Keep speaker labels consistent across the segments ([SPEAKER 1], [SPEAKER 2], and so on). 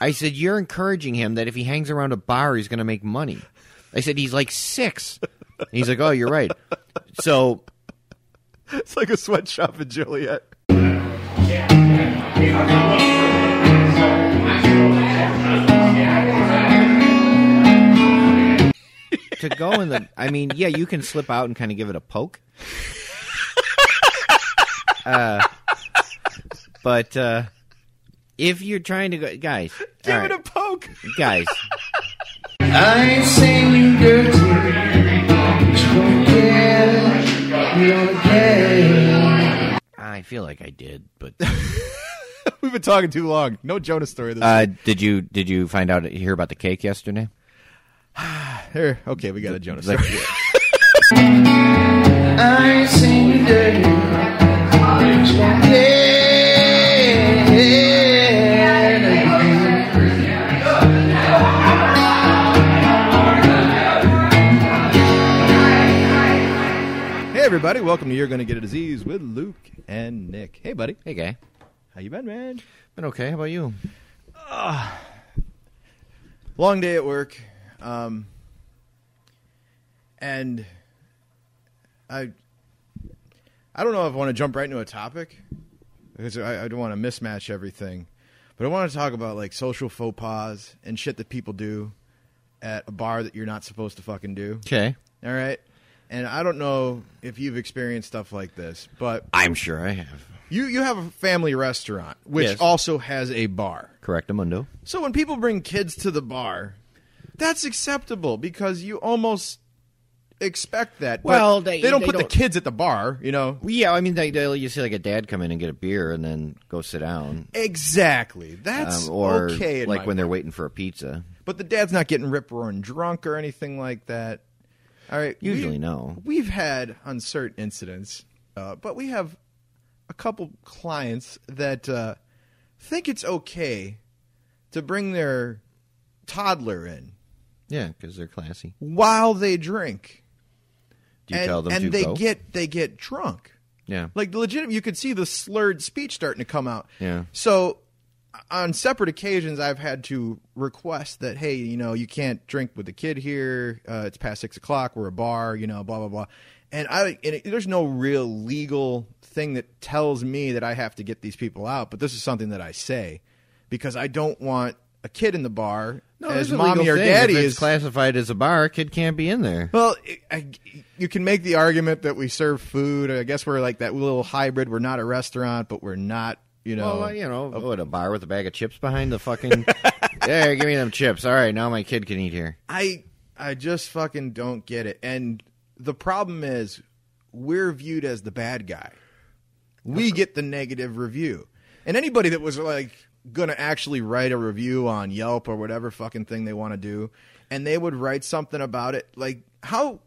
[SPEAKER 1] I said, You're encouraging him that if he hangs around a bar, he's going to make money. I said, He's like six. And he's like, Oh, you're right. So
[SPEAKER 2] It's like a sweatshop in Joliet.
[SPEAKER 1] to go in the, I mean, yeah, you can slip out and kind of give it a poke. Uh, but uh, if you're trying to go, guys,
[SPEAKER 2] Give
[SPEAKER 1] all
[SPEAKER 2] it a
[SPEAKER 1] right,
[SPEAKER 2] poke.
[SPEAKER 1] guys,
[SPEAKER 3] I sing you dirty, but you don't care, you don't care.
[SPEAKER 1] I feel like I did, but
[SPEAKER 2] We've been talking too long. No Jonas story this
[SPEAKER 1] uh, did you did you find out hear about the cake yesterday?
[SPEAKER 2] Here, okay, we got a Jonas
[SPEAKER 1] Like-
[SPEAKER 2] story.
[SPEAKER 3] I sing you dirty, but you don't care.
[SPEAKER 2] Hey everybody, welcome to You're Gonna Get a Disease with Luke and Nick. Hey buddy,
[SPEAKER 1] Hey, guy,
[SPEAKER 2] how you been, man?
[SPEAKER 1] been okay? How about you?
[SPEAKER 2] Long day at work, um, and I, I don't know if I want to jump right into a topic because I, I don't want to mismatch everything, but I want to talk about like social faux pas and shit that people do at a bar that you're not supposed to fucking do.
[SPEAKER 1] Okay,
[SPEAKER 2] All right. And I don't know if you've experienced stuff like this, but
[SPEAKER 1] I'm sure I have.
[SPEAKER 2] you, you have a family restaurant, which
[SPEAKER 1] Yes.
[SPEAKER 2] also has a bar.
[SPEAKER 1] Correct, Amundo.
[SPEAKER 2] So when people bring kids to the bar, that's acceptable because you almost expect that. But
[SPEAKER 1] Well, they-
[SPEAKER 2] don't
[SPEAKER 1] they
[SPEAKER 2] put the
[SPEAKER 1] don't-
[SPEAKER 2] kids at the bar, you know?
[SPEAKER 1] Yeah, I mean, they, they, you see like a dad come in and get a beer and then go sit down.
[SPEAKER 2] Exactly. That's
[SPEAKER 1] Um, or
[SPEAKER 2] okay. in
[SPEAKER 1] like
[SPEAKER 2] my
[SPEAKER 1] when they're
[SPEAKER 2] book.
[SPEAKER 1] waiting for a pizza.
[SPEAKER 2] But the dad's not getting rip roaring drunk or anything like that. All right. we-
[SPEAKER 1] Usually, no.
[SPEAKER 2] We've had on certain incidents, uh, but we have a couple clients that uh, think it's okay to bring their toddler in
[SPEAKER 1] Yeah, because they're classy.
[SPEAKER 2] while they drink,
[SPEAKER 1] Do you
[SPEAKER 2] and,
[SPEAKER 1] tell them
[SPEAKER 2] and
[SPEAKER 1] to
[SPEAKER 2] they
[SPEAKER 1] go?
[SPEAKER 2] get they get drunk.
[SPEAKER 1] yeah.
[SPEAKER 2] Like legitimate, you could see the slurred speech starting to come out.
[SPEAKER 1] Yeah.
[SPEAKER 2] So, on separate occasions, I've had to request that, hey, you know, you can't drink with the kid here. Uh, it's past six o'clock. We're a bar. You know, blah blah blah. And I, and it, there's no real legal thing that tells me that I have to get these people out. But this is something that I say because I don't want a kid in the bar as mommy or daddy
[SPEAKER 1] if
[SPEAKER 2] is.
[SPEAKER 1] it's classified as a bar. A kid can't be in there.
[SPEAKER 2] Well, I, I- you can make the argument that we serve food. I guess we're like that little hybrid. We're not a restaurant, but we're not, you know.
[SPEAKER 1] Well, you know, oh, what a bar with a bag of chips behind the fucking. there, give me them chips. All right, now my kid can eat here.
[SPEAKER 2] I I just fucking don't get it. And the problem is we're viewed as the bad guy. We get the negative review. And anybody that was like going to actually write a review on Yelp or whatever fucking thing they want to do and they would write something about it like how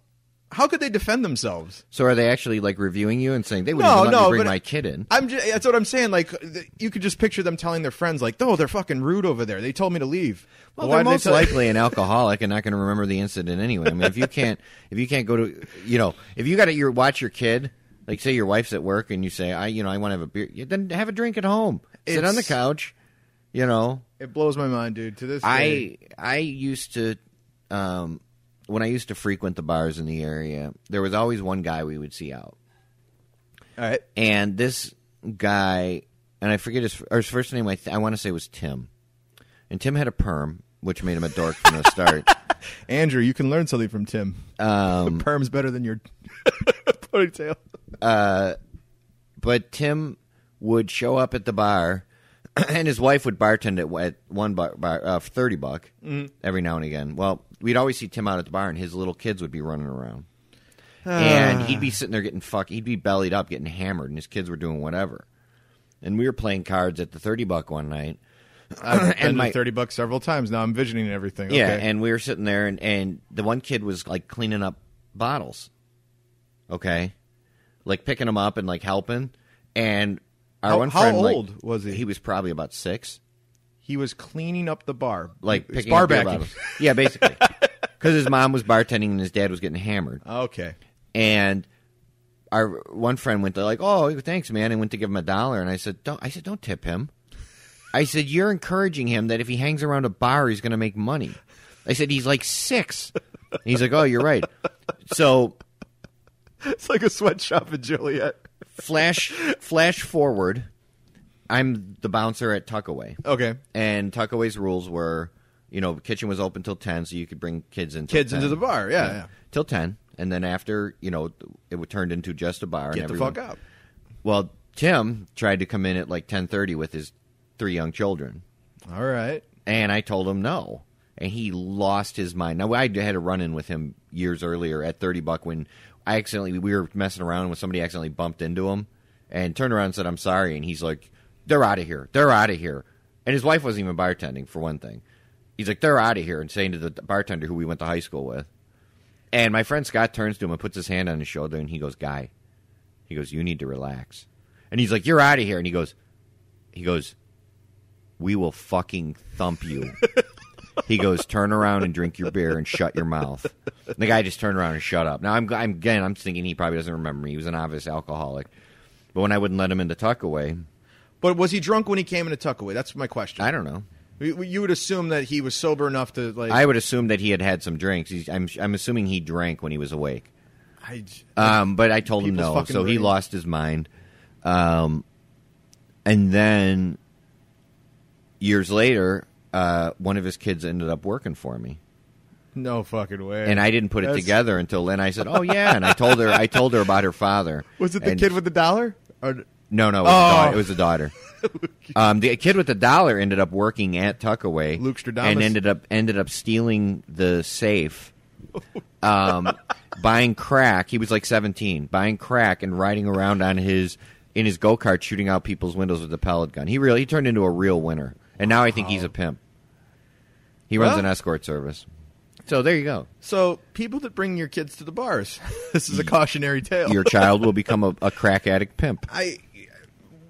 [SPEAKER 2] how could they defend themselves?
[SPEAKER 1] So are they actually like reviewing you and saying they wouldn't
[SPEAKER 2] No,
[SPEAKER 1] even let
[SPEAKER 2] no,
[SPEAKER 1] me bring
[SPEAKER 2] but-
[SPEAKER 1] my kid in?
[SPEAKER 2] I'm just, that's what I'm saying. Like th- you could just picture them telling their friends, like, "Oh, they're fucking rude over there. They told me to leave."
[SPEAKER 1] Well,
[SPEAKER 2] Why
[SPEAKER 1] they're
[SPEAKER 2] did
[SPEAKER 1] most
[SPEAKER 2] they tell-
[SPEAKER 1] likely an alcoholic and not going to remember the incident anyway. I mean, if you can't, if you can't go to, you know, if you got to your, watch your kid, like say your wife's at work and you say, I, you know, I want to have a beer, yeah, then have a drink at home. Sit on the
[SPEAKER 2] It's-
[SPEAKER 1] couch. You know,
[SPEAKER 2] it blows my mind, dude. To this, day.
[SPEAKER 1] I I used to, um, when I used to frequent the bars in the area, there was always one guy we would see out,
[SPEAKER 2] all right,
[SPEAKER 1] and this guy, and I forget his, or his first name. I th- I want to say was Tim, and Tim had a perm, which made him a dork from the start.
[SPEAKER 2] Andrew, you can learn something from Tim. Um, the perm's better than your ponytail.
[SPEAKER 1] but Tim would show up at the bar, and his wife would bartend at, at one bar, bar uh, for thirty buck every now and again. Well, we'd always see Tim out at the bar, and his little kids would be running around, and he'd be sitting there getting fucked. He'd be bellied up, getting hammered, and his kids were doing whatever. And we were playing cards at the thirty buck one night,
[SPEAKER 2] I've been
[SPEAKER 1] And
[SPEAKER 2] to
[SPEAKER 1] my-
[SPEAKER 2] thirty bucks several times now. I'm visioning everything.
[SPEAKER 1] yeah,
[SPEAKER 2] okay.
[SPEAKER 1] and we were sitting there, and, and the one kid was like cleaning up bottles, okay, like picking them up and like helping. And our
[SPEAKER 2] How-
[SPEAKER 1] one
[SPEAKER 2] how
[SPEAKER 1] friend, like-
[SPEAKER 2] old was he?
[SPEAKER 1] He was probably about six,
[SPEAKER 2] he was cleaning up the bar,
[SPEAKER 1] like
[SPEAKER 2] It's
[SPEAKER 1] picking
[SPEAKER 2] bar
[SPEAKER 1] up beer
[SPEAKER 2] backing.
[SPEAKER 1] bottles. Yeah, basically, because his mom was bartending and his dad was getting hammered.
[SPEAKER 2] Okay,
[SPEAKER 1] And our one friend went to like, oh, thanks, man, and went to give him a dollar, and I said, don't, I said, don't tip him. I said, You're encouraging him that if he hangs around a bar, he's going to make money. I said, He's like six. And he's like, Oh, you're right. So,
[SPEAKER 2] It's like a sweatshop in Joliet.
[SPEAKER 1] flash, flash forward. I'm the bouncer at Tuckaway.
[SPEAKER 2] Okay.
[SPEAKER 1] And Tuckaway's rules were, you know, kitchen was open till 10, so you could bring kids in. till
[SPEAKER 2] Kids into
[SPEAKER 1] 10.
[SPEAKER 2] the bar. Yeah. yeah.
[SPEAKER 1] Till 10. And then after, you know, it would turned into just a bar.
[SPEAKER 2] Get
[SPEAKER 1] and
[SPEAKER 2] the
[SPEAKER 1] everyone-
[SPEAKER 2] fuck up.
[SPEAKER 1] Well, Tim tried to come in at like 10.30 with his three young children.
[SPEAKER 2] All right.
[SPEAKER 1] And I told him no. And he lost his mind. Now, I had a run in with him years earlier at 30 Buck when I accidentally, we were messing around when somebody accidentally bumped into him and turned around and said, I'm sorry. And he's like, they're out of here. They're out of here. And his wife wasn't even bartending, for one thing. He's like, they're out of here. And saying to the bartender who we went to high school with. And my friend Scott turns to him and puts his hand on his shoulder and he goes, Guy, he goes, you need to relax. And he's like, you're out of here. And he goes, he goes, we will fucking thump you. he goes, turn around and drink your beer and shut your mouth. And the guy just turned around and shut up. Now I'm, I'm again, I'm thinking he probably doesn't remember me. He was an obvious alcoholic. But when I wouldn't let him in the tuckaway,
[SPEAKER 2] But was he drunk when he came into Tuckaway? That's my question.
[SPEAKER 1] I don't know.
[SPEAKER 2] You- you would assume that he was sober enough to like.
[SPEAKER 1] I would assume that he had had some drinks. He's, I'm, I'm assuming he drank when he was awake.
[SPEAKER 2] I-
[SPEAKER 1] Um, but I told him
[SPEAKER 2] People's
[SPEAKER 1] no,
[SPEAKER 2] fucking
[SPEAKER 1] so he
[SPEAKER 2] brains.
[SPEAKER 1] lost his mind. Um, and then years later, uh, one of his kids ended up working for me,
[SPEAKER 2] no fucking way.
[SPEAKER 1] and I didn't put it
[SPEAKER 2] That's-
[SPEAKER 1] together until then. I said, "Oh yeah," and I told her. I told her about her father.
[SPEAKER 2] Was it the
[SPEAKER 1] And-
[SPEAKER 2] kid with the dollar? Or,
[SPEAKER 1] No, no, it was,
[SPEAKER 2] Oh.
[SPEAKER 1] a, daughter. It was a daughter. um, the kid with the dollar ended up working at Tuckaway,
[SPEAKER 2] Luke Stradamus.
[SPEAKER 1] and ended up ended up stealing the safe, um, buying crack. He was like seventeen, buying crack and riding around on his in his go kart, shooting out people's windows with a pellet gun. He really he turned into a real winner, and now I think he's a pimp. He runs
[SPEAKER 2] Well-
[SPEAKER 1] an escort service. So there you go.
[SPEAKER 2] so people that bring your kids to the bars. this is a cautionary tale.
[SPEAKER 1] Your child will become a, a crack addict pimp.
[SPEAKER 2] I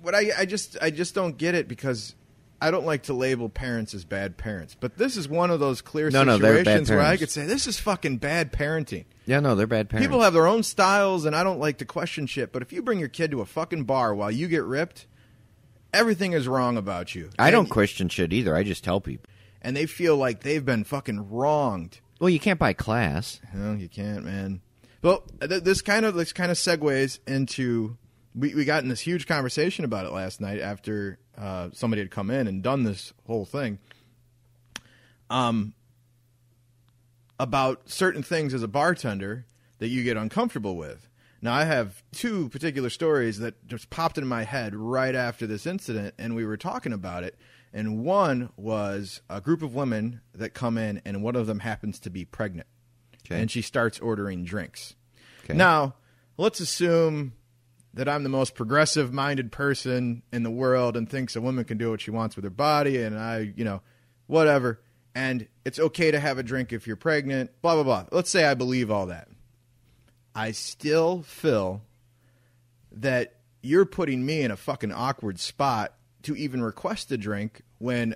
[SPEAKER 2] what I I just I just don't get it because I don't like to label parents as bad parents, but this is one of those clear
[SPEAKER 1] No, no,
[SPEAKER 2] situations
[SPEAKER 1] they're bad
[SPEAKER 2] where I
[SPEAKER 1] parents.
[SPEAKER 2] could say this is fucking bad parenting.
[SPEAKER 1] Yeah, no, they're bad parents.
[SPEAKER 2] People have their own styles, and I don't like to question shit. But if you bring your kid to a fucking bar while you get ripped, everything is wrong about you.
[SPEAKER 1] I don't
[SPEAKER 2] And-
[SPEAKER 1] question shit either. I just tell people.
[SPEAKER 2] and they feel like they've been fucking wronged.
[SPEAKER 1] Well, you can't buy class.
[SPEAKER 2] No, you can't, man. Well, th- this kind of this kind of segues into we, we got in this huge conversation about it last night after uh, somebody had come in and done this whole thing. Um, about certain things as a bartender that you get uncomfortable with. Now, I have two particular stories that just popped into my head right after this incident, and we were talking about it. And one was a group of women that come in, and one of them happens to be pregnant
[SPEAKER 1] Okay.
[SPEAKER 2] and she starts ordering drinks.
[SPEAKER 1] Okay.
[SPEAKER 2] Now, let's assume that I'm the most progressive minded person in the world and thinks a woman can do what she wants with her body and I, you know, whatever. And it's okay to have a drink if you're pregnant, blah, blah, blah. Let's say I believe all that. I still feel that you're putting me in a fucking awkward spot to even request a drink when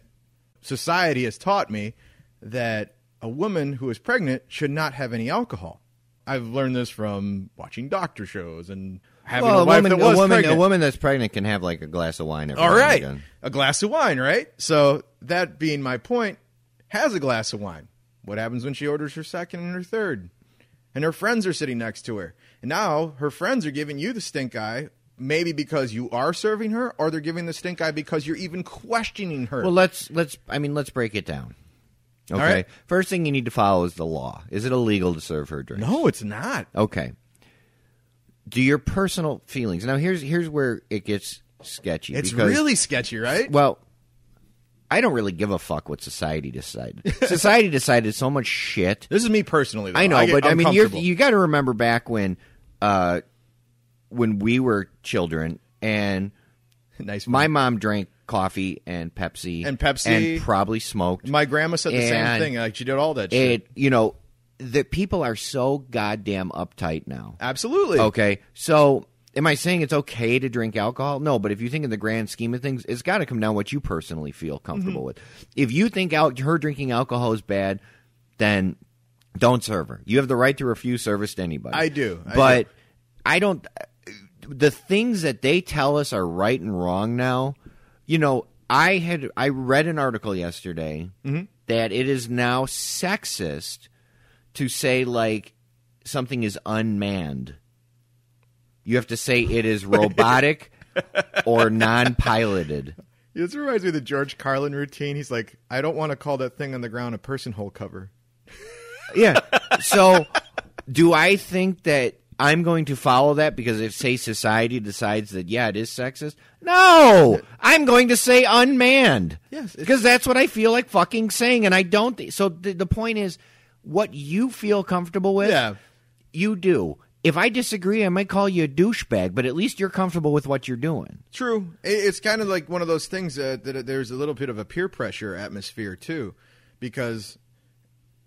[SPEAKER 2] society has taught me that a woman who is pregnant should not have any alcohol. I've learned this from watching doctor shows and having
[SPEAKER 1] Well,
[SPEAKER 2] a
[SPEAKER 1] a
[SPEAKER 2] wife
[SPEAKER 1] woman,
[SPEAKER 2] that
[SPEAKER 1] a,
[SPEAKER 2] was
[SPEAKER 1] woman
[SPEAKER 2] pregnant.
[SPEAKER 1] a woman that's pregnant can have like a glass of wine. Every
[SPEAKER 2] All
[SPEAKER 1] now and
[SPEAKER 2] right.
[SPEAKER 1] again.
[SPEAKER 2] A glass of wine, right? So, that being my point, has a glass of wine. What happens when she orders her second and her third? And her friends are sitting next to her. And now her friends are giving you the stink eye, maybe because you are serving her, or they're giving the stink eye because you're even questioning her.
[SPEAKER 1] Well, let's let's. I mean, let's break it down. Okay.
[SPEAKER 2] right.
[SPEAKER 1] First thing you need to follow is the law. Is it illegal to serve her drink?
[SPEAKER 2] no, it's not.
[SPEAKER 1] Okay. Do your personal feelings now? Here's here's where it gets sketchy.
[SPEAKER 2] It's
[SPEAKER 1] because,
[SPEAKER 2] really sketchy, right?
[SPEAKER 1] well. I don't really give a fuck what society decided. society decided so much shit
[SPEAKER 2] This is me personally. Though.
[SPEAKER 1] I know,
[SPEAKER 2] get
[SPEAKER 1] but I mean, you're,
[SPEAKER 2] uncomfortable.
[SPEAKER 1] you got to remember back when, uh, when we were children, and
[SPEAKER 2] nice.
[SPEAKER 1] my
[SPEAKER 2] My
[SPEAKER 1] mom drank coffee and Pepsi
[SPEAKER 2] And Pepsi.
[SPEAKER 1] and probably smoked.
[SPEAKER 2] my grandma said the same
[SPEAKER 1] And
[SPEAKER 2] thing. Like she did all that shit.
[SPEAKER 1] it, you know, the people are so goddamn uptight now.
[SPEAKER 2] Absolutely.
[SPEAKER 1] Okay, so am I saying it's okay to drink alcohol? No, but if you think in the grand scheme of things, it's got to come down what you personally feel comfortable with. If you think out her drinking alcohol is bad, then don't serve her. You have the right to refuse service to anybody.
[SPEAKER 2] I do. I
[SPEAKER 1] but
[SPEAKER 2] do.
[SPEAKER 1] I don't. The things that they tell us are right and wrong now. You know, I had I read an article yesterday
[SPEAKER 2] Mm-hmm.
[SPEAKER 1] that it is now sexist to say like something is unmanned. You have to say it is robotic or non-piloted.
[SPEAKER 2] This reminds me of the George Carlin routine. He's like, I don't want to call that thing on the ground a person hole cover.
[SPEAKER 1] Yeah. So, do I think that I'm going to follow that because if say society decides that yeah, it is sexist? No, I'm going to say unmanned.
[SPEAKER 2] Yes, it's-
[SPEAKER 1] because that's what I feel like fucking saying, and I don't. Th- so th- the point is, what you feel comfortable with,
[SPEAKER 2] Yeah.
[SPEAKER 1] you do. If I disagree, I might call you a douchebag, but at least you're comfortable with what you're doing.
[SPEAKER 2] True. I- It's kind of like one of those things uh, that there's a little bit of a peer pressure atmosphere too, because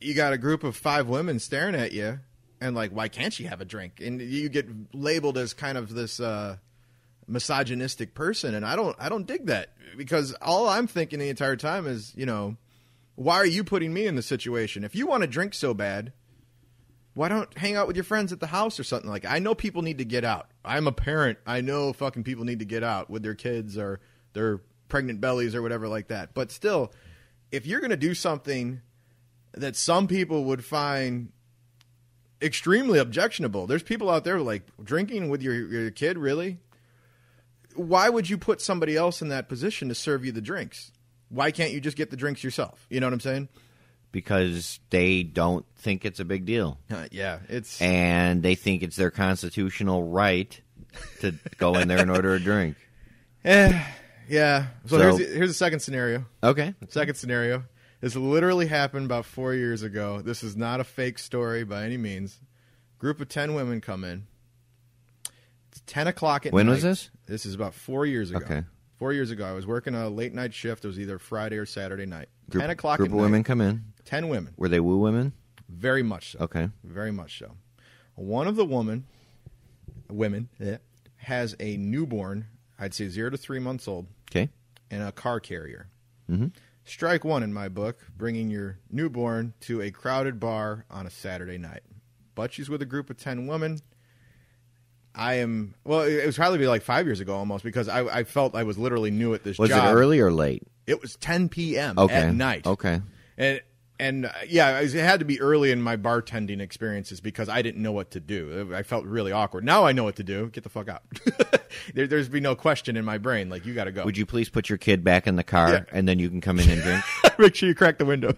[SPEAKER 2] you got a group of five women staring at you, and like, why can't she have a drink? And you get labeled as kind of this uh, misogynistic person, and I don't, I don't dig that because all I'm thinking the entire time is, you know, why are you putting me in the situation? If you want to drink so bad, why don't hang out with your friends at the house or something like I know people need to get out. I'm a parent. I know fucking people need to get out with their kids or their pregnant bellies or whatever like that. But still, if you're going to do something that some people would find extremely objectionable, there's people out there who are like drinking with your your kid really? Why would you put somebody else in that position to serve you the drinks? Why can't you just get the drinks yourself? You know what I'm saying?
[SPEAKER 1] Because they don't think it's a big deal.
[SPEAKER 2] Uh, yeah, it's
[SPEAKER 1] And they think it's their constitutional right to go in there and order a drink.
[SPEAKER 2] Eh, yeah. So,
[SPEAKER 1] So-
[SPEAKER 2] here's the, here's the second scenario.
[SPEAKER 1] Okay.
[SPEAKER 2] Second scenario. This literally happened about four years ago. This is not a fake story by any means. Group of ten women come in. It's ten o'clock at
[SPEAKER 1] When
[SPEAKER 2] night.
[SPEAKER 1] was this?
[SPEAKER 2] This is about four years ago.
[SPEAKER 1] Okay.
[SPEAKER 2] Four years ago, I was working a late night shift. It was either Friday or Saturday night.
[SPEAKER 1] Group,
[SPEAKER 2] ten o'clock.
[SPEAKER 1] Group
[SPEAKER 2] at
[SPEAKER 1] of
[SPEAKER 2] night.
[SPEAKER 1] women come in.
[SPEAKER 2] Ten women.
[SPEAKER 1] Were they woo women?
[SPEAKER 2] Very much so.
[SPEAKER 1] Okay.
[SPEAKER 2] Very much so. One of the woman, women, yeah, has a newborn. I'd say zero to three months old
[SPEAKER 1] Okay.
[SPEAKER 2] and a car carrier.
[SPEAKER 1] Mm-hmm.
[SPEAKER 2] Strike one in my book, bringing your newborn to a crowded bar on a Saturday night. But she's with a group of 10 women. I am, well, it it was probably like five years ago almost because I, I felt I was literally new at this
[SPEAKER 1] Was
[SPEAKER 2] job.
[SPEAKER 1] it early or late?
[SPEAKER 2] It was 10 p.m.
[SPEAKER 1] Okay.
[SPEAKER 2] at night.
[SPEAKER 1] Okay.
[SPEAKER 2] And, and uh, yeah, it was- it had to be early in my bartending experiences because I didn't know what to do. I felt really awkward. Now I know what to do. Get the fuck out. there, there's be no question in my brain. Like, you got to go.
[SPEAKER 1] Would you please put your kid back in the car
[SPEAKER 2] Yeah.
[SPEAKER 1] and then you can come in and drink?
[SPEAKER 2] Make sure you crack the window.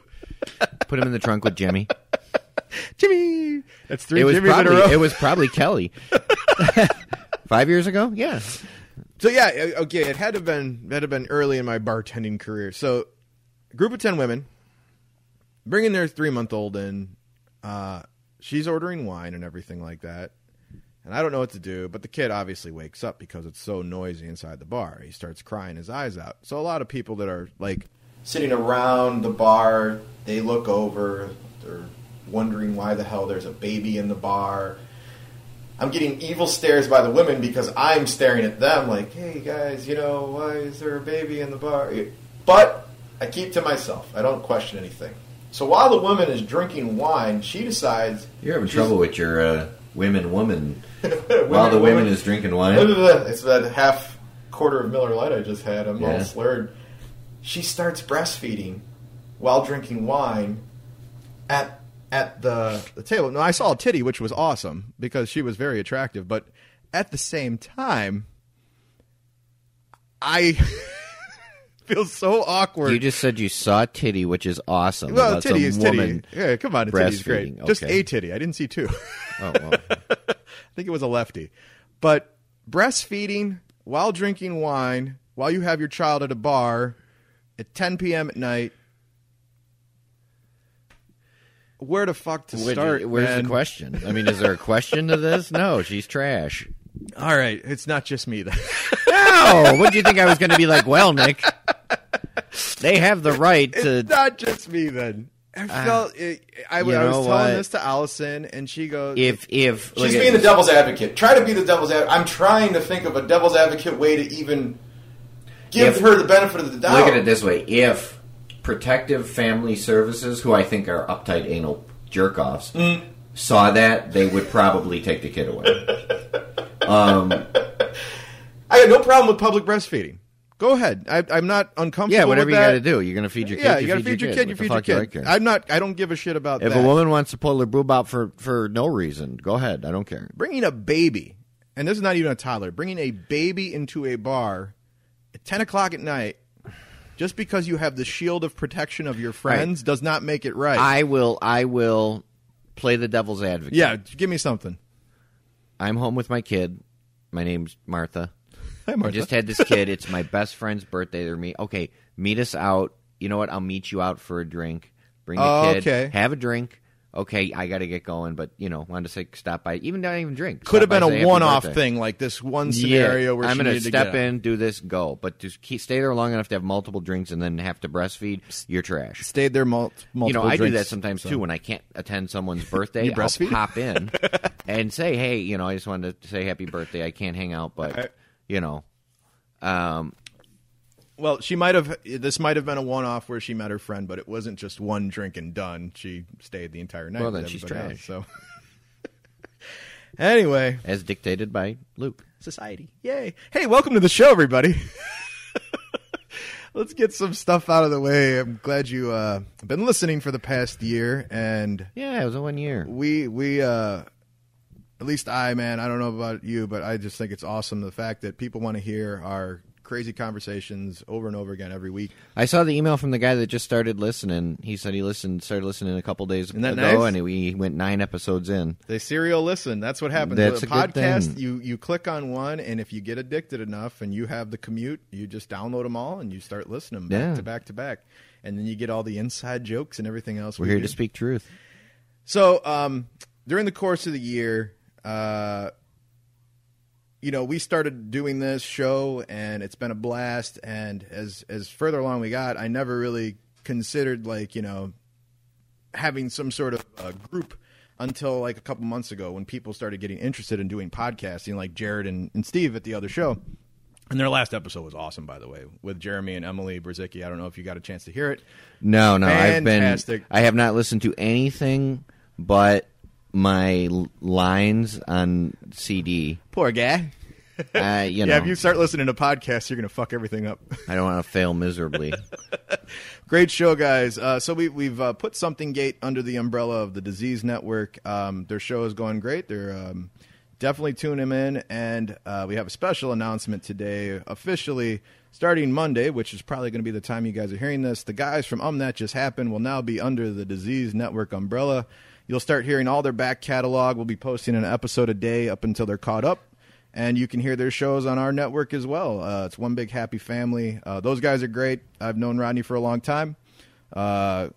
[SPEAKER 1] put him in the trunk with Jimmy.
[SPEAKER 2] Jimmy. That's three
[SPEAKER 1] It was
[SPEAKER 2] Jimmys in a row.
[SPEAKER 1] probably it was probably Kelly. Five years ago? Yeah.
[SPEAKER 2] so yeah, uh, okay. It had to have been had to have been early in my bartending career. So, group of ten women, bringing their three month old in. Uh, she's ordering wine and everything like that. And I don't know what to do, but the kid obviously wakes up because it's so noisy inside the bar. He starts crying his eyes out. So a lot of people that are like sitting around the bar, they look over, they're wondering why the hell there's a baby in the bar. I'm getting evil stares by the women because I'm staring at them like, hey guys, you know, why is there a baby in the bar? But I keep to myself. I don't question anything. So while the woman is drinking wine, she decides
[SPEAKER 1] You're having trouble with your uh, women woman
[SPEAKER 2] Women- women-
[SPEAKER 1] drinking
[SPEAKER 2] It's that half quarter of Miller Lite I just had. I'm all
[SPEAKER 1] Yeah.
[SPEAKER 2] slurred. She starts breastfeeding while drinking wine at at the, the table. No, I saw a titty, which was awesome because she was very attractive. But at the same time, I feel so awkward.
[SPEAKER 1] You just said you saw titty, which is awesome.
[SPEAKER 2] well,
[SPEAKER 1] About
[SPEAKER 2] titty
[SPEAKER 1] some
[SPEAKER 2] is
[SPEAKER 1] woman-
[SPEAKER 2] titty. Yeah, come on, a titty's great.
[SPEAKER 1] breastfeeding,
[SPEAKER 2] Just
[SPEAKER 1] okay.
[SPEAKER 2] a titty. I didn't see two.
[SPEAKER 1] Oh, well.
[SPEAKER 2] I think it was a lefty. But breastfeeding while drinking wine, while you have your child at a bar at 10 p.m. at night. Where the fuck to
[SPEAKER 1] Where-
[SPEAKER 2] start?
[SPEAKER 1] where's
[SPEAKER 2] man?
[SPEAKER 1] the question? I mean, is there a question to this? No, she's trash.
[SPEAKER 2] All right, it's not just me. Then.
[SPEAKER 1] No, what do you think I was going to be like? Well, Nick, they have the right
[SPEAKER 2] it's
[SPEAKER 1] to. Ah.
[SPEAKER 2] not just me. Then I felt it, I, I
[SPEAKER 1] you
[SPEAKER 2] was
[SPEAKER 1] know
[SPEAKER 2] telling
[SPEAKER 1] what?
[SPEAKER 2] this to Allison, and she goes,
[SPEAKER 1] If if
[SPEAKER 2] She's
[SPEAKER 1] look at-
[SPEAKER 2] being the devil's advocate. Try to be the devil's advocate. I'm trying to think of a devil's advocate way to even give
[SPEAKER 1] If-
[SPEAKER 2] her the benefit of the doubt.
[SPEAKER 1] look at it this way: if Protective Family Services, who I think are uptight anal jerk offs,
[SPEAKER 2] Mm.
[SPEAKER 1] saw that, they would probably take the kid away.
[SPEAKER 2] I got no problem with public breastfeeding. Go ahead. I, I'm not uncomfortable.
[SPEAKER 1] Yeah, whatever
[SPEAKER 2] with
[SPEAKER 1] you
[SPEAKER 2] that.
[SPEAKER 1] got to do. You're going to feed your kid.
[SPEAKER 2] Yeah, you,
[SPEAKER 1] got
[SPEAKER 2] gotta
[SPEAKER 1] to
[SPEAKER 2] feed your kid. You feed your kid. I'm not. I don't give a shit about
[SPEAKER 1] If a
[SPEAKER 2] that.
[SPEAKER 1] woman wants to pull her boob out for, for no reason, go ahead. I don't care.
[SPEAKER 2] bringing a baby, and this is not even a toddler, bringing a baby into a bar at 10 o'clock at night just because you have the shield of protection of your friends does not make it right.
[SPEAKER 1] I will. I will play the devil's advocate.
[SPEAKER 2] yeah, give me something.
[SPEAKER 1] I'm home with my kid. My name's Martha.
[SPEAKER 2] Hi,
[SPEAKER 1] I
[SPEAKER 2] Martha.
[SPEAKER 1] just had this kid. It's my best friend's birthday. They're me. Okay, meet us out. You know what? I'll meet you out for a drink. Bring the
[SPEAKER 2] Oh,
[SPEAKER 1] kid.
[SPEAKER 2] okay.
[SPEAKER 1] Have a drink. Okay, I got to get going, but you know, wanted to say stop by. Even not even drink.
[SPEAKER 2] Could have
[SPEAKER 1] Stop by,
[SPEAKER 2] been
[SPEAKER 1] say
[SPEAKER 2] a
[SPEAKER 1] happy
[SPEAKER 2] one-off
[SPEAKER 1] birthday.
[SPEAKER 2] thing like this one
[SPEAKER 1] Yeah,
[SPEAKER 2] scenario where
[SPEAKER 1] I'm
[SPEAKER 2] she
[SPEAKER 1] gonna
[SPEAKER 2] needed
[SPEAKER 1] step
[SPEAKER 2] to get out.
[SPEAKER 1] in, do this, go. But to keep, stay there long enough to have multiple drinks and then have to breastfeed, you're trash.
[SPEAKER 2] Stayed there mul- multiple
[SPEAKER 1] You know, I do
[SPEAKER 2] drinks,
[SPEAKER 1] that sometimes
[SPEAKER 2] so-
[SPEAKER 1] too when I can't attend someone's birthday.
[SPEAKER 2] You
[SPEAKER 1] I'll
[SPEAKER 2] breastfeed?
[SPEAKER 1] pop in and say, "Hey, you know, I just wanted to say happy birthday. I can't hang out, but you know, um,
[SPEAKER 2] Well, she might have. This might have been a one-off where she met her friend, but it wasn't just one drink and done. She stayed the entire night.
[SPEAKER 1] Well,
[SPEAKER 2] with
[SPEAKER 1] then she's
[SPEAKER 2] everybody
[SPEAKER 1] trash.
[SPEAKER 2] else, so, anyway,
[SPEAKER 1] as dictated by Luke."
[SPEAKER 2] society. Yay. Hey, welcome to the show, everybody. Let's get some stuff out of the way. I'm glad you uh been listening for the past year and
[SPEAKER 1] Yeah, it was a one year.
[SPEAKER 2] we we uh at least I man, I don't know about you, but I just think it's awesome the fact that people want to hear our crazy conversations over and over again every week.
[SPEAKER 1] I saw the email from the guy that just started listening. He said he listened, started listening a couple days
[SPEAKER 2] that
[SPEAKER 1] ago,
[SPEAKER 2] nice?
[SPEAKER 1] and we went nine episodes in.
[SPEAKER 2] They serial listen. That's what happens.
[SPEAKER 1] That's
[SPEAKER 2] With
[SPEAKER 1] a good
[SPEAKER 2] podcast,
[SPEAKER 1] thing.
[SPEAKER 2] you you click on one and if you get addicted enough and you have the commute, you just download them all and you start listening back
[SPEAKER 1] Yeah.
[SPEAKER 2] to back to back. And then you get all the inside jokes and everything else.
[SPEAKER 1] We're
[SPEAKER 2] we
[SPEAKER 1] here
[SPEAKER 2] do.
[SPEAKER 1] to speak truth.
[SPEAKER 2] So um, during the course of the year, uh, you know, we started doing this show, and it's been a blast. And as as further along we got, I never really considered like you know having some sort of uh, group until like a couple months ago when people started getting interested in doing podcasting, like Jared and, and Steve at the other show. And their last episode was awesome, by the way, with Jeremy and Emily Brzezicki. I don't know if you got a chance to hear it.
[SPEAKER 1] No, no, I've
[SPEAKER 2] Fantastic.
[SPEAKER 1] been. I have not listened to anything but my l- lines on CD.
[SPEAKER 2] Poor guy.
[SPEAKER 1] I, you know,
[SPEAKER 2] Yeah, if you start listening to podcasts, you're going to fuck everything up.
[SPEAKER 1] I don't want to fail miserably.
[SPEAKER 2] Great show, guys. Uh, so we, we've uh, put Something Gate under the umbrella of the Disease Network. Um, their show is going great. They're um, definitely tune them in, and uh, we have a special announcement today. Officially starting Monday, which is probably going to be the time you guys are hearing this. The guys from Um That Just Happened will now be under the Disease Network umbrella. You'll start hearing all their back catalog. We'll be posting an episode a day up until they're caught up and you can hear their shows on our network as well. Uh, it's one big happy family. Uh, those guys are great. I've known Rodney for a long time. Uh,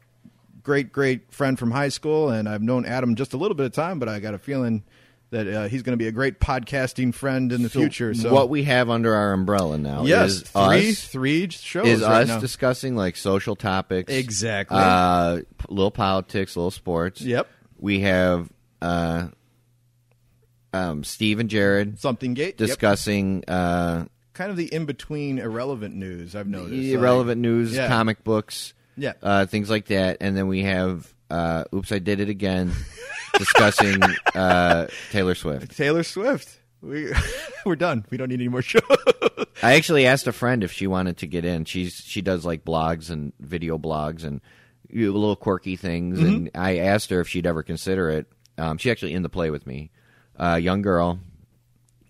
[SPEAKER 2] great, great friend from high school, and I've known Adam just a little bit of time, but I got a feeling that uh, he's going to be a great podcasting friend in the future. So
[SPEAKER 1] what we have under our umbrella now
[SPEAKER 2] yes,
[SPEAKER 1] is
[SPEAKER 2] three
[SPEAKER 1] us,
[SPEAKER 2] three shows
[SPEAKER 1] is
[SPEAKER 2] right
[SPEAKER 1] us
[SPEAKER 2] now.
[SPEAKER 1] discussing like social topics,
[SPEAKER 2] Exactly.
[SPEAKER 1] uh, p- little politics, little sports.
[SPEAKER 2] Yep.
[SPEAKER 1] We have uh, um, Steve and Jared
[SPEAKER 2] Something Gate yep.
[SPEAKER 1] discussing uh,
[SPEAKER 2] kind of the in between irrelevant news. I've noticed Like-
[SPEAKER 1] irrelevant news,
[SPEAKER 2] Yeah.
[SPEAKER 1] comic books,
[SPEAKER 2] Yeah.
[SPEAKER 1] uh, things like that, and then we have uh, "Oops, I Did It Again," discussing uh, Taylor Swift.
[SPEAKER 2] Taylor Swift. We we're done. We don't need any more shows.
[SPEAKER 1] I actually asked a friend if she wanted to get in. She's she does like blogs and video blogs and you know, little quirky things. And I asked her if she'd ever consider it. Um, she actually in the play with me, uh, young girl.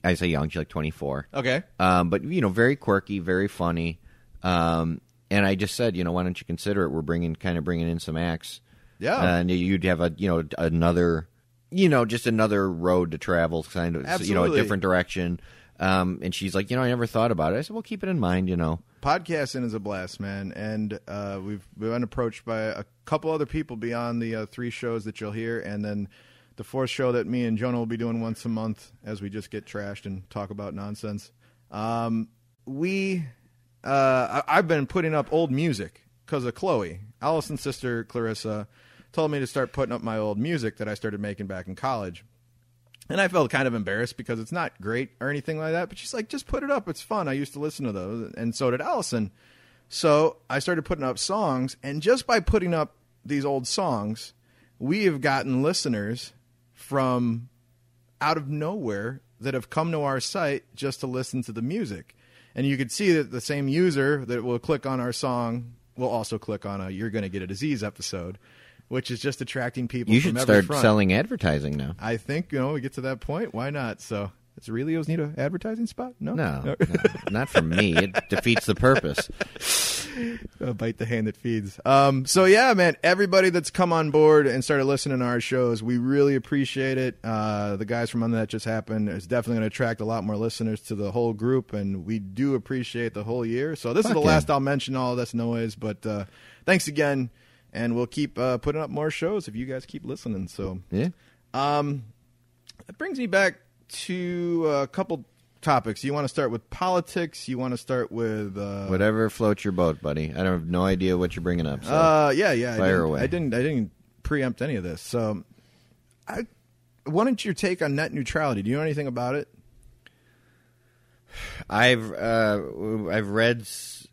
[SPEAKER 1] I say young. She's like twenty four.
[SPEAKER 2] okay.
[SPEAKER 1] Um, but you know, very quirky, very funny. Um, and I just said, you know, why don't you consider it? We're bringing kind of bringing in some acts.
[SPEAKER 2] Yeah.
[SPEAKER 1] and you'd have a you know another you know just another road to travel, kind of you know
[SPEAKER 2] Absolutely.
[SPEAKER 1] a different direction. Um, and she's like, you know, I never thought about it. I said, well, keep it in mind, you know.
[SPEAKER 2] podcasting is a blast, man. And uh, we've we've been approached by a couple other people beyond the uh, three shows that you'll hear, and then the fourth show that me and Jonah will be doing once a month as we just get trashed and talk about nonsense. Um, we uh, I- I've been putting up old music because of Chloe, Allison's sister, Clarissa. Told me to start putting up my old music that I started making back in college. And I felt kind of embarrassed because it's not great or anything like that. But she's like, just put it up. It's fun. I used to listen to those. And so did Allison. So I started putting up songs. And just by putting up these old songs, we have gotten listeners from out of nowhere that have come to our site just to listen to the music. and you could see that the same user that will click on our song will also click on a "You're Going to Get a Disease" episode, which is just attracting people.
[SPEAKER 1] You
[SPEAKER 2] from
[SPEAKER 1] should
[SPEAKER 2] every
[SPEAKER 1] start
[SPEAKER 2] front.
[SPEAKER 1] selling advertising now.
[SPEAKER 2] I think you know we get to that point. Why not? So does Aurelio's need an advertising spot? No,
[SPEAKER 1] No, no, not for me. It defeats the purpose.
[SPEAKER 2] Uh, bite the hand that feeds. Um, so yeah, man, everybody that's come on board and started listening to our shows, we really appreciate it. Uh, the guys from Under That Just Happened is definitely going to attract a lot more listeners to the whole group, and we do appreciate the whole year. So this
[SPEAKER 1] Fuck
[SPEAKER 2] is the
[SPEAKER 1] yeah.
[SPEAKER 2] last I'll mention all this noise, but uh, thanks again, and we'll keep uh, putting up more shows if you guys keep listening. So
[SPEAKER 1] Yeah.
[SPEAKER 2] that brings me back to a couple topics. You want to start with politics? You want to start with uh,
[SPEAKER 1] Whatever floats your boat, buddy. I don't have no idea what you're bringing up. So.
[SPEAKER 2] Uh, yeah, yeah. I
[SPEAKER 1] Fire
[SPEAKER 2] didn't,
[SPEAKER 1] away.
[SPEAKER 2] I didn't. I didn't preempt any of this. So, I wanted your take on net neutrality. Do you know anything about it?
[SPEAKER 1] I've uh, I've read s-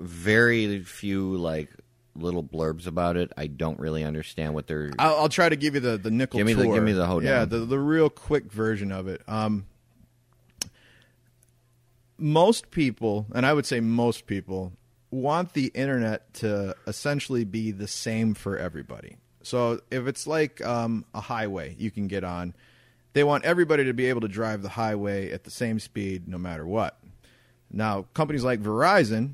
[SPEAKER 1] very few like little blurbs about it. I don't really understand what they're.
[SPEAKER 2] I'll, I'll try to give you the the nickel.
[SPEAKER 1] Give me the-
[SPEAKER 2] tour.
[SPEAKER 1] give me the hoedown.
[SPEAKER 2] Yeah, the the real quick version of it. Um, most people, and I would say most people, want the internet to essentially be the same for everybody. So if it's like um, a highway you can get on, they want everybody to be able to drive the highway at the same speed no matter what. Now, companies like Verizon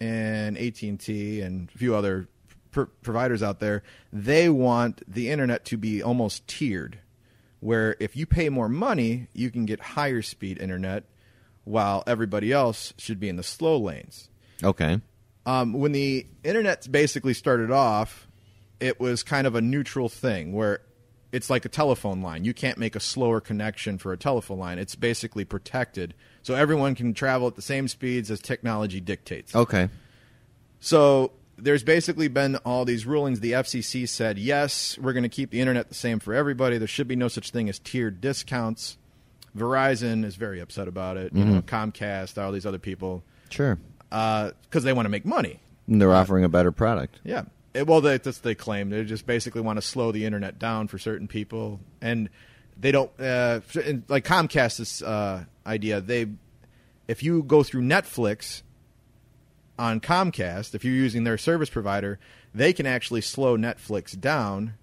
[SPEAKER 2] and AT&T and a few other pr- providers out there, they want the internet to be almost tiered where if you pay more money, you can get higher speed internet while everybody else should be in the slow lanes
[SPEAKER 1] okay.
[SPEAKER 2] um, when the internet basically started off, it was kind of a neutral thing where it's like a telephone line. You can't make a slower connection for a telephone line. It's basically protected, so everyone can travel at the same speeds as technology dictates.
[SPEAKER 1] Okay.
[SPEAKER 2] So there's basically been all these rulings. The FCC said, yes, we're going to keep the internet the same for everybody. There should be no such thing as tiered discounts. Verizon is very upset about it. You know, Comcast, all these other people,
[SPEAKER 1] Sure.
[SPEAKER 2] because they want to make money.
[SPEAKER 1] And they're offering a better product.
[SPEAKER 2] Yeah. It- well, they, that's they claim they just basically want to slow the internet down for certain people, and they don't uh, and, like Comcast's uh, idea. They, if you go through Netflix on Comcast, if you're using their service provider, they can actually slow Netflix down,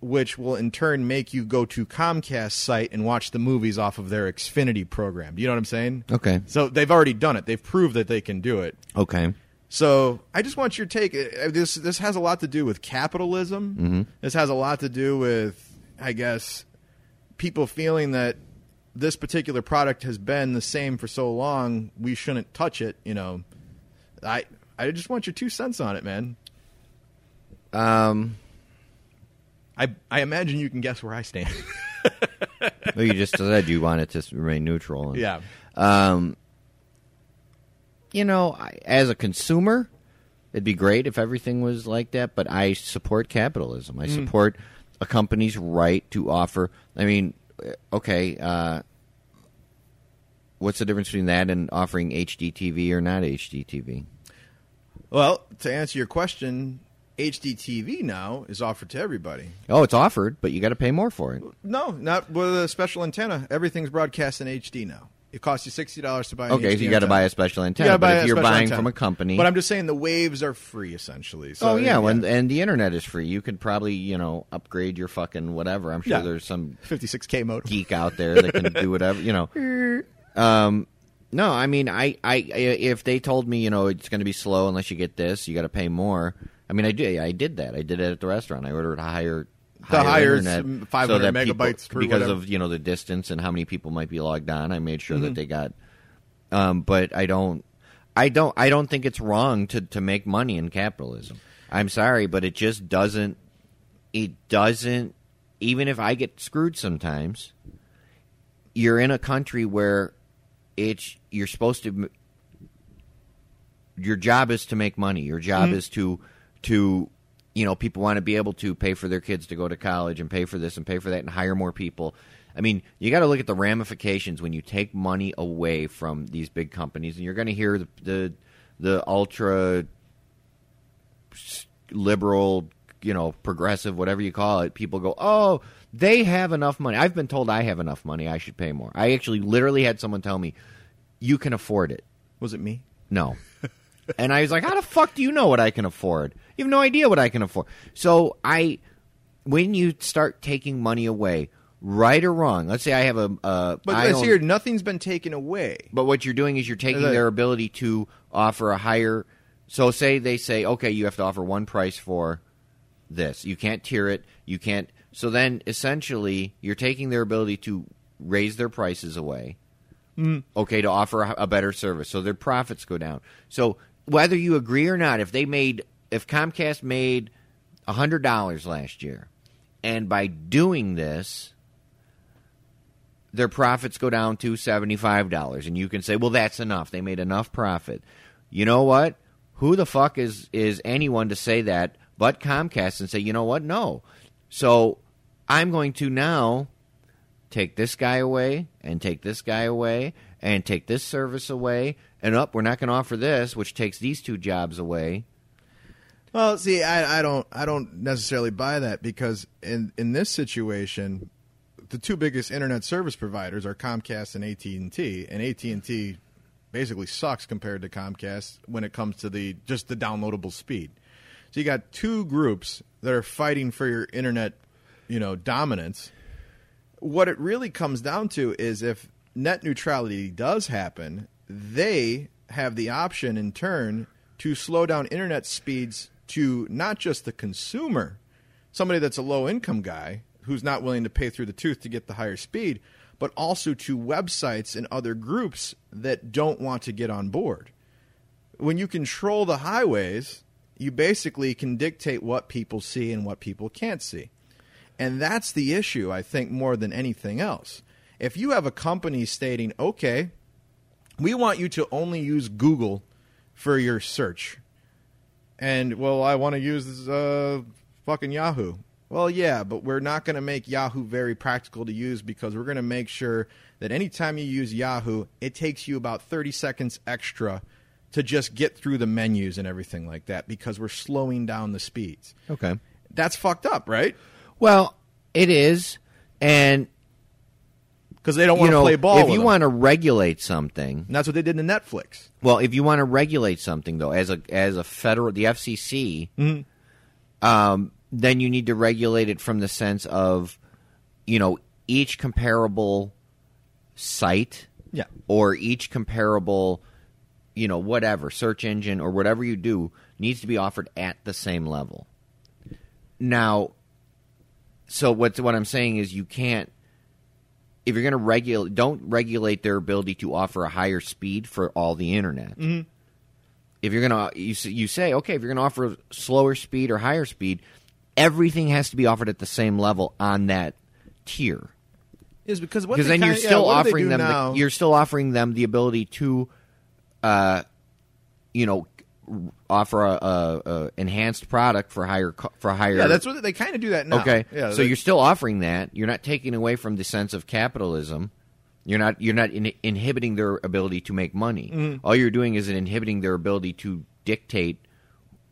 [SPEAKER 2] which will in turn make you go to Comcast site and watch the movies off of their Xfinity program. Do you know what I'm saying?
[SPEAKER 1] Okay.
[SPEAKER 2] So they've already done it. They've proved that they can do it.
[SPEAKER 1] Okay.
[SPEAKER 2] So I just want your take. Uh, This this has a lot to do with capitalism. This has a lot to do with, I guess, people feeling that this particular product has been the same for so long, we shouldn't touch it. You know, I I just want your two cents on it, man.
[SPEAKER 1] Um.
[SPEAKER 2] I I imagine you can guess where I stand.
[SPEAKER 1] well, you just said you want it to s- remain neutral. and-
[SPEAKER 2] yeah,
[SPEAKER 1] Um, you know, I, as a consumer, it'd be great if everything was like that, but I support capitalism.
[SPEAKER 2] Mm.
[SPEAKER 1] I support a company's right to offer. I mean, uh, okay, uh, what's the difference between that and offering HDTV or not HDTV?
[SPEAKER 2] Well, to answer your question, HDTV now is offered to everybody.
[SPEAKER 1] Oh, it's offered, but you got to pay more for it.
[SPEAKER 2] No, not with a special antenna. Everything's broadcast in HD now. It costs you sixty dollars to buy. An
[SPEAKER 1] Okay,
[SPEAKER 2] HD
[SPEAKER 1] so you got to
[SPEAKER 2] antenna.
[SPEAKER 1] buy a special
[SPEAKER 2] You gotta
[SPEAKER 1] antenna. but
[SPEAKER 2] buy
[SPEAKER 1] if
[SPEAKER 2] a
[SPEAKER 1] you're
[SPEAKER 2] special
[SPEAKER 1] buying
[SPEAKER 2] antenna.
[SPEAKER 1] from a company,
[SPEAKER 2] But I'm just saying the waves are free essentially. So
[SPEAKER 1] oh yeah, when and the internet is free, you could probably you know upgrade your fucking whatever. I'm sure
[SPEAKER 2] Yeah.
[SPEAKER 1] there's some
[SPEAKER 2] 56k modem.
[SPEAKER 1] geek out there that can do whatever you know. Um, no, I mean, I, I, I- if they told me, you know, it's going to be slow unless you get this, you got to pay more. I mean, I did, I did that. I did it at the restaurant. I ordered a higher,
[SPEAKER 2] The higher
[SPEAKER 1] internet
[SPEAKER 2] s-
[SPEAKER 1] so
[SPEAKER 2] 500
[SPEAKER 1] that people-
[SPEAKER 2] megabytes per
[SPEAKER 1] because
[SPEAKER 2] whatever.
[SPEAKER 1] of you know the distance and how many people might be logged on. I made sure that they got. Um, but I don't, I don't, I don't think it's wrong to to make money in capitalism. I'm sorry, but it just doesn't. It doesn't. Even if I get screwed sometimes, you're in a country where it's you're supposed to m- your job is to make money your job is to to you know people want to be able to pay for their kids to go to college and pay for this and pay for that and hire more people i mean you got to look at the ramifications when you take money away from these big companies and you're going to hear the the, the ultra liberal, you know, progressive, whatever you call it, people go, oh, they have enough money. I've been told I have enough money. I should pay more. I actually literally had someone tell me, "You- you can afford it.
[SPEAKER 2] Was it me?
[SPEAKER 1] No. and I was like, how the fuck do you know what I can afford? You have no idea what I can afford. So I, when you start taking money away, right or wrong, let's say I have a. a
[SPEAKER 2] But
[SPEAKER 1] I
[SPEAKER 2] let's
[SPEAKER 1] own-
[SPEAKER 2] hear nothing's been taken away.
[SPEAKER 1] but what you're doing is you're taking
[SPEAKER 2] Uh,
[SPEAKER 1] their ability to offer a higher. So say they say, okay, you have to offer one price for this. You can't tier it. You can't. So then essentially, you're taking their ability to raise their prices away. Okay, to offer a, a better service, so their profits go down. So whether you agree or not, if they made, if Comcast made hundred dollars last year, and by doing this, their profits go down to $75 and you can say well that's enough they made enough profit you know what who the fuck is is anyone to say that but comcast and say you know what no so i'm going to now take this guy away and take this guy away and take this service away and up we're not going to offer this which takes these two jobs away
[SPEAKER 2] Well, see, I, I don't I don't necessarily buy that because in in this situation, the two biggest internet service providers are Comcast and AT and T, and AT and T basically sucks compared to Comcast when it comes to the just the downloadable speed. So you got two groups that are fighting for your internet, you know, dominance. What it really comes down to is if net neutrality does happen, they have the option in turn to slow down internet speeds to not just the consumer, somebody that's a low income guy who's not willing to pay through the tooth to get the higher speed, but also to websites and other groups that don't want to get on board when you control the highways, you basically can dictate what people see and what people can't see. And that's the issue, I think, more than anything else. If you have a company stating, okay, we want you to only use Google for your search, and well, I want to use uh, fucking Yahoo. Well, yeah, but we're not going to make Yahoo very practical to use because we're going to make sure that anytime you use Yahoo, it takes you about 30 seconds extra to just get through the menus and everything like that because we're slowing down the speeds.
[SPEAKER 1] okay
[SPEAKER 2] That's fucked up, right?
[SPEAKER 1] well it is and
[SPEAKER 2] Because they don't
[SPEAKER 1] you
[SPEAKER 2] want to
[SPEAKER 1] know
[SPEAKER 2] play ball.
[SPEAKER 1] if
[SPEAKER 2] with
[SPEAKER 1] you
[SPEAKER 2] them.
[SPEAKER 1] want to regulate something
[SPEAKER 2] and that's what they did to Netflix.
[SPEAKER 1] Well, if you want to regulate something though, as a as a federal the FCC, um, then you need to regulate it from the sense of, you know, each comparable site,
[SPEAKER 2] Yeah.
[SPEAKER 1] or each comparable, you know, whatever search engine or whatever you do needs to be offered at the same level. Now, so what what I'm saying is you can't if you're going to regulate don't regulate their ability to offer a higher speed for all the internet. If you're going to you, s- you say okay, if you're going to offer slower speed or higher speed, everything has to be offered at the same level on that tier.
[SPEAKER 2] Is because what
[SPEAKER 1] Because
[SPEAKER 2] they
[SPEAKER 1] then you're
[SPEAKER 2] kinda- yeah,
[SPEAKER 1] still
[SPEAKER 2] what do they
[SPEAKER 1] offering
[SPEAKER 2] do
[SPEAKER 1] them
[SPEAKER 2] now?
[SPEAKER 1] the, you're still offering them the ability to uh you know offer a, a, a enhanced product for higher co- for higher
[SPEAKER 2] yeah, that's what they kind of do that now.
[SPEAKER 1] Okay.
[SPEAKER 2] Yeah,
[SPEAKER 1] so
[SPEAKER 2] they-
[SPEAKER 1] you're still offering that. You're not taking away from the sense of capitalism. You're not you're not in, inhibiting their ability to make money.
[SPEAKER 2] Mm-hmm.
[SPEAKER 1] All you're doing is inhibiting their ability to dictate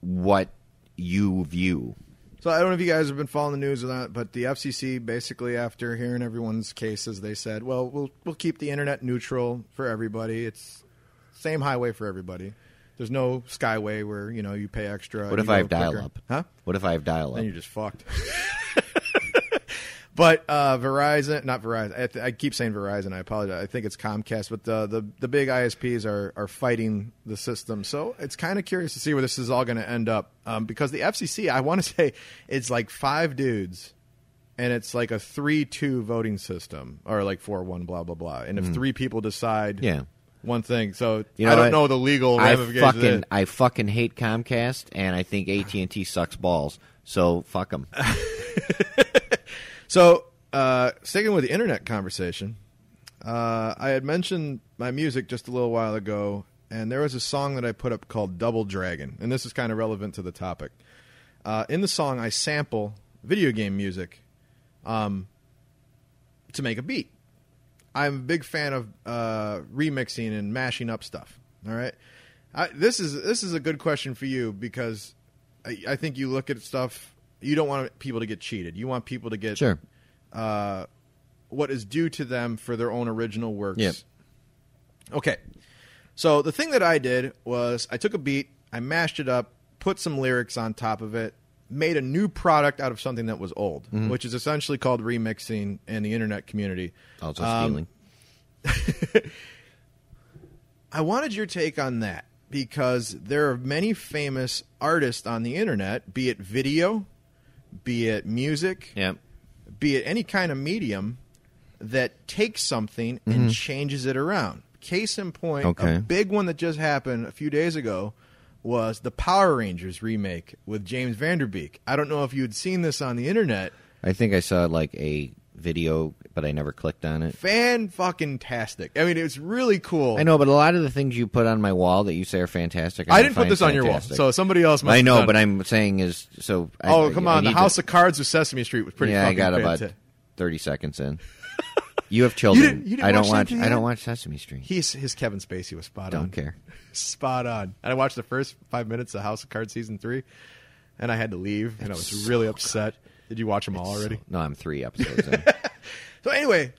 [SPEAKER 1] what you view.
[SPEAKER 2] So I don't know if you guys have been following the news or not, but the FCC basically, after hearing everyone's cases, they said, "Well, we'll we'll keep the internet neutral for everybody. It's same highway for everybody. The's no skyway where you know you pay extra.
[SPEAKER 1] What
[SPEAKER 2] you
[SPEAKER 1] if I have
[SPEAKER 2] go quicker."
[SPEAKER 1] dial up?
[SPEAKER 2] Huh?
[SPEAKER 1] What if I have dial up?
[SPEAKER 2] Then you're just fucked. but uh, Verizon, not Verizon. I, th- I keep saying Verizon. I apologize. I think it's Comcast. But the the, the big ISPs are are fighting the system. So it's kind of curious to see where this is all going to end up. Um, because the FCC, I want to say, it's like five dudes. And it's like a three-two voting system, or like four-one, blah blah blah. And if three people decide,
[SPEAKER 1] Hmm. Yeah.
[SPEAKER 2] one thing, so
[SPEAKER 1] You know
[SPEAKER 2] I don't
[SPEAKER 1] what?
[SPEAKER 2] know the legal
[SPEAKER 1] I
[SPEAKER 2] ramifications. of
[SPEAKER 1] fucking
[SPEAKER 2] it.
[SPEAKER 1] I fucking hate Comcast and I think AT&T sucks balls. So fuck them.
[SPEAKER 2] So, uh, sticking with the internet conversation, uh, I had mentioned my music just a little while ago, and there was a song that I put up called Double Dragon, and this is kind of relevant to the topic. Uh, in the song, I sample video game music um, to make a beat. I'm a big fan of uh, remixing and mashing up stuff. All right, I, this is this is a good question for you because I, I think you look at stuff. You don't want people to get cheated. You want people to get
[SPEAKER 1] Sure.
[SPEAKER 2] uh, what is due to them for their own original works.
[SPEAKER 1] Yep.
[SPEAKER 2] Okay. So the thing that I did was I took a beat, I mashed it up, put some lyrics on top of it, made a new product out of something that was old, which is essentially called remixing in the internet community.
[SPEAKER 1] Also
[SPEAKER 2] Um,
[SPEAKER 1] stealing.
[SPEAKER 2] I wanted your take on that because there are many famous artists on the internet, be it video, be it music,
[SPEAKER 1] Yep.
[SPEAKER 2] be it any kind of medium that takes something and changes it around. Case in point,
[SPEAKER 1] Mm-hmm. Okay.
[SPEAKER 2] a big one that just happened a few days ago was the Power Rangers remake with James Vanderbeek. I don't know if you had seen this on the internet.
[SPEAKER 1] I think I saw like a video, but I never clicked on it.
[SPEAKER 2] Fan fucking tastic. I mean, it's really cool.
[SPEAKER 1] I know, but a lot of the things you put on my wall that you say are fantastic.
[SPEAKER 2] I
[SPEAKER 1] don't
[SPEAKER 2] didn't put
[SPEAKER 1] find
[SPEAKER 2] this on your wall,
[SPEAKER 1] fantastic.
[SPEAKER 2] so somebody else. Must
[SPEAKER 1] I
[SPEAKER 2] have
[SPEAKER 1] know,
[SPEAKER 2] done
[SPEAKER 1] but
[SPEAKER 2] it.
[SPEAKER 1] I'm saying is so. I-
[SPEAKER 2] Oh
[SPEAKER 1] I-
[SPEAKER 2] come
[SPEAKER 1] I
[SPEAKER 2] on! The
[SPEAKER 1] need to-
[SPEAKER 2] House of Cards with Sesame Street was pretty.
[SPEAKER 1] yeah, I
[SPEAKER 2] fucking
[SPEAKER 1] got about
[SPEAKER 2] fantastic.
[SPEAKER 1] thirty seconds in. You have children.
[SPEAKER 2] didn't- you didn't
[SPEAKER 1] I don't watch.
[SPEAKER 2] watch that
[SPEAKER 1] I don't
[SPEAKER 2] yet?
[SPEAKER 1] watch Sesame Street.
[SPEAKER 2] He's his Kevin Spacey was spot on.
[SPEAKER 1] don't care.
[SPEAKER 2] spot on. And I watched the first five minutes of House of Cards season three, and I had to leave, and I was really upset. Did you watch them all already?
[SPEAKER 1] No, I'm three episodes in.
[SPEAKER 2] So anyway,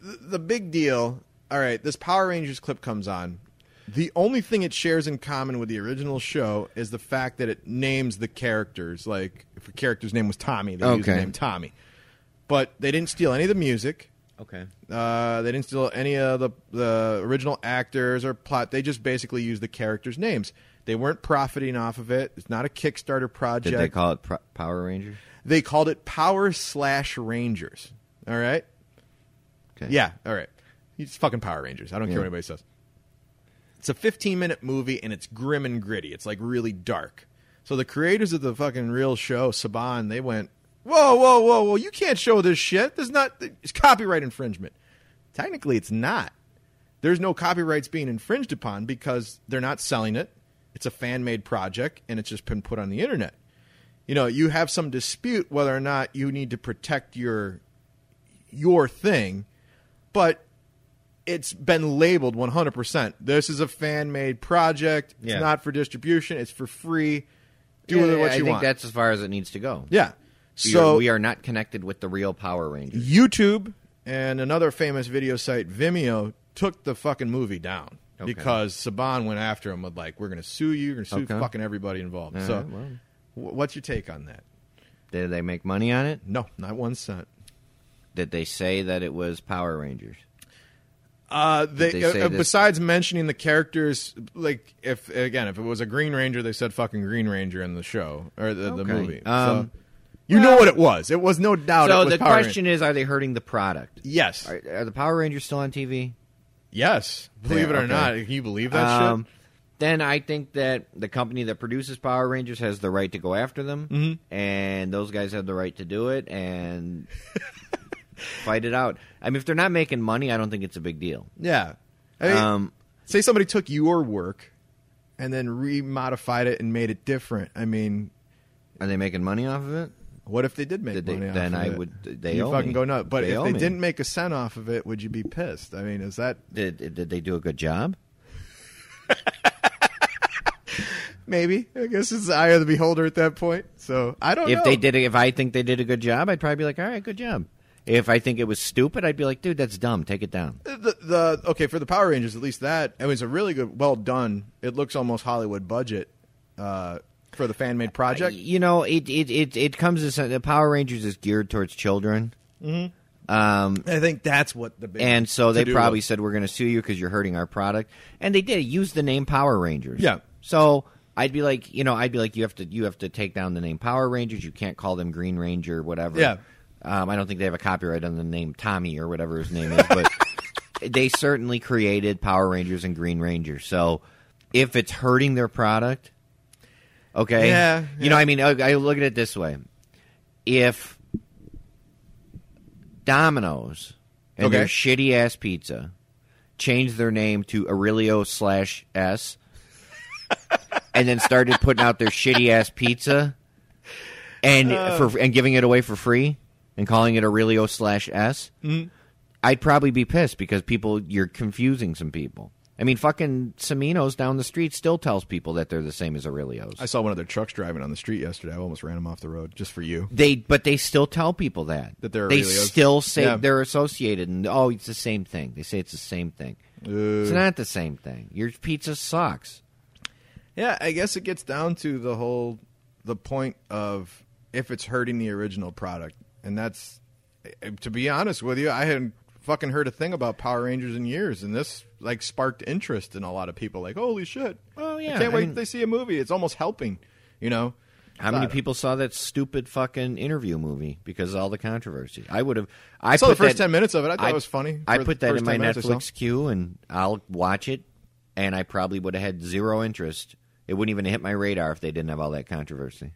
[SPEAKER 2] the, the big deal. All right, this Power Rangers clip comes on. The only thing it shares in common with the original show is the fact that it names the characters. Like if a character's name was Tommy, they use the
[SPEAKER 1] Okay.
[SPEAKER 2] name Tommy. But they didn't steal any of the music.
[SPEAKER 1] okay.
[SPEAKER 2] Uh, they didn't steal any of the, the original actors or plot. They just basically used the characters' names. They weren't profiting off of it. It's not a Kickstarter project.
[SPEAKER 1] Did they call it Pro- Power Rangers?
[SPEAKER 2] They called it Power Slash Rangers. All right?
[SPEAKER 1] Okay.
[SPEAKER 2] Yeah, all right. It's fucking Power Rangers. I don't care
[SPEAKER 1] Yeah.
[SPEAKER 2] what anybody says. It's a 15 minute movie and it's grim and gritty. It's like really dark. So the creators of the fucking real show, Saban, they went, whoa, whoa, whoa, whoa, you can't show this shit. There's not, it's copyright infringement. Technically, it's not. There's no copyrights being infringed upon because they're not selling it. It's a fan made project and it's just been put on the internet. You know, you have some dispute whether or not you need to protect your your thing, but it's been labeled 100%. This is a fan made project. It's
[SPEAKER 1] Yeah.
[SPEAKER 2] not for distribution. It's for free. Do
[SPEAKER 1] Yeah,
[SPEAKER 2] with it
[SPEAKER 1] yeah,
[SPEAKER 2] what
[SPEAKER 1] I
[SPEAKER 2] you
[SPEAKER 1] think
[SPEAKER 2] want.
[SPEAKER 1] that's as far as it needs to go.
[SPEAKER 2] yeah.
[SPEAKER 1] We
[SPEAKER 2] So
[SPEAKER 1] are, we are not connected with the real Power Rangers.
[SPEAKER 2] YouTube and another famous video site, Vimeo, took the fucking movie down
[SPEAKER 1] Okay.
[SPEAKER 2] because Saban went after him with like, "We're going to sue you. You're going to sue
[SPEAKER 1] Okay.
[SPEAKER 2] fucking everybody involved."
[SPEAKER 1] All
[SPEAKER 2] so,
[SPEAKER 1] right, well.
[SPEAKER 2] wh- what's your take on that?
[SPEAKER 1] Did they make money on it?
[SPEAKER 2] No, not one cent.
[SPEAKER 1] Did they say that it was Power Rangers?
[SPEAKER 2] Uh, they,
[SPEAKER 1] they
[SPEAKER 2] uh,
[SPEAKER 1] say
[SPEAKER 2] uh,
[SPEAKER 1] this-
[SPEAKER 2] besides mentioning the characters, like if again, if it was a Green Ranger, they said fucking Green Ranger in the show or the, the
[SPEAKER 1] Okay.
[SPEAKER 2] movie.
[SPEAKER 1] Um,
[SPEAKER 2] so, you know what it was. It was no doubt. it
[SPEAKER 1] so
[SPEAKER 2] was
[SPEAKER 1] the
[SPEAKER 2] Power Ranger.
[SPEAKER 1] question is, are they hurting the product?
[SPEAKER 2] yes,
[SPEAKER 1] Are, are the Power Rangers still on TV?
[SPEAKER 2] yes. Believe
[SPEAKER 1] Yeah,
[SPEAKER 2] it or
[SPEAKER 1] okay.
[SPEAKER 2] not, can you believe that
[SPEAKER 1] Um,
[SPEAKER 2] shit?
[SPEAKER 1] Then I think that the company that produces Power Rangers has the right to go after them,
[SPEAKER 2] Mm-hmm.
[SPEAKER 1] and those guys have the right to do it and fight it out. I mean, if they're not making money, I don't think it's a big deal.
[SPEAKER 2] Yeah. I mean,
[SPEAKER 1] Um,
[SPEAKER 2] say somebody took your work and then remodified it and made it different. I mean,
[SPEAKER 1] are they making money off of it?
[SPEAKER 2] what if they did make
[SPEAKER 1] Did they-
[SPEAKER 2] money? off
[SPEAKER 1] then
[SPEAKER 2] of
[SPEAKER 1] I
[SPEAKER 2] it?
[SPEAKER 1] would- they
[SPEAKER 2] you
[SPEAKER 1] owe
[SPEAKER 2] fucking
[SPEAKER 1] me.
[SPEAKER 2] go nuts. But
[SPEAKER 1] They
[SPEAKER 2] if
[SPEAKER 1] owe
[SPEAKER 2] they
[SPEAKER 1] me.
[SPEAKER 2] didn't make a cent off of it, would you be pissed? I mean, is that
[SPEAKER 1] Did did they do a good job?
[SPEAKER 2] maybe? I guess it's the eye of the beholder at that point. So I don't
[SPEAKER 1] If
[SPEAKER 2] know.
[SPEAKER 1] they did, if I think they did a good job, I'd probably be like, all right, good job. If I think it was stupid, I'd be like, dude, that's dumb. Take it down.
[SPEAKER 2] the, the okay for the Power Rangers, at least that I mean, it's a really good, well done. It looks almost Hollywood budget uh, for the fan made project.
[SPEAKER 1] You know, it it it, it comes as the Power Rangers is geared towards children. Mm-hmm. Um,
[SPEAKER 2] I think that's what the big
[SPEAKER 1] And so they
[SPEAKER 2] to-do
[SPEAKER 1] probably
[SPEAKER 2] was.
[SPEAKER 1] said, "We're going to sue you because you're hurting our product." And they did use the name Power Rangers.
[SPEAKER 2] Yeah.
[SPEAKER 1] So I'd be like, you know, I'd be like, you have to, you have to take down the name Power Rangers. You can't call them Green Ranger, whatever.
[SPEAKER 2] Yeah.
[SPEAKER 1] Um, I don't think they have a copyright on the name Tommy or whatever his name is, but they certainly created Power Rangers and Green Ranger. So if it's hurting their product, okay.
[SPEAKER 2] Yeah,
[SPEAKER 1] You know, I mean, I, I look at it this way: if Domino's and
[SPEAKER 2] Okay.
[SPEAKER 1] their shitty ass pizza changed their name to Aurelio slash S and then started putting out their shitty ass pizza and
[SPEAKER 2] Uh.
[SPEAKER 1] for and giving it away for free and calling it Aurelio slash S,
[SPEAKER 2] Mm-hmm.
[SPEAKER 1] would probably be pissed because people you're confusing some people. I mean, fucking Semino's down the street still tells people that they're the same as Aurelio's.
[SPEAKER 2] I saw one of their trucks driving on the street yesterday. I almost ran them off the road just for you.
[SPEAKER 1] They but they still tell people that
[SPEAKER 2] That they're
[SPEAKER 1] they
[SPEAKER 2] Aurelios.
[SPEAKER 1] still say
[SPEAKER 2] Yeah.
[SPEAKER 1] they're associated and oh it's the same thing. They say it's the same thing. It's not the same thing. Your pizza sucks.
[SPEAKER 2] Yeah, I guess it gets down to the whole the point of if it's hurting the original product, and that's eh, to be honest with you, I hadn't fucking heard a thing about Power Rangers in years, and this like sparked interest in a lot of people. Like, holy shit!
[SPEAKER 1] Well, yeah,
[SPEAKER 2] I can't
[SPEAKER 1] I
[SPEAKER 2] wait
[SPEAKER 1] mean-
[SPEAKER 2] they see a movie. It's almost helping, you know.
[SPEAKER 1] How
[SPEAKER 2] I
[SPEAKER 1] many
[SPEAKER 2] don't-
[SPEAKER 1] people saw that stupid fucking interview movie because of all the controversy? I would have. I
[SPEAKER 2] saw
[SPEAKER 1] put
[SPEAKER 2] the first
[SPEAKER 1] that-
[SPEAKER 2] 10 minutes of it. I thought it was funny
[SPEAKER 1] I
[SPEAKER 2] for
[SPEAKER 1] put
[SPEAKER 2] the
[SPEAKER 1] that
[SPEAKER 2] first
[SPEAKER 1] in my
[SPEAKER 2] 10 minutes or so.
[SPEAKER 1] Netflix queue, and I'll watch it. And I probably would have had zero interest. It wouldn't even hit my radar if they didn't have all that controversy.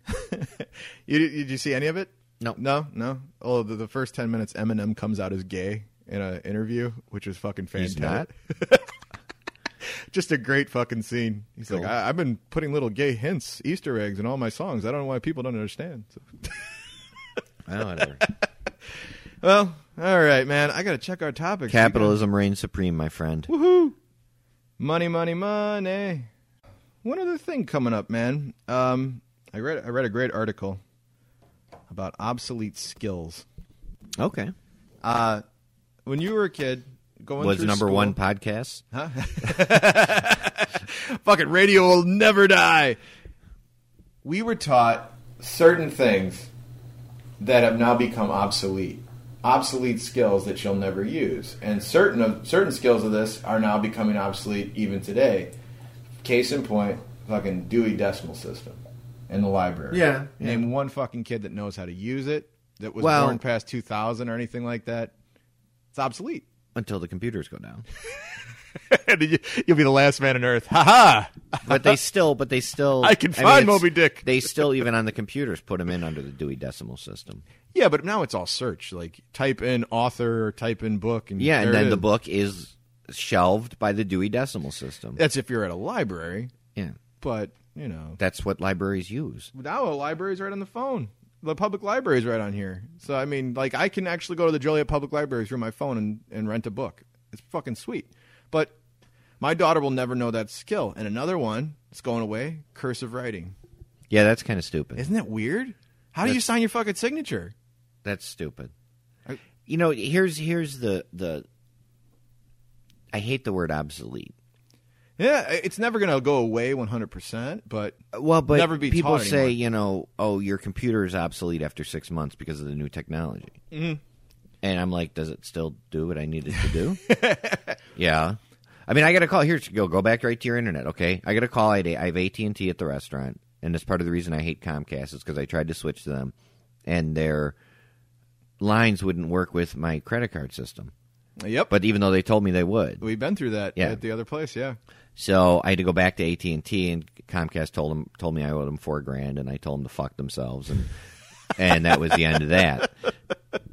[SPEAKER 2] You, did you see any of it?
[SPEAKER 1] No.
[SPEAKER 2] no, no. Oh, the, the first ten minutes, Eminem comes out as gay in an interview, which is fucking
[SPEAKER 1] He's
[SPEAKER 2] fantastic. Just a great fucking scene. He's like,
[SPEAKER 1] Cool.
[SPEAKER 2] I, I've been putting little gay hints, Easter eggs, in all my songs. I don't know why people don't understand. So-
[SPEAKER 1] Oh, whatever.
[SPEAKER 2] well, all right, man. I gotta check our topics.
[SPEAKER 1] Capitalism reigns supreme, my friend.
[SPEAKER 2] Woohoo! Money, money, money. One other thing coming up, man. Um, I read I read a great article about obsolete skills.
[SPEAKER 1] Okay.
[SPEAKER 2] Uh, when you were a kid, going
[SPEAKER 1] Was
[SPEAKER 2] through
[SPEAKER 1] number
[SPEAKER 2] school-
[SPEAKER 1] one podcast?
[SPEAKER 2] Fucking radio will never die. We were taught certain things that have now become obsolete, obsolete skills that you'll never use, and certain of certain skills of this are now becoming obsolete even today. Case in point, fucking Dewey Decimal System in the library.
[SPEAKER 1] Yeah,
[SPEAKER 2] name one fucking kid that knows how to use it that was
[SPEAKER 1] Well-
[SPEAKER 2] born past two thousand or anything like that. It's obsolete.
[SPEAKER 1] Until the computers go down.
[SPEAKER 2] you, will be the last man on earth. Ha ha!
[SPEAKER 1] But they still, but they still.
[SPEAKER 2] I can
[SPEAKER 1] mean,
[SPEAKER 2] find
[SPEAKER 1] it's-
[SPEAKER 2] Moby Dick.
[SPEAKER 1] They still, even on the computers, put them in under the Dewey Decimal System.
[SPEAKER 2] Yeah, but now it's all search. Like type in author or type in book, and
[SPEAKER 1] Yeah,
[SPEAKER 2] there
[SPEAKER 1] and
[SPEAKER 2] it
[SPEAKER 1] then the
[SPEAKER 2] is.
[SPEAKER 1] book is shelved by the Dewey Decimal System.
[SPEAKER 2] That's if you're at a library,
[SPEAKER 1] Yeah,
[SPEAKER 2] but you know
[SPEAKER 1] that's what libraries use.
[SPEAKER 2] now a library's right on the phone. The public library's right on here. So I mean, like I can actually go to the Joliet Public Library through my phone and, and rent a book. It's fucking sweet. But my daughter will never know that skill. And another one, it's going away. Cursive writing.
[SPEAKER 1] Yeah, that's kind of stupid.
[SPEAKER 2] Isn't that weird? How do you
[SPEAKER 1] That's-
[SPEAKER 2] sign your fucking signature?
[SPEAKER 1] That's stupid.
[SPEAKER 2] I-
[SPEAKER 1] You know, here's here's the the. I hate the word obsolete.
[SPEAKER 2] Yeah, it's never going to go away 100%, but
[SPEAKER 1] Well, but
[SPEAKER 2] Never be
[SPEAKER 1] people
[SPEAKER 2] taught
[SPEAKER 1] say,
[SPEAKER 2] anymore.
[SPEAKER 1] you know, oh, your computer is obsolete after six months because of the new technology. Mm-hmm. And I'm like, does it still do what I need it to do? yeah. I mean, I got a call. Here, go go back right to your internet, okay? I got a call. I I have AT and T at the restaurant, and that's part of the reason I hate Comcast is because I tried to switch to them, and their lines wouldn't work with my credit card system.
[SPEAKER 2] yep.
[SPEAKER 1] But even though they told me they would,
[SPEAKER 2] We've been through that
[SPEAKER 1] Yeah.
[SPEAKER 2] at the other place, yeah.
[SPEAKER 1] So I had to go back to AT and T, and Comcast told them told me I owed them four grand, and I told them to fuck themselves, and and that was the end of that.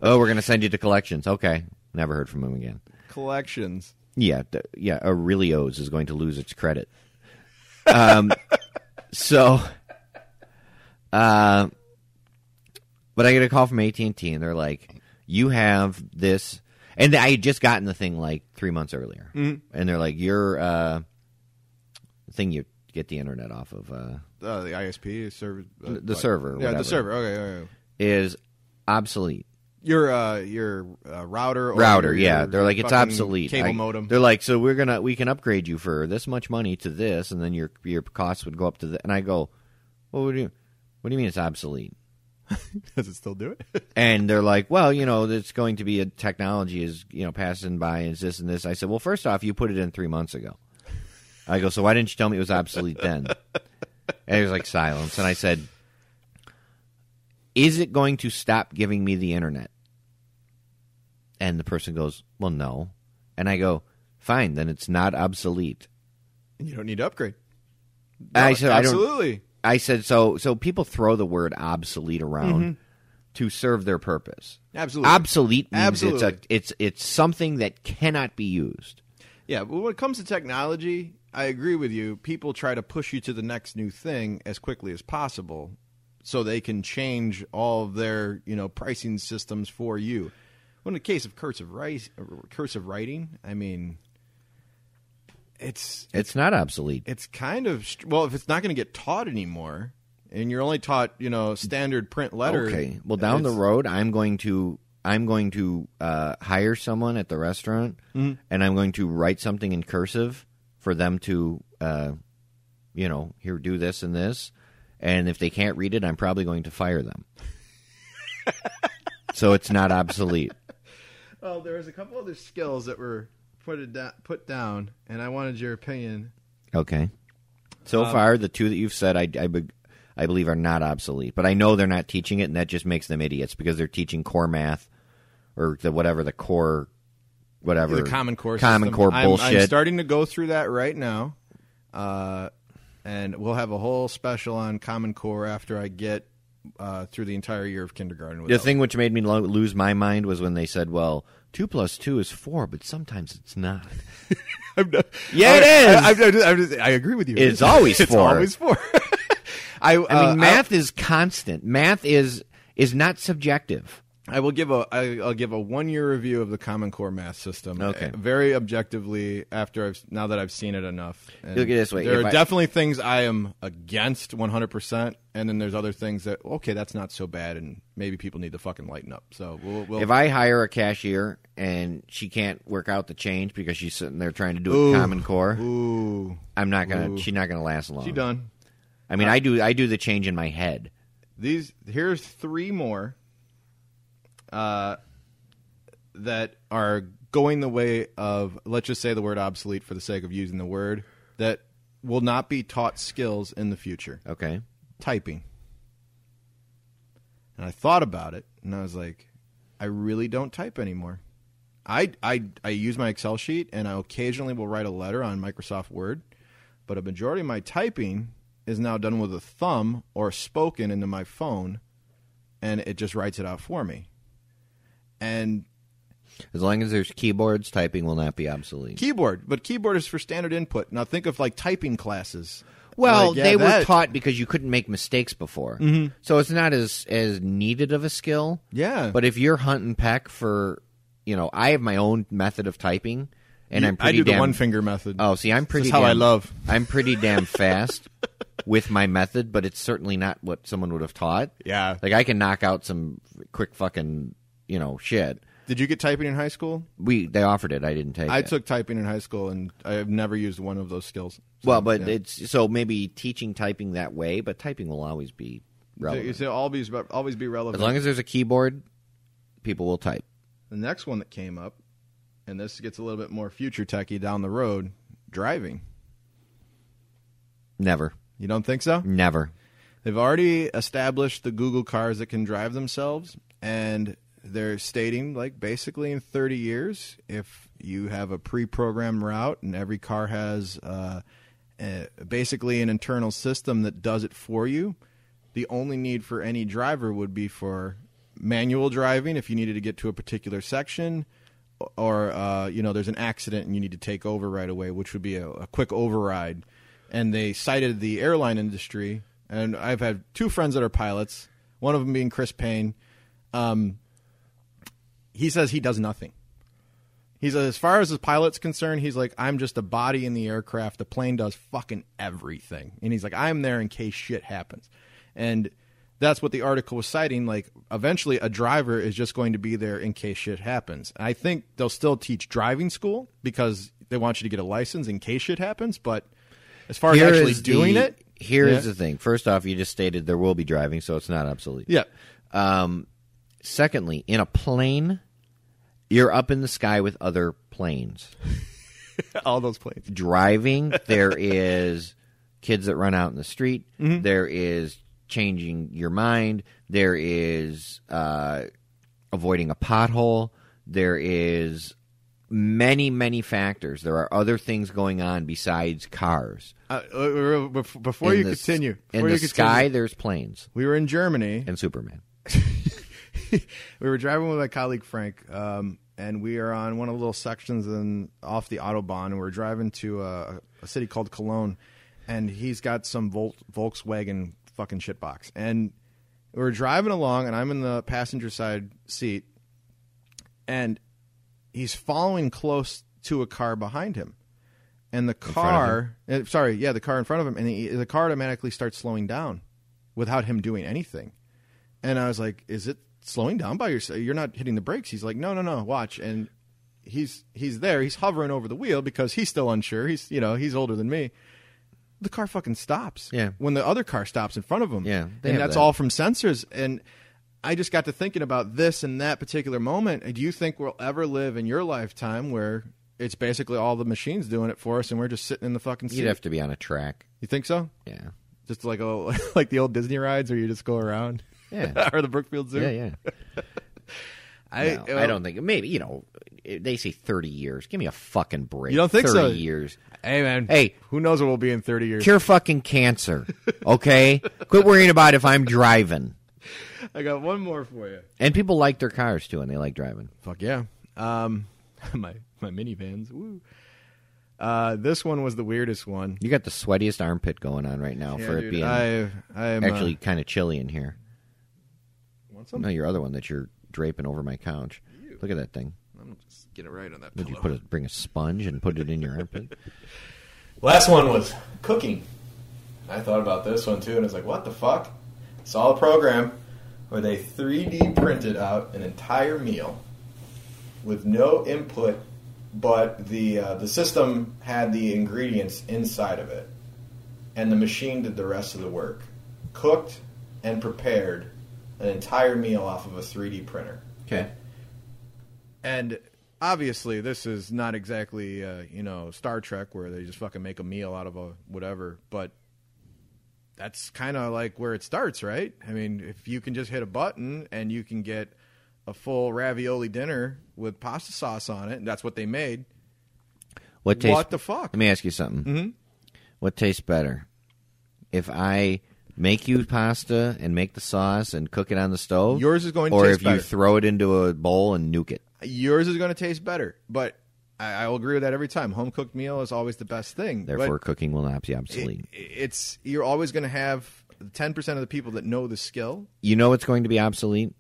[SPEAKER 1] Oh, we're gonna send you to collections. Okay, never heard from them again.
[SPEAKER 2] Collections.
[SPEAKER 1] Yeah, th- yeah. Aurelio's is going to lose its credit. Um, so, uh, but I get a call from AT and T, and they're like, "You have this," and I had just gotten the thing like three months earlier, and they're like, "Your uh, thing you get the internet off of uh,
[SPEAKER 2] Uh, the ISP server. uh,
[SPEAKER 1] The- the
[SPEAKER 2] what?
[SPEAKER 1] server,
[SPEAKER 2] Yeah,
[SPEAKER 1] whatever.
[SPEAKER 2] the server. Okay, okay, okay.
[SPEAKER 1] is obsolete."
[SPEAKER 2] Your uh, your uh, router. Or
[SPEAKER 1] router.
[SPEAKER 2] your-
[SPEAKER 1] yeah,
[SPEAKER 2] your
[SPEAKER 1] they're like it's
[SPEAKER 2] fucking
[SPEAKER 1] obsolete.
[SPEAKER 2] Cable
[SPEAKER 1] I-
[SPEAKER 2] modem.
[SPEAKER 1] They're like, so we're gonna we can upgrade you for this much money to this, and then your your costs would go up to the. And I go, well, what do you what do you mean it's obsolete?
[SPEAKER 2] Does it still do it?
[SPEAKER 1] And they're like, well, you know, it's going to be a technology is you know passing by and it's this and this. I said, well, first off, you put it in three months ago. I go, so why didn't you tell me it was obsolete then? and it was like silence, and I said, is it going to stop giving me the internet? And the person goes, well, no. And I go, fine, then it's not obsolete.
[SPEAKER 2] you don't need to upgrade.
[SPEAKER 1] I
[SPEAKER 2] No,
[SPEAKER 1] said, I don't.
[SPEAKER 2] absolutely.
[SPEAKER 1] I said, so so people throw the word obsolete around to serve their purpose.
[SPEAKER 2] Absolutely.
[SPEAKER 1] Obsolete means
[SPEAKER 2] Absolutely.
[SPEAKER 1] it's a it's it's something that cannot be used.
[SPEAKER 2] yeah, but when it comes to technology, I agree with you. People try to push you to the next new thing as quickly as possible, so they can change all of their you know pricing systems for you. Well, in the case of cursive, ri- cursive writing, I mean, it's
[SPEAKER 1] It's not obsolete.
[SPEAKER 2] it's kind of str- well if it's not going to get taught anymore and you're only taught you know standard print letter
[SPEAKER 1] Okay. Well, down the
[SPEAKER 2] it's-
[SPEAKER 1] road, I'm going to I'm going to uh, hire someone at the restaurant
[SPEAKER 2] Mm-hmm.
[SPEAKER 1] and I'm going to write something in cursive for them to, uh, you know, here, do this and this. And if they can't read it, I'm probably going to fire them. so it's not obsolete.
[SPEAKER 2] Oh, there was a couple other skills that were put it da- put down, and I wanted your opinion.
[SPEAKER 1] Okay. So
[SPEAKER 2] Um,
[SPEAKER 1] far, the two that you've said, I, I, be- I believe, are not obsolete. But I know they're not teaching it, and that just makes them idiots because they're teaching core math or the whatever the core, whatever
[SPEAKER 2] The Common Core,
[SPEAKER 1] common
[SPEAKER 2] system.
[SPEAKER 1] core
[SPEAKER 2] I'm,
[SPEAKER 1] bullshit.
[SPEAKER 2] I'm starting to go through that right now, uh, and we'll have a whole special on Common Core after I get uh, through the entire year of kindergarten. With
[SPEAKER 1] the
[SPEAKER 2] that
[SPEAKER 1] thing which made me lo- lose my mind was when they said, "Well, two plus two is four, but sometimes it's not."
[SPEAKER 2] I'm not-
[SPEAKER 1] Yeah,
[SPEAKER 2] I-
[SPEAKER 1] it is.
[SPEAKER 2] I, I'm just- I'm just- I agree with you.
[SPEAKER 1] It's always
[SPEAKER 2] it's
[SPEAKER 1] four.
[SPEAKER 2] always four. I,
[SPEAKER 1] I mean,
[SPEAKER 2] uh,
[SPEAKER 1] math is constant. Math is is not subjective.
[SPEAKER 2] I, I will give a. I, I'll give a one-year review of the Common Core math system.
[SPEAKER 1] Okay.
[SPEAKER 2] uh, Very objectively, after I've now that I've seen it enough. And
[SPEAKER 1] Look at it this way,
[SPEAKER 2] There
[SPEAKER 1] if
[SPEAKER 2] are
[SPEAKER 1] I-
[SPEAKER 2] definitely things I am against 100, percent and then there's other things that okay, that's not so bad, and maybe people need to fucking lighten up. So we'll. we'll
[SPEAKER 1] If I hire a cashier and she can't work out the change because she's sitting there trying to do
[SPEAKER 2] Ooh.
[SPEAKER 1] a common core,
[SPEAKER 2] ooh,
[SPEAKER 1] I'm not gonna. She's not gonna last long.
[SPEAKER 2] she done.
[SPEAKER 1] I mean, I do I do the change in my head.
[SPEAKER 2] These here's three more uh, that are going the way of let's just say the word obsolete for the sake of using the word that will not be taught skills in the future.
[SPEAKER 1] Okay.
[SPEAKER 2] Typing. And I thought about it and I was like, I really don't type anymore. I I I use my Excel sheet and I occasionally will write a letter on Microsoft Word, but a majority of my typing is now done with a thumb or spoken into my phone and it just writes it out for me. And
[SPEAKER 1] As long as there's keyboards, typing will not be obsolete.
[SPEAKER 2] keyboard, but keyboard is for standard input. Now think of like typing classes.
[SPEAKER 1] Well,
[SPEAKER 2] Like, yeah,
[SPEAKER 1] they were
[SPEAKER 2] that- Mm-hmm.
[SPEAKER 1] taught because you couldn't make mistakes before, so it's not as as needed of a skill.
[SPEAKER 2] Yeah.
[SPEAKER 1] But if you're hunting peck for, you know, I have my own method of typing, and I'm
[SPEAKER 2] I
[SPEAKER 1] pretty
[SPEAKER 2] do the
[SPEAKER 1] damn-
[SPEAKER 2] one finger method.
[SPEAKER 1] Oh, see, I'm pretty.
[SPEAKER 2] is how I
[SPEAKER 1] damn-
[SPEAKER 2] love.
[SPEAKER 1] I'm pretty damn fast with my method, but it's certainly not what someone would have taught.
[SPEAKER 2] Yeah.
[SPEAKER 1] Like I can knock out some quick fucking, you know, shit.
[SPEAKER 2] Did you get typing in high school?
[SPEAKER 1] We they offered it. I didn't take
[SPEAKER 2] I
[SPEAKER 1] it.
[SPEAKER 2] took typing in high school, and I have never used one of those skills. So,
[SPEAKER 1] Well, but
[SPEAKER 2] yeah.
[SPEAKER 1] it's so maybe teaching typing that way, but typing will always be relevant.
[SPEAKER 2] It's- it'll always be- always be
[SPEAKER 1] as
[SPEAKER 2] relevant.
[SPEAKER 1] long as there's a keyboard, people will type.
[SPEAKER 2] the next one that came up, and this gets a little bit more future techy down the road, driving.
[SPEAKER 1] Never,
[SPEAKER 2] You don't think so?
[SPEAKER 1] never.
[SPEAKER 2] They've already established the Google cars that can drive themselves, and they're stating, like, basically in 30 years, if you have a pre programmed route and every car has uh, uh, basically an internal system that does it for you, the only need for any driver would be for manual driving if you needed to get to a particular section. Or uh, you know, there's an accident and you need to take over right away, which would be a, a quick override. And they cited the airline industry and I've had two friends that are pilots. One of them being Chris Payne. Um, he says he does nothing. He says, as far as his pilot's concerned, he's like, I'm just a body in the aircraft. The plane does fucking everything, and he's like, I'm there in case shit happens, and that's what the article was citing. Like, eventually, a driver is just going to be there in case shit happens. I think they'll still teach driving school because they want you to get a license in case shit happens. But as far as actually
[SPEAKER 1] is
[SPEAKER 2] doing
[SPEAKER 1] the,
[SPEAKER 2] it,
[SPEAKER 1] Here is
[SPEAKER 2] Yeah.
[SPEAKER 1] the thing. First off, you just stated there will be driving, so it's not obsolete.
[SPEAKER 2] yeah.
[SPEAKER 1] Um, secondly, in a plane, you're up in the sky with other planes.
[SPEAKER 2] all those planes.
[SPEAKER 1] driving. there is kids that run out in the street.
[SPEAKER 2] Mm-hmm.
[SPEAKER 1] There is changing your mind. There is uh, avoiding a pothole. There is many, many factors. There are other things going on besides cars.
[SPEAKER 2] Uh, uh, uh, bef- before
[SPEAKER 1] In
[SPEAKER 2] you
[SPEAKER 1] the s-
[SPEAKER 2] continue,
[SPEAKER 1] in
[SPEAKER 2] before
[SPEAKER 1] the
[SPEAKER 2] you
[SPEAKER 1] sky,
[SPEAKER 2] continue,
[SPEAKER 1] there's planes
[SPEAKER 2] we were in Germany.
[SPEAKER 1] and Superman.
[SPEAKER 2] we were driving with my colleague Frank, um, and we are on one of the little sections in, off the autobahn, and we're driving to a, a city called Cologne, and he's got some Vol- Volkswagen fucking shitbox, and we're driving along, and I'm in the passenger side seat, and he's following close to a car behind him. And the car, eh, sorry, yeah, the car in front of him, and he, the car automatically starts slowing down without him doing anything. And I was like, is it slowing down by yourself. You're not hitting the brakes. He's like, no, no, no, watch. And he's he's there. He's hovering over the wheel because he's still unsure. He's you know he's older than me. The car fucking stops.
[SPEAKER 1] Yeah.
[SPEAKER 2] When the other car stops in front of him.
[SPEAKER 1] Yeah, they
[SPEAKER 2] And
[SPEAKER 1] have
[SPEAKER 2] that's
[SPEAKER 1] that.
[SPEAKER 2] all from sensors. And I just got to thinking about this and that particular moment. And Do you think we'll ever live in your lifetime where it's basically all the machines doing it for us and we're just sitting in the fucking seat?
[SPEAKER 1] You'd have to be on a track.
[SPEAKER 2] you think so?
[SPEAKER 1] Yeah.
[SPEAKER 2] Just like oh, like the old Disney rides where you just go around.
[SPEAKER 1] Yeah.
[SPEAKER 2] or the Brookfield Zoo.
[SPEAKER 1] Yeah, yeah.
[SPEAKER 2] I, uh,
[SPEAKER 1] No, I don't think maybe you know they say thirty years. Give me a fucking break.
[SPEAKER 2] You don't think
[SPEAKER 1] 30
[SPEAKER 2] so?
[SPEAKER 1] Years.
[SPEAKER 2] Hey man.
[SPEAKER 1] Hey.
[SPEAKER 2] who knows what we'll be in thirty years?
[SPEAKER 1] Cure fucking cancer. Okay. Quit worrying about if I'm driving.
[SPEAKER 2] I got one more for you.
[SPEAKER 1] And people like their cars too, and they like driving.
[SPEAKER 2] Fuck yeah. Um, my my minivans. Woo. Uh, this one was the weirdest one.
[SPEAKER 1] You got the sweatiest armpit going on right now for it
[SPEAKER 2] dude,
[SPEAKER 1] being
[SPEAKER 2] I I am uh,
[SPEAKER 1] actually kind of chilly in here.
[SPEAKER 2] want some?
[SPEAKER 1] No, your other one that you're draping over my couch. Look at that thing.
[SPEAKER 2] I'm just getting right on that.
[SPEAKER 1] Would you put a, bring a sponge and put it in your armpit?
[SPEAKER 2] Last one was cooking. I thought about this one too, and I was like, "What the fuck?" Saw a program where they 3D printed out an entire meal with no input, but the uh, the system had the ingredients inside of it, and the machine did the rest of the work, cooked and prepared an entire meal off of a 3D printer.
[SPEAKER 1] Okay.
[SPEAKER 2] And obviously, this is not exactly uh, you know Star Trek where they just fucking make a meal out of a whatever. But that's kind of like where it starts, right? I mean, if you can just hit a button and you can get a full ravioli dinner with pasta sauce on it, and that's what they made.
[SPEAKER 1] What tastes?
[SPEAKER 2] What the fuck?
[SPEAKER 1] Let me ask you something. Mm-hmm. What tastes better? If I make you pasta and make the sauce and cook it on the stove,
[SPEAKER 2] Yours is going to
[SPEAKER 1] or
[SPEAKER 2] taste
[SPEAKER 1] if you
[SPEAKER 2] better.
[SPEAKER 1] throw it into a bowl and nuke it.
[SPEAKER 2] Yours is going to taste better, but I, I will agree with that every time. Home cooked meal is always the best thing. but-
[SPEAKER 1] Therefore, cooking will not be obsolete.
[SPEAKER 2] it- it's you're always going to have 10% of the people that know the skill.
[SPEAKER 1] you know what's going to be obsolete?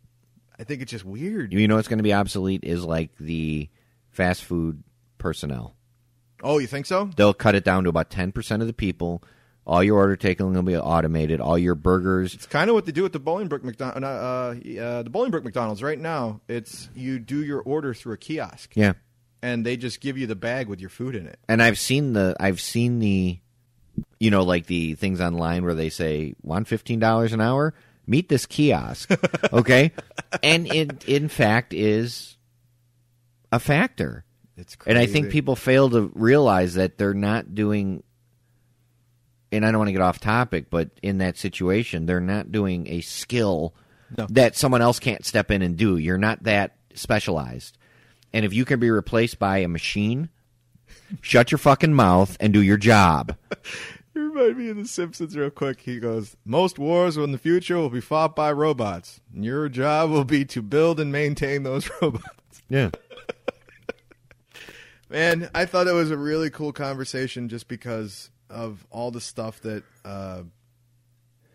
[SPEAKER 2] I think it's just weird.
[SPEAKER 1] You know what's going to be obsolete is like the fast food personnel.
[SPEAKER 2] Oh, you think so?
[SPEAKER 1] They'll cut it down to about ten percent of the people. All your order taking will be automated. All your burgers,
[SPEAKER 2] It's kind of what they do at the Bolingbrook McDonald, uh, uh, the Bolingbrook McDonald's right now. It's you do your order through a kiosk,
[SPEAKER 1] yeah.
[SPEAKER 2] and they just give you the bag with your food in it.
[SPEAKER 1] and I've seen the I've seen the you know like the things online where they say want fifteen dollars an hour meet this kiosk okay and it in fact is a factor
[SPEAKER 2] It's crazy.
[SPEAKER 1] and I think people fail to realize that they're not doing and I don't want to get off topic but in that situation they're not doing a skill
[SPEAKER 2] No.
[SPEAKER 1] that someone else can't step in and do you're not that specialized and if you can be replaced by a machine shut your fucking mouth and do your job
[SPEAKER 2] You remind me of The Simpsons real quick. He goes, Most wars in the future will be fought by robots. and Your job will be to build and maintain those robots.
[SPEAKER 1] yeah
[SPEAKER 2] Man, I thought it was a really cool conversation just because of all the stuff that, uh,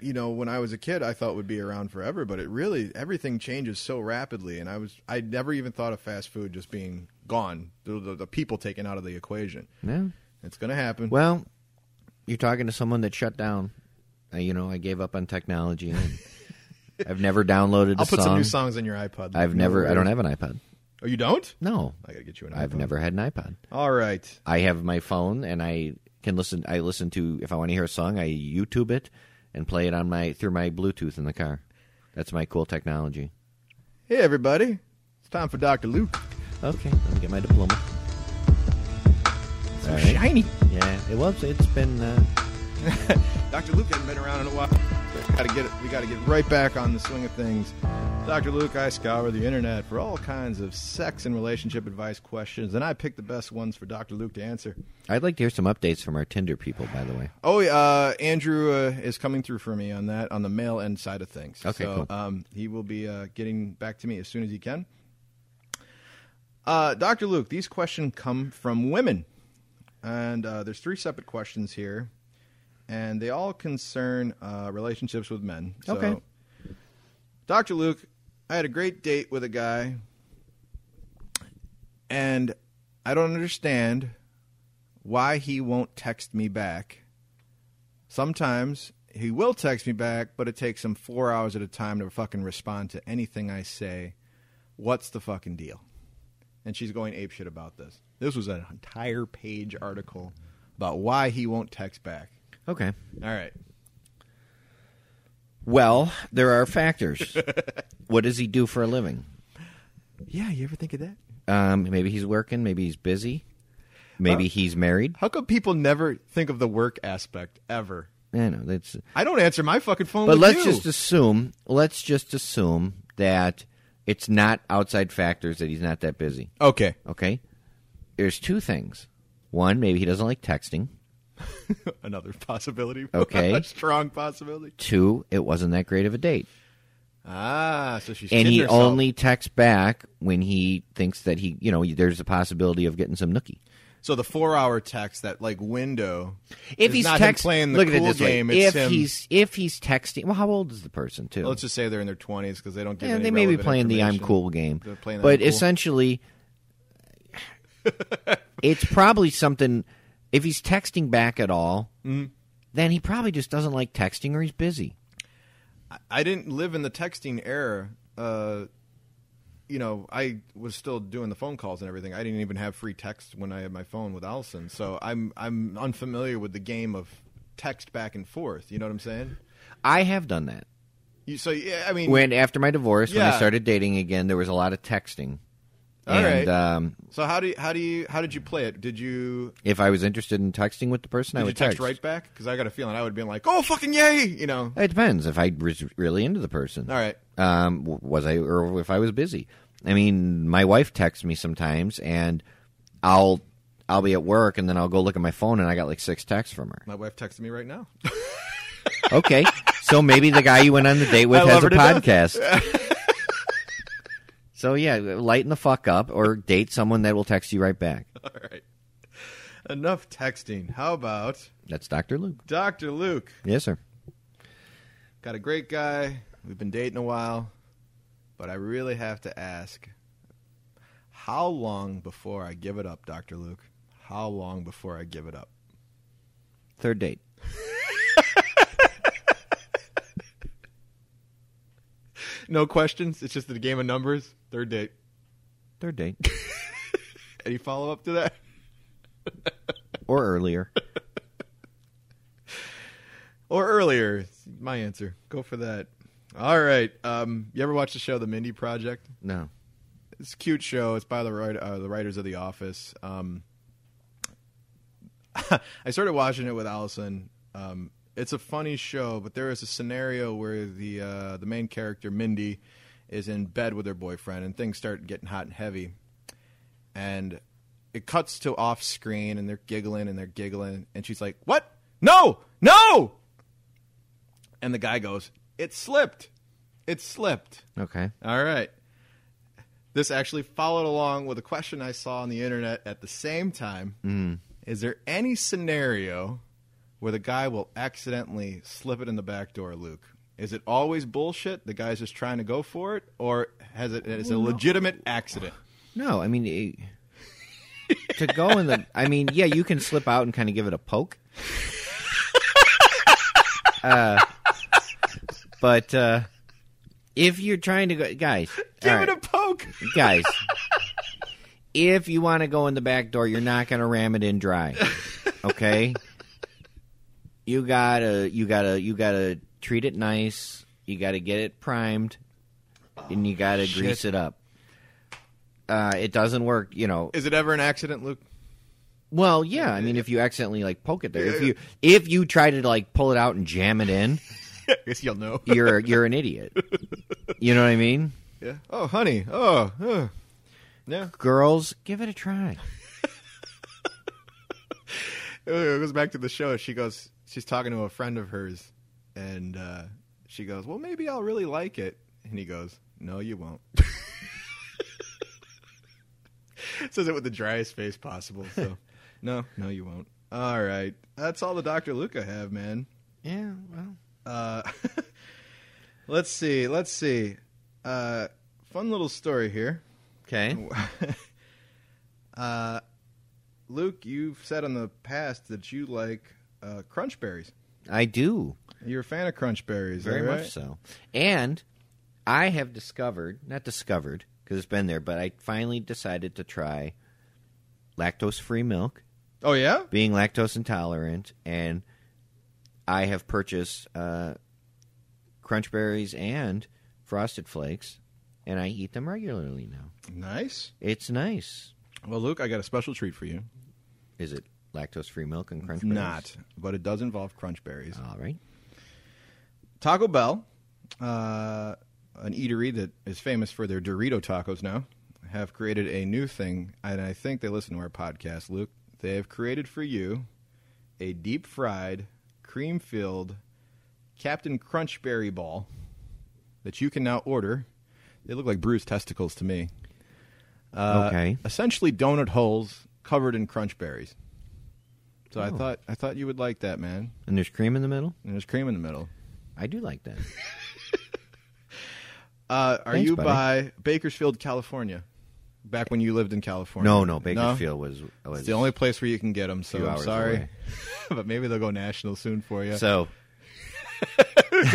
[SPEAKER 2] you know, when I was a kid, I thought would be around forever, but it really, everything changes so rapidly. And I was, I never even thought of fast food just being gone, the, the, the people taken out of the equation.
[SPEAKER 1] yeah
[SPEAKER 2] It's going to happen.
[SPEAKER 1] Well, you're talking to someone that shut down. Uh, you know, I gave up on technology. And I've never downloaded. a
[SPEAKER 2] I'll put some
[SPEAKER 1] song.
[SPEAKER 2] new songs on your iPod.
[SPEAKER 1] I've never. I don't have an iPod.
[SPEAKER 2] Oh, you don't?
[SPEAKER 1] No,
[SPEAKER 2] I got to get you an iPod.
[SPEAKER 1] I've never had an iPod.
[SPEAKER 2] All right.
[SPEAKER 1] I have my phone, and I can listen. I listen to if I want to hear a song, I YouTube it and play it on my through my Bluetooth in the car. That's my cool technology.
[SPEAKER 2] Hey, everybody. It's time for Dr. Luke.
[SPEAKER 1] Okay, let me get my diploma.
[SPEAKER 2] So
[SPEAKER 1] All right.
[SPEAKER 2] shiny.
[SPEAKER 1] Yeah, it was. It's been. Uh,
[SPEAKER 2] Dr. Luke hasn't been around in a while. Got to get it. We got to get right back on the swing of things. Dr. Luke, I scour the internet for all kinds of sex and relationship advice questions, and I pick the best ones for Dr. Luke to answer.
[SPEAKER 1] I'd like to hear some updates from our Tinder people, by the way.
[SPEAKER 2] Oh, yeah, uh, Andrew uh, is coming through for me on that on the mail end side of things.
[SPEAKER 1] Okay,
[SPEAKER 2] so,
[SPEAKER 1] cool.
[SPEAKER 2] um, he will be uh, getting back to me as soon as he can. Uh, Doctor Luke, these questions come from women, and uh, there's three separate questions here, and they all concern uh, relationships with men. So,
[SPEAKER 1] Okay.
[SPEAKER 2] Doctor Luke, I had a great date with a guy, and I don't understand why he won't text me back. Sometimes He will text me back, but it takes him four hours at a time to fucking respond to anything I say. What's the fucking deal? And she's going apeshit about this. This was an entire page article about why he won't text back.
[SPEAKER 1] Okay.
[SPEAKER 2] All right.
[SPEAKER 1] Well, there are factors. what does he do for a living?
[SPEAKER 2] Yeah, you ever think of that?
[SPEAKER 1] Um, maybe he's working. Maybe he's busy. Maybe he's married.
[SPEAKER 2] How come people never think of the work aspect ever?
[SPEAKER 1] I know that's.
[SPEAKER 2] I don't answer my fucking phone.
[SPEAKER 1] But
[SPEAKER 2] with
[SPEAKER 1] let's
[SPEAKER 2] you.
[SPEAKER 1] just assume. Let's just assume that it's not outside factors that he's not that busy.
[SPEAKER 2] okay.
[SPEAKER 1] Okay. There's two things. One, maybe he doesn't like texting.
[SPEAKER 2] Another possibility.
[SPEAKER 1] Okay.
[SPEAKER 2] A strong possibility.
[SPEAKER 1] Two, it wasn't that great of a date.
[SPEAKER 2] Ah, so she's
[SPEAKER 1] and
[SPEAKER 2] kidding
[SPEAKER 1] he
[SPEAKER 2] herself.
[SPEAKER 1] only texts back when he thinks that he, you know, there's a possibility of getting some nookie.
[SPEAKER 2] So the four hour text, that like window.
[SPEAKER 1] If
[SPEAKER 2] is
[SPEAKER 1] he's
[SPEAKER 2] not him
[SPEAKER 1] text,
[SPEAKER 2] playing the
[SPEAKER 1] look
[SPEAKER 2] cool
[SPEAKER 1] at it this way.
[SPEAKER 2] game,
[SPEAKER 1] if
[SPEAKER 2] it's him-
[SPEAKER 1] he's if he's texting, well, how old is the person too?
[SPEAKER 2] let's just say they're in their twenties because they don't get.
[SPEAKER 1] yeah, they may be playing the I'm cool game,
[SPEAKER 2] They're playing the I'm
[SPEAKER 1] but
[SPEAKER 2] cool.
[SPEAKER 1] essentially, it's probably something. If he's texting back at all,
[SPEAKER 2] Mm.
[SPEAKER 1] then he probably just doesn't like texting or he's busy.
[SPEAKER 2] I didn't live in the texting era. Uh, you know, I was still doing the phone calls and everything. I didn't even have free text when I had my phone with Allison, so I'm I'm unfamiliar with the game of text back and forth. You know what I'm saying?
[SPEAKER 1] I have done that.
[SPEAKER 2] You, so yeah, I mean,
[SPEAKER 1] When after my divorce, when I
[SPEAKER 2] Yeah.
[SPEAKER 1] started dating again, there was a lot of texting.
[SPEAKER 2] All
[SPEAKER 1] and
[SPEAKER 2] right.
[SPEAKER 1] um,
[SPEAKER 2] so how do you, how do you how did you play it? Did you
[SPEAKER 1] if I was interested in texting with the person, I
[SPEAKER 2] did
[SPEAKER 1] would
[SPEAKER 2] you text right back? Because I got a feeling I would be like, oh fucking yay, you know.
[SPEAKER 1] It depends if I was really into the person.
[SPEAKER 2] All right.
[SPEAKER 1] Um, w- was I, or if I was busy? I mean, my wife texts me sometimes, and I'll I'll be at work, and then I'll go look at my phone, and I got like six texts from her.
[SPEAKER 2] My wife texted me right now.
[SPEAKER 1] Okay, so maybe the guy you went on the date with
[SPEAKER 2] I
[SPEAKER 1] has
[SPEAKER 2] love
[SPEAKER 1] a
[SPEAKER 2] her to death.
[SPEAKER 1] podcast. so yeah, lighten the fuck up, or date someone that will text you right back.
[SPEAKER 2] All right. Enough texting. How about
[SPEAKER 1] That's Doctor Luke.
[SPEAKER 2] Dr. Luke?
[SPEAKER 1] Yes, sir.
[SPEAKER 2] Got a great guy. We've been dating a while. But I really have to ask how long before I give it up, Dr. Luke? How long before I give it up?
[SPEAKER 1] Third date.
[SPEAKER 2] No questions. It's just a game of numbers. Third date.
[SPEAKER 1] Third date,
[SPEAKER 2] Any follow up to that?
[SPEAKER 1] or earlier.
[SPEAKER 2] Or earlier. It's My answer. Go for that. All right. Um, you ever watch the show The Mindy Project?
[SPEAKER 1] No.
[SPEAKER 2] it's a cute show. It's by the write- uh, the writers of The Office. Um, I started watching it with Allison. Um, it's a funny show, but there is a scenario where the uh, the main character Mindy is in bed with her boyfriend, and things start getting hot and heavy. And it cuts to off screen, and they're giggling and they're giggling, and she's like, "What? No, no!" And the guy goes, "It slipped. It slipped."
[SPEAKER 1] Okay.
[SPEAKER 2] All right. This actually followed along with a question I saw on the internet at the same time. Mm. Is there any scenario where the guy will accidentally slip it in the back door, Luke? Is it always bullshit? The guy's just trying to go for it, or has it? It's a legitimate accident.
[SPEAKER 1] No, I mean it- to go in the. I mean, yeah, you can slip out and kind of give it a poke. Uh, but uh, if you're trying to go, guys,
[SPEAKER 2] Give
[SPEAKER 1] all
[SPEAKER 2] it a
[SPEAKER 1] right,
[SPEAKER 2] poke.
[SPEAKER 1] guys. If you want to go in the back door, you're not going to ram it in dry. Okay. You gotta, you gotta, you gotta treat it nice. You gotta get it primed, and you gotta grease it up. Uh, it doesn't work, you know.
[SPEAKER 2] Is it ever an accident, Luke?
[SPEAKER 1] Well, yeah. I mean, if you accidentally like poke it there, if you if you try to like pull it out and jam it in,
[SPEAKER 2] I guess you'll know.
[SPEAKER 1] you're you're an idiot. You know what I mean?
[SPEAKER 2] Yeah. Oh, honey. Oh. huh. Yeah.
[SPEAKER 1] Girls, give it a try.
[SPEAKER 2] it goes back to the show. She goes, she's talking to a friend of hers, and uh, she goes, "Well, maybe I'll really like it." And he goes, "No, you won't." Says it with the driest face possible. So, no, no, you won't. All right, that's all the Doctor Luke I have, man.
[SPEAKER 1] Yeah. Well.
[SPEAKER 2] Uh, let's see, let's see. Uh, fun little story here.
[SPEAKER 1] Okay.
[SPEAKER 2] uh, Luke, you've said in the past that you like uh, crunch berries.
[SPEAKER 1] I do.
[SPEAKER 2] You're a fan of crunch berries,
[SPEAKER 1] Very
[SPEAKER 2] all right?
[SPEAKER 1] much so. And I have discovered, not discovered, because it's been there, but I finally decided to try lactose free milk,
[SPEAKER 2] Oh yeah,
[SPEAKER 1] being lactose intolerant, and I have purchased uh, Crunch Berries and Frosted Flakes, and I eat them regularly now.
[SPEAKER 2] nice.
[SPEAKER 1] It's nice.
[SPEAKER 2] Well, Luke, I got a special treat for you.
[SPEAKER 1] Is it lactose free milk and Crunch
[SPEAKER 2] It's
[SPEAKER 1] Berries?
[SPEAKER 2] not, but it does involve crunch berries.
[SPEAKER 1] All right.
[SPEAKER 2] Taco Bell, uh, an eatery that is famous for their Dorito tacos now, have created a new thing, and I think they listen to our podcast, Luke. They have created for you a deep fried, cream filled Captain Crunch Berry Ball that you can now order. They look like bruised testicles to me. Uh,
[SPEAKER 1] Okay.
[SPEAKER 2] Essentially donut holes covered in crunch berries. So I
[SPEAKER 1] Oh.
[SPEAKER 2] thought I thought you would like that, man.
[SPEAKER 1] And there's cream in the middle?
[SPEAKER 2] And there's cream in the middle.
[SPEAKER 1] I do like that.
[SPEAKER 2] Uh, are
[SPEAKER 1] Thanks,
[SPEAKER 2] you
[SPEAKER 1] buddy.
[SPEAKER 2] by Bakersfield, California? Back when you lived in California?
[SPEAKER 1] no, no, Bakersfield was, was
[SPEAKER 2] It's the only place where you can get them. So
[SPEAKER 1] Few
[SPEAKER 2] I'm
[SPEAKER 1] hours
[SPEAKER 2] sorry,
[SPEAKER 1] away.
[SPEAKER 2] but maybe they'll go national soon for you.
[SPEAKER 1] So
[SPEAKER 2] it's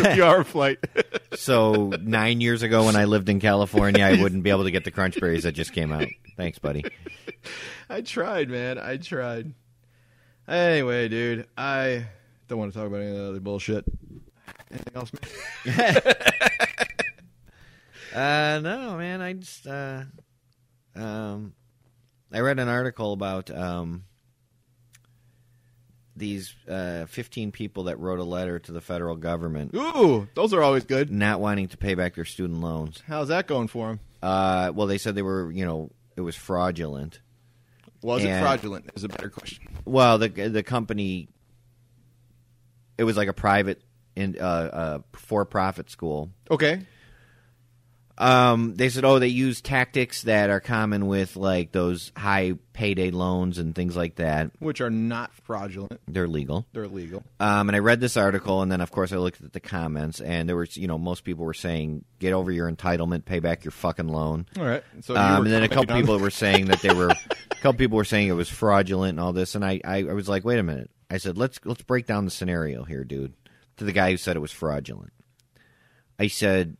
[SPEAKER 2] a few-hour flight.
[SPEAKER 1] So nine years ago, when I lived in California, I wouldn't be able to get the crunch berries that just came out. Thanks, buddy.
[SPEAKER 2] I tried, man. I tried. Anyway, dude, I don't want to talk about any of that other bullshit. Anything else? man?
[SPEAKER 1] Uh, no, man. I just uh, um, I read an article about um, these uh, fifteen people that wrote a letter to the federal government
[SPEAKER 2] Ooh, those are always good.
[SPEAKER 1] not wanting to pay back their student loans.
[SPEAKER 2] How's that going for him?
[SPEAKER 1] Uh, well, they said they were, you know, it was fraudulent.
[SPEAKER 2] Was it
[SPEAKER 1] And-
[SPEAKER 2] fraudulent? Is a better question.
[SPEAKER 1] Well, the the company, it was like a private in uh, uh, for profit school.
[SPEAKER 2] Okay.
[SPEAKER 1] Um, they said, oh, they use tactics that are common with like those high payday loans and things like that.
[SPEAKER 2] Which are not fraudulent.
[SPEAKER 1] They're legal.
[SPEAKER 2] They're legal.
[SPEAKER 1] Um, and I read this article, and then of course I looked at the comments, and there was, you know, most people were saying, get over your entitlement, pay back your fucking loan.
[SPEAKER 2] All right. So you
[SPEAKER 1] Um,
[SPEAKER 2] were
[SPEAKER 1] and then a couple
[SPEAKER 2] commenting on-
[SPEAKER 1] people were saying that they were, a couple people were saying it was fraudulent and all this, and I, I, I was like, wait a minute. I said, let's let's break down the scenario here, dude. To the guy who said it was fraudulent, I said,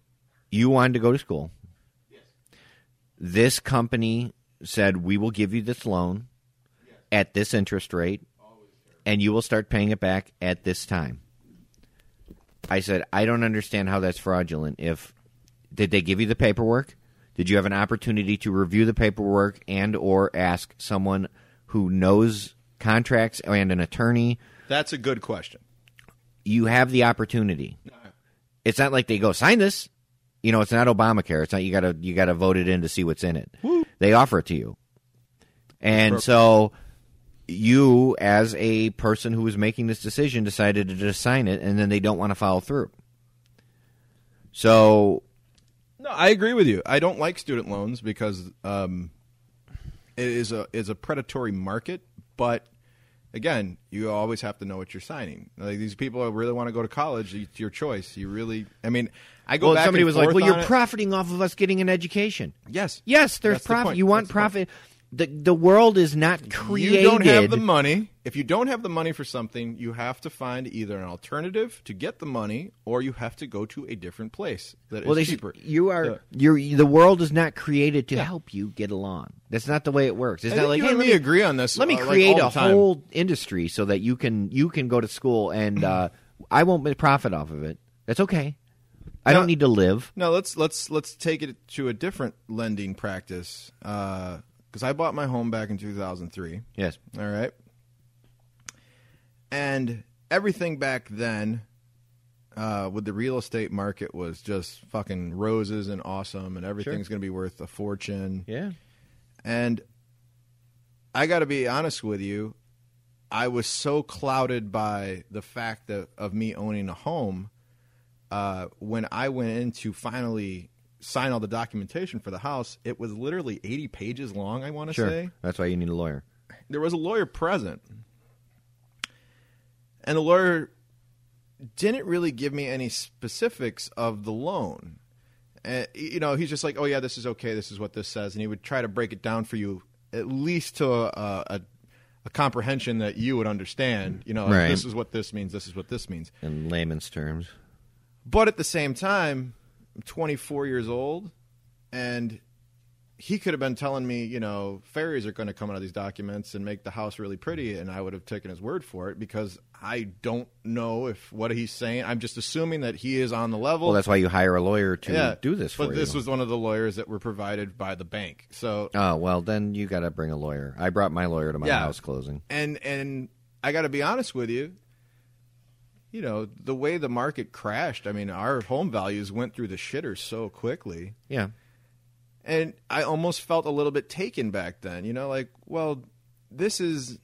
[SPEAKER 1] you wanted to go to school. This company said we will give you this loan at this interest rate, and you will start paying it back at this time. I said, I don't understand how that's fraudulent. If did they give you the paperwork? Did you have an opportunity to review the paperwork and or ask someone who knows contracts and an attorney?
[SPEAKER 2] That's a good question.
[SPEAKER 1] You have the opportunity. It's not like they go sign this. You know, it's not Obamacare. It's not you got to you got to vote it in to see what's in it. They offer it to you. And so you as a person who was making this decision decided to just sign it and then they don't want to follow through. So
[SPEAKER 2] No, I agree with you. I don't like student loans because um, it is a is a predatory market. But again, you always have to know what you're signing. Like these people really want to go to college. It's your choice. You really. I mean, I go
[SPEAKER 1] well,
[SPEAKER 2] back.
[SPEAKER 1] somebody
[SPEAKER 2] and
[SPEAKER 1] was like,
[SPEAKER 2] forth
[SPEAKER 1] "Well,
[SPEAKER 2] on
[SPEAKER 1] you're
[SPEAKER 2] it.
[SPEAKER 1] profiting off of us getting an education."
[SPEAKER 2] Yes.
[SPEAKER 1] Yes, there's
[SPEAKER 2] That's the
[SPEAKER 1] profit.
[SPEAKER 2] point.
[SPEAKER 1] you want
[SPEAKER 2] That's the point.
[SPEAKER 1] profit. The, the world is not created.
[SPEAKER 2] You don't have the money. If you don't have the money for something, you have to find either an alternative to get the money, or you have to go to a different place that is
[SPEAKER 1] well, they,
[SPEAKER 2] cheaper.
[SPEAKER 1] you
[SPEAKER 2] Yeah.
[SPEAKER 1] are you the world is not created to help you get along. That's not the way it works. It's
[SPEAKER 2] I
[SPEAKER 1] not
[SPEAKER 2] think
[SPEAKER 1] like
[SPEAKER 2] you
[SPEAKER 1] hey,
[SPEAKER 2] and
[SPEAKER 1] let
[SPEAKER 2] me
[SPEAKER 1] me
[SPEAKER 2] agree on this,
[SPEAKER 1] Let me
[SPEAKER 2] uh, like,
[SPEAKER 1] create
[SPEAKER 2] all
[SPEAKER 1] a
[SPEAKER 2] the time.
[SPEAKER 1] whole industry so that you can you can go to school and uh, I won't profit off of it. That's okay. I
[SPEAKER 2] No.
[SPEAKER 1] don't need to live.
[SPEAKER 2] No, let's let's let's take it to a different lending practice. Because I bought my home back in 2003.
[SPEAKER 1] Yes.
[SPEAKER 2] All right, and everything back then uh, with the real estate market was just fucking roses and awesome, and everything's going to be worth a fortune.
[SPEAKER 1] Yeah.
[SPEAKER 2] And I got to be honest with you, I was so clouded by the fact that, of me owning a home uh, when I went in to finally sign all the documentation for the house. It was literally 80 pages long, I want to
[SPEAKER 1] Sure.
[SPEAKER 2] say.
[SPEAKER 1] That's why you need a lawyer.
[SPEAKER 2] There was a lawyer present. And the lawyer didn't really give me any specifics of the loan. Uh, you know, he's just like, "Oh yeah, this is okay. This is what this says," and he would try to break it down for you at least to a, a, a comprehension that you would understand. You know, like,
[SPEAKER 1] Right.
[SPEAKER 2] this is what this means. This is what this means.
[SPEAKER 1] in layman's terms.
[SPEAKER 2] But at the same time, I'm 24 years old, and he could have been telling me, you know, fairies are going to come out of these documents and make the house really pretty, and I would have taken his word for it because I don't know if what he's saying. I'm just assuming that he is on the level.
[SPEAKER 1] Well, that's why you hire a lawyer to do this for
[SPEAKER 2] but this
[SPEAKER 1] you.
[SPEAKER 2] was one of the lawyers that were provided by the bank. So
[SPEAKER 1] oh well, then you got to bring a lawyer. I brought my lawyer to my
[SPEAKER 2] Yeah.
[SPEAKER 1] house closing.
[SPEAKER 2] and and I got to be honest with you. You know the way the market crashed. I mean, our home values went through the shitter so quickly,
[SPEAKER 1] Yeah,
[SPEAKER 2] and I almost felt a little bit taken back then. You know, like, well, this is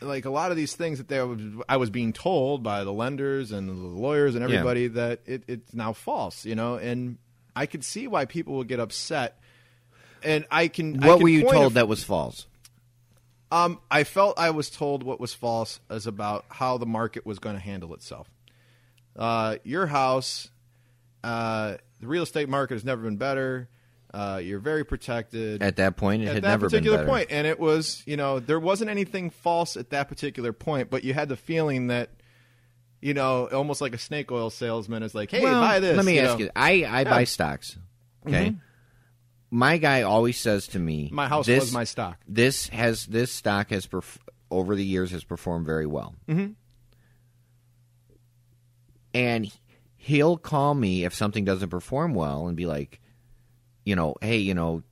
[SPEAKER 2] like a lot of these things that they was, I was being told by the lenders and the lawyers and
[SPEAKER 1] Yeah.
[SPEAKER 2] everybody that it, it's now false. You know, and I could see why people would get upset. And I can. I
[SPEAKER 1] what
[SPEAKER 2] can
[SPEAKER 1] were you
[SPEAKER 2] point a
[SPEAKER 1] told that was false?
[SPEAKER 2] um, I felt I was told what was false is about how the market was going to handle itself. Uh, your house, uh, the real estate market has never been better. Uh, you're very protected.
[SPEAKER 1] At that point, it
[SPEAKER 2] At
[SPEAKER 1] had
[SPEAKER 2] that
[SPEAKER 1] never
[SPEAKER 2] particular
[SPEAKER 1] been better.
[SPEAKER 2] point, and it was you know there wasn't anything false at that particular point, but you had the feeling that you know almost like a snake oil salesman is like, hey,
[SPEAKER 1] Well,
[SPEAKER 2] buy this.
[SPEAKER 1] Let me ask
[SPEAKER 2] know. Mm-hmm.
[SPEAKER 1] you. I I buy stocks. Okay. My guy always says to me,
[SPEAKER 2] My house
[SPEAKER 1] this,
[SPEAKER 2] was my stock.
[SPEAKER 1] This has this stock has perf- over the years has performed very well. Mm-hmm. And he'll call me if something doesn't perform well and be like, you know, hey, you know,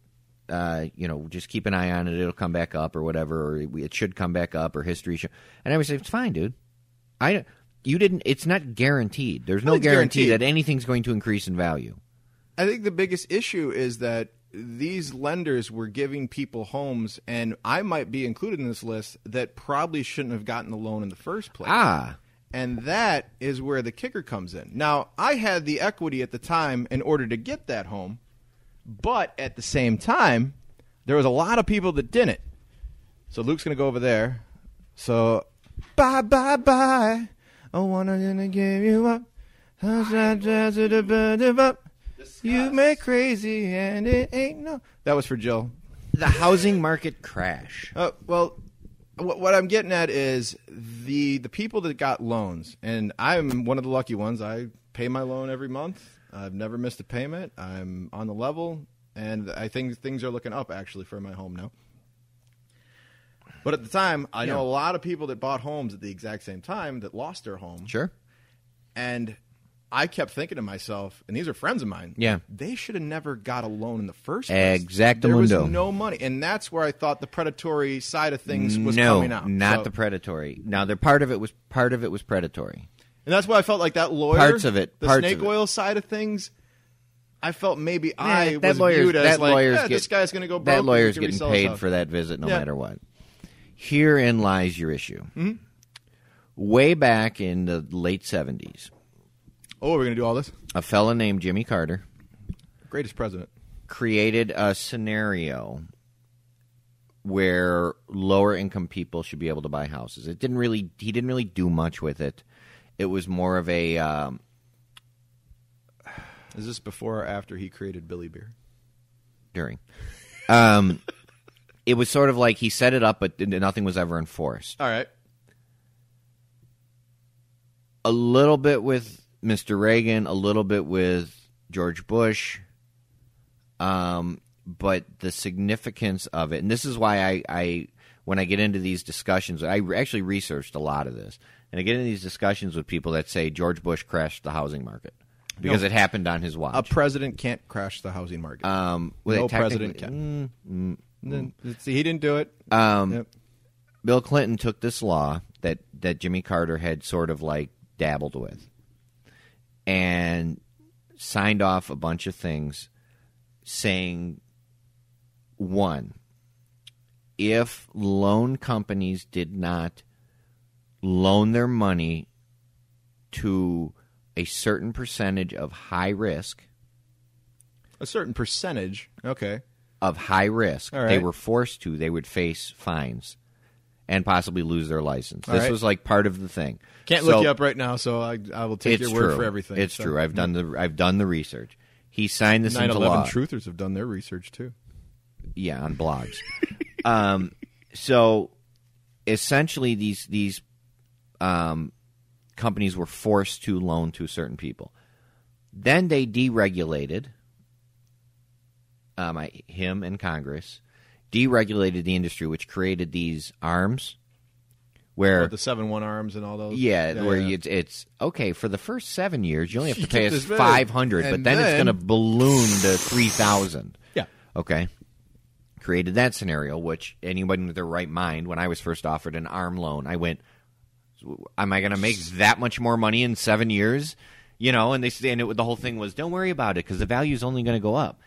[SPEAKER 1] uh, you know, just keep an eye on it; it'll come back up or whatever, or it it should come back up, or history should. And I would say, it's fine, dude. I you didn't. It's not guaranteed. There's no
[SPEAKER 2] Nothing's
[SPEAKER 1] guarantee
[SPEAKER 2] guaranteed.
[SPEAKER 1] that anything's going to increase in value.
[SPEAKER 2] I think the biggest issue is that these lenders were giving people homes, and I might be included in this list that probably shouldn't have gotten the loan in the first place.
[SPEAKER 1] Ah,
[SPEAKER 2] And that is where the kicker comes in. Now, I had the equity at the time in order to get that home, but at the same time, there was a lot of people that didn't. So Luke's going to go over there. So, bye, bye, bye. I wanna gonna give you up. How's that jazz to the bird of up? You make crazy and it ain't no. That was for Jill.
[SPEAKER 1] the housing market crash.
[SPEAKER 2] Uh, well, what, what I'm getting at is the the people that got loans, and I'm one of the lucky ones. I pay my loan every month. I've never missed a payment. I'm on the level, and I think things are looking up actually for my home now. But at the time, I know a lot of people that bought homes at the exact same time that lost their home,
[SPEAKER 1] Sure.
[SPEAKER 2] and I kept thinking to myself, and these are friends of mine.
[SPEAKER 1] Yeah.
[SPEAKER 2] they should have never got a loan in the first place. There was
[SPEAKER 1] Exactamundo.
[SPEAKER 2] no money, and that's where I thought the predatory side of things was
[SPEAKER 1] no,
[SPEAKER 2] coming out.
[SPEAKER 1] not
[SPEAKER 2] So-
[SPEAKER 1] the predatory. Now, the part of it was part of it was predatory.
[SPEAKER 2] and that's why I felt like that lawyer
[SPEAKER 1] Parts of it,
[SPEAKER 2] the
[SPEAKER 1] parts
[SPEAKER 2] snake
[SPEAKER 1] of it. Eh,
[SPEAKER 2] oil side of things. I felt maybe I
[SPEAKER 1] that
[SPEAKER 2] was
[SPEAKER 1] lawyer's,
[SPEAKER 2] viewed as
[SPEAKER 1] that
[SPEAKER 2] like,
[SPEAKER 1] lawyer's
[SPEAKER 2] yeah, this
[SPEAKER 1] get-
[SPEAKER 2] guy's going to go broke.
[SPEAKER 1] That
[SPEAKER 2] and
[SPEAKER 1] lawyer's
[SPEAKER 2] he can
[SPEAKER 1] getting
[SPEAKER 2] resell
[SPEAKER 1] paid
[SPEAKER 2] his
[SPEAKER 1] for
[SPEAKER 2] house.
[SPEAKER 1] that visit, no
[SPEAKER 2] Yeah. Hmm?
[SPEAKER 1] matter what. Herein lies your issue. Way back in the late seventies,
[SPEAKER 2] Oh, we're going to do all this.
[SPEAKER 1] a fella named Jimmy Carter
[SPEAKER 2] Greatest president.
[SPEAKER 1] created a scenario where lower income people should be able to buy houses. It didn't really he didn't really do much with it. It was more of a um,
[SPEAKER 2] Is this before or after he created Billy Beer?
[SPEAKER 1] during. Um, it was sort of like he set it up, but nothing was ever enforced.
[SPEAKER 2] All right.
[SPEAKER 1] a little bit with Mr. Reagan, a little bit with George Bush. Um, but the significance of it, and this is why I, I when I get into these discussions, I re- actually researched a lot of this, and I get into these discussions with people that say George Bush crashed the housing market because it happened on his
[SPEAKER 2] A
[SPEAKER 1] watch.
[SPEAKER 2] president can't crash the housing market.
[SPEAKER 1] um, well,
[SPEAKER 2] no
[SPEAKER 1] they technically-
[SPEAKER 2] president can. Then- See, he didn't do it.
[SPEAKER 1] Um,
[SPEAKER 2] Yep.
[SPEAKER 1] Bill Clinton took this law that that Jimmy Carter had sort of like dabbled with and signed off a bunch of things saying one if loan companies did not loan their money to a certain percentage of high risk
[SPEAKER 2] a certain percentage. Okay.
[SPEAKER 1] of high risk
[SPEAKER 2] All
[SPEAKER 1] they
[SPEAKER 2] right.
[SPEAKER 1] were forced to they would face fines and possibly lose their license
[SPEAKER 2] All
[SPEAKER 1] this
[SPEAKER 2] right.
[SPEAKER 1] was like part of the thing
[SPEAKER 2] Can't
[SPEAKER 1] So-
[SPEAKER 2] look you up right now, so I, I will take your word
[SPEAKER 1] true.
[SPEAKER 2] for everything.
[SPEAKER 1] it's
[SPEAKER 2] So- Mm.
[SPEAKER 1] true i've done the i've done the research he signed this into
[SPEAKER 2] 9/11
[SPEAKER 1] law
[SPEAKER 2] truthers have done their research too.
[SPEAKER 1] yeah on blogs um so essentially these these um, companies were forced to loan to certain people. Then they deregulated. Um, I, him and Congress deregulated the industry, which created these arms, where
[SPEAKER 2] With Oh, the seven one arms and all those.
[SPEAKER 1] yeah, where you- It's, it's okay for the first seven years. You only have to pay us
[SPEAKER 2] This big.
[SPEAKER 1] five hundred, but
[SPEAKER 2] And
[SPEAKER 1] then, it's
[SPEAKER 2] then-
[SPEAKER 1] going to balloon to three thousand.
[SPEAKER 2] Yeah.
[SPEAKER 1] Okay. Created that scenario, which anybody with their right mind, when I was first offered an arm loan, I went, "Am I going to make that much more money in seven years?" You know, and they s- and it, the whole thing was, "Don't worry about it because the value is only going to go up."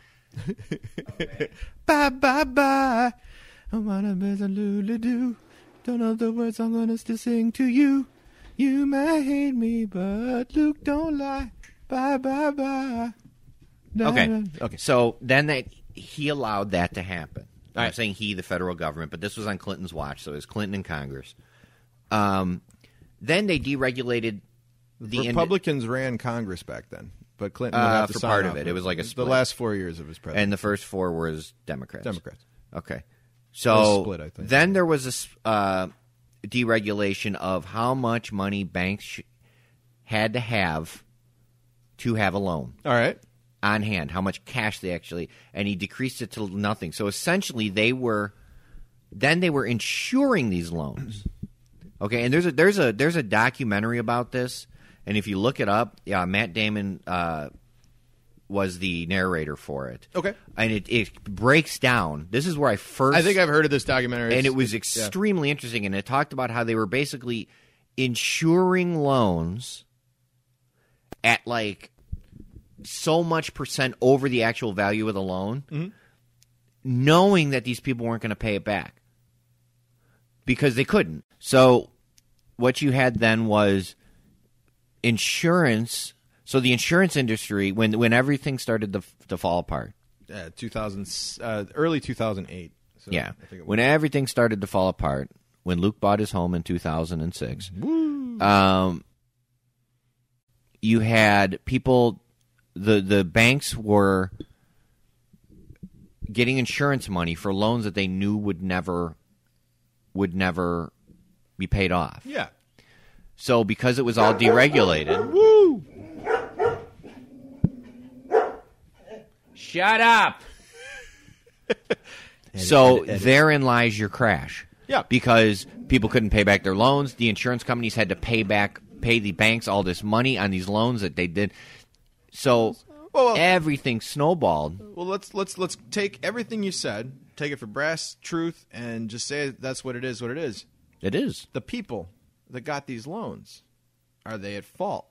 [SPEAKER 2] Bye bye bye. I wanna miss a lulu do. Don't know the words I'm gonna still sing to you. You might hate me, but Luke, don't lie. Bye bye bye. Da-
[SPEAKER 1] Okay.
[SPEAKER 2] da- Okay.
[SPEAKER 1] So then that he allowed that to happen. I'm
[SPEAKER 2] right.
[SPEAKER 1] saying he, the federal government, but this was on Clinton's watch, so it was Clinton and Congress. Um, then they deregulated the ind-
[SPEAKER 2] Republicans ran Congress back then, but Clinton
[SPEAKER 1] Uh,
[SPEAKER 2] would have to
[SPEAKER 1] for
[SPEAKER 2] sign
[SPEAKER 1] part of
[SPEAKER 2] off.
[SPEAKER 1] it. It was like a
[SPEAKER 2] the
[SPEAKER 1] split.
[SPEAKER 2] last four years of his presidency.
[SPEAKER 1] and the first four was Democrats.
[SPEAKER 2] Democrats.
[SPEAKER 1] Okay.
[SPEAKER 2] was
[SPEAKER 1] So
[SPEAKER 2] a split, I think.
[SPEAKER 1] then there was a s- uh, deregulation of how much money banks sh- had to have to have a loan.
[SPEAKER 2] All right.
[SPEAKER 1] on hand, how much cash they actually, and he decreased it to nothing. So essentially, they were then they were insuring these loans. Okay, and there's a there's a there's a documentary about this, and if you look it up, yeah, Matt Damon uh, was the narrator for it.
[SPEAKER 2] Okay.
[SPEAKER 1] and it, it breaks down. This is where I first
[SPEAKER 2] I think I've heard of this documentary.
[SPEAKER 1] and it was
[SPEAKER 2] It's- yeah.
[SPEAKER 1] extremely interesting. And it talked about how they were basically insuring loans at like so much percent over the actual value of the loan,
[SPEAKER 2] Mm-hmm.
[SPEAKER 1] knowing that these people weren't going to pay it back because they couldn't. So what you had then was insurance. So the insurance industry, when when everything started to, to fall apart,
[SPEAKER 2] uh, 2000, uh, early 2008. So
[SPEAKER 1] yeah.
[SPEAKER 2] I think it was.
[SPEAKER 1] When everything started to fall apart, when Luke bought his home in 2006, um, you had people, the, the banks were getting insurance money for loans that they knew would never would never be paid off.
[SPEAKER 2] Yeah.
[SPEAKER 1] So because it was all deregulated. Woo! Shut up. so therein lies your crash.
[SPEAKER 2] Yeah.
[SPEAKER 1] Because people couldn't pay back their loans, the insurance companies had to pay back pay the banks all this money on these loans that they did. So
[SPEAKER 2] Well, well-
[SPEAKER 1] everything snowballed.
[SPEAKER 2] Well, let's let's let's take everything you said, take it for brass truth, and just say that's what it is. What it is.
[SPEAKER 1] It is.
[SPEAKER 2] The people that got these loans, are they at fault?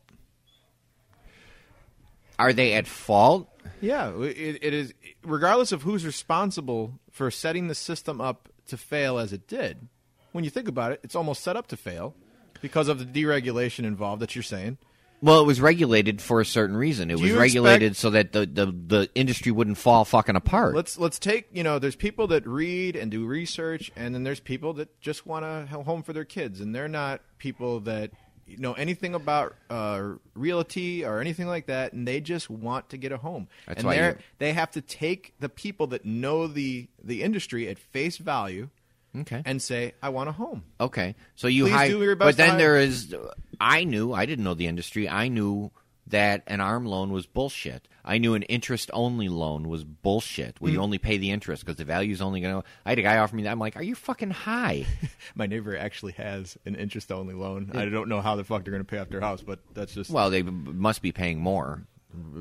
[SPEAKER 1] Are they at fault?
[SPEAKER 2] Yeah, it, it is. Regardless of who's responsible for setting the system up to fail as it did, when you think about it, it's almost set up to fail because of the deregulation involved that you're saying.
[SPEAKER 1] Well, it was regulated for a certain reason. It was
[SPEAKER 2] you
[SPEAKER 1] regulated
[SPEAKER 2] expect-
[SPEAKER 1] so that the, the, the industry wouldn't fall fucking apart.
[SPEAKER 2] Let's let's take you know, there's people that read and do research, and then there's people that just want to home for their kids, and they're not people that you know anything about uh, realty or anything like that, and they just want to get a home.
[SPEAKER 1] That's
[SPEAKER 2] and
[SPEAKER 1] why
[SPEAKER 2] they're-
[SPEAKER 1] you-
[SPEAKER 2] they have to take the people that know the the industry at face value.
[SPEAKER 1] Okay.
[SPEAKER 2] and say, "I want a home."
[SPEAKER 1] Okay, so you
[SPEAKER 2] Please
[SPEAKER 1] hire,
[SPEAKER 2] do your best
[SPEAKER 1] but then
[SPEAKER 2] to
[SPEAKER 1] there is. I knew I didn't know the industry. I knew that an arm loan was bullshit. I knew an interest only loan was bullshit, where you
[SPEAKER 2] Mm.
[SPEAKER 1] only pay the interest because the value is only going to. I had a guy offer me that. I'm like, are you fucking high?
[SPEAKER 2] My neighbor actually has an interest-only loan. I don't know how the fuck they're going to pay off their house, but that's just.
[SPEAKER 1] well, they b- must be paying more.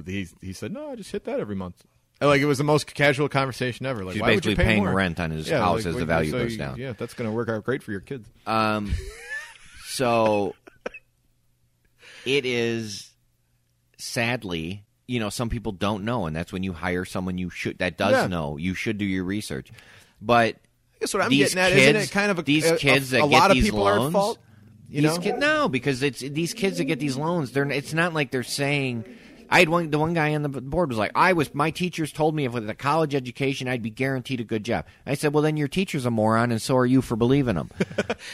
[SPEAKER 2] he he said, "No, I just hit that every month." And, Like it was the most casual conversation ever. Like
[SPEAKER 1] He's
[SPEAKER 2] why would you
[SPEAKER 1] basically
[SPEAKER 2] pay
[SPEAKER 1] paying
[SPEAKER 2] more?
[SPEAKER 1] rent on his
[SPEAKER 2] Yeah,
[SPEAKER 1] house
[SPEAKER 2] like,
[SPEAKER 1] as the
[SPEAKER 2] wait,
[SPEAKER 1] value
[SPEAKER 2] so
[SPEAKER 1] goes
[SPEAKER 2] you-
[SPEAKER 1] down.
[SPEAKER 2] Yeah, that's going to work out great for your kids.
[SPEAKER 1] Um, so it is sadly, you know, some people don't know, and that's when you hire someone you should that does
[SPEAKER 2] Yeah.
[SPEAKER 1] know. You should do your research, but.
[SPEAKER 2] That's what I'm
[SPEAKER 1] these
[SPEAKER 2] getting at.
[SPEAKER 1] kids,
[SPEAKER 2] Isn't it kind of a,
[SPEAKER 1] these
[SPEAKER 2] uh, a,
[SPEAKER 1] kids
[SPEAKER 2] a,
[SPEAKER 1] that
[SPEAKER 2] a
[SPEAKER 1] get
[SPEAKER 2] lot
[SPEAKER 1] these
[SPEAKER 2] of people
[SPEAKER 1] loans?
[SPEAKER 2] are at fault? You
[SPEAKER 1] these
[SPEAKER 2] know,
[SPEAKER 1] kid- no, because it's these kids that get these loans. They're it's not like they're saying. I had one. The one guy on the board was like, "I was my teachers told me if with a college education, I'd be guaranteed a good job." I said, "Well, then your teacher's a moron, and so are you for believing him."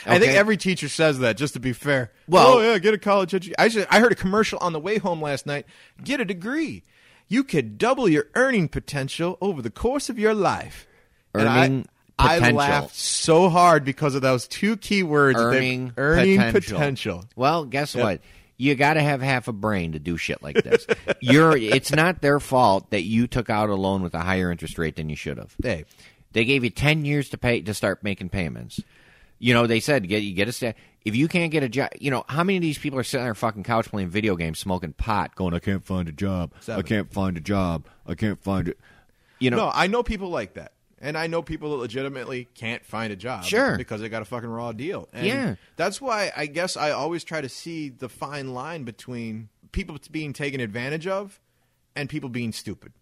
[SPEAKER 2] I think
[SPEAKER 1] Okay?
[SPEAKER 2] every teacher says that. Just to be fair.
[SPEAKER 1] Well-
[SPEAKER 2] oh yeah, get a college education. I should, I heard a commercial on the way home last night. Get a degree. You could double your earning potential over the course of your life. And I-
[SPEAKER 1] Earning
[SPEAKER 2] I
[SPEAKER 1] potential.
[SPEAKER 2] laughed so hard because of those two key words. that they've-
[SPEAKER 1] earning,
[SPEAKER 2] earning
[SPEAKER 1] potential.
[SPEAKER 2] potential.
[SPEAKER 1] Well, guess what? You got to have half a brain to do shit like this. You're. It's not their fault that you took out a loan with a higher interest rate than you should have.
[SPEAKER 2] Hey,
[SPEAKER 1] They gave you ten years to pay to start making payments. You know, they said get you get a sta- if you can't get a job. You know how many of these people are sitting on their fucking couch playing video games, smoking pot, going, "I can't find a job. I
[SPEAKER 2] Seven.
[SPEAKER 1] can't find a job. I can't find it." You know,
[SPEAKER 2] no, I know people like that, and I know people that legitimately can't find a job,
[SPEAKER 1] Sure.
[SPEAKER 2] because they got a fucking raw deal. And
[SPEAKER 1] Yeah.
[SPEAKER 2] that's why I guess I always try to see the fine line between people being taken advantage of and people being stupid.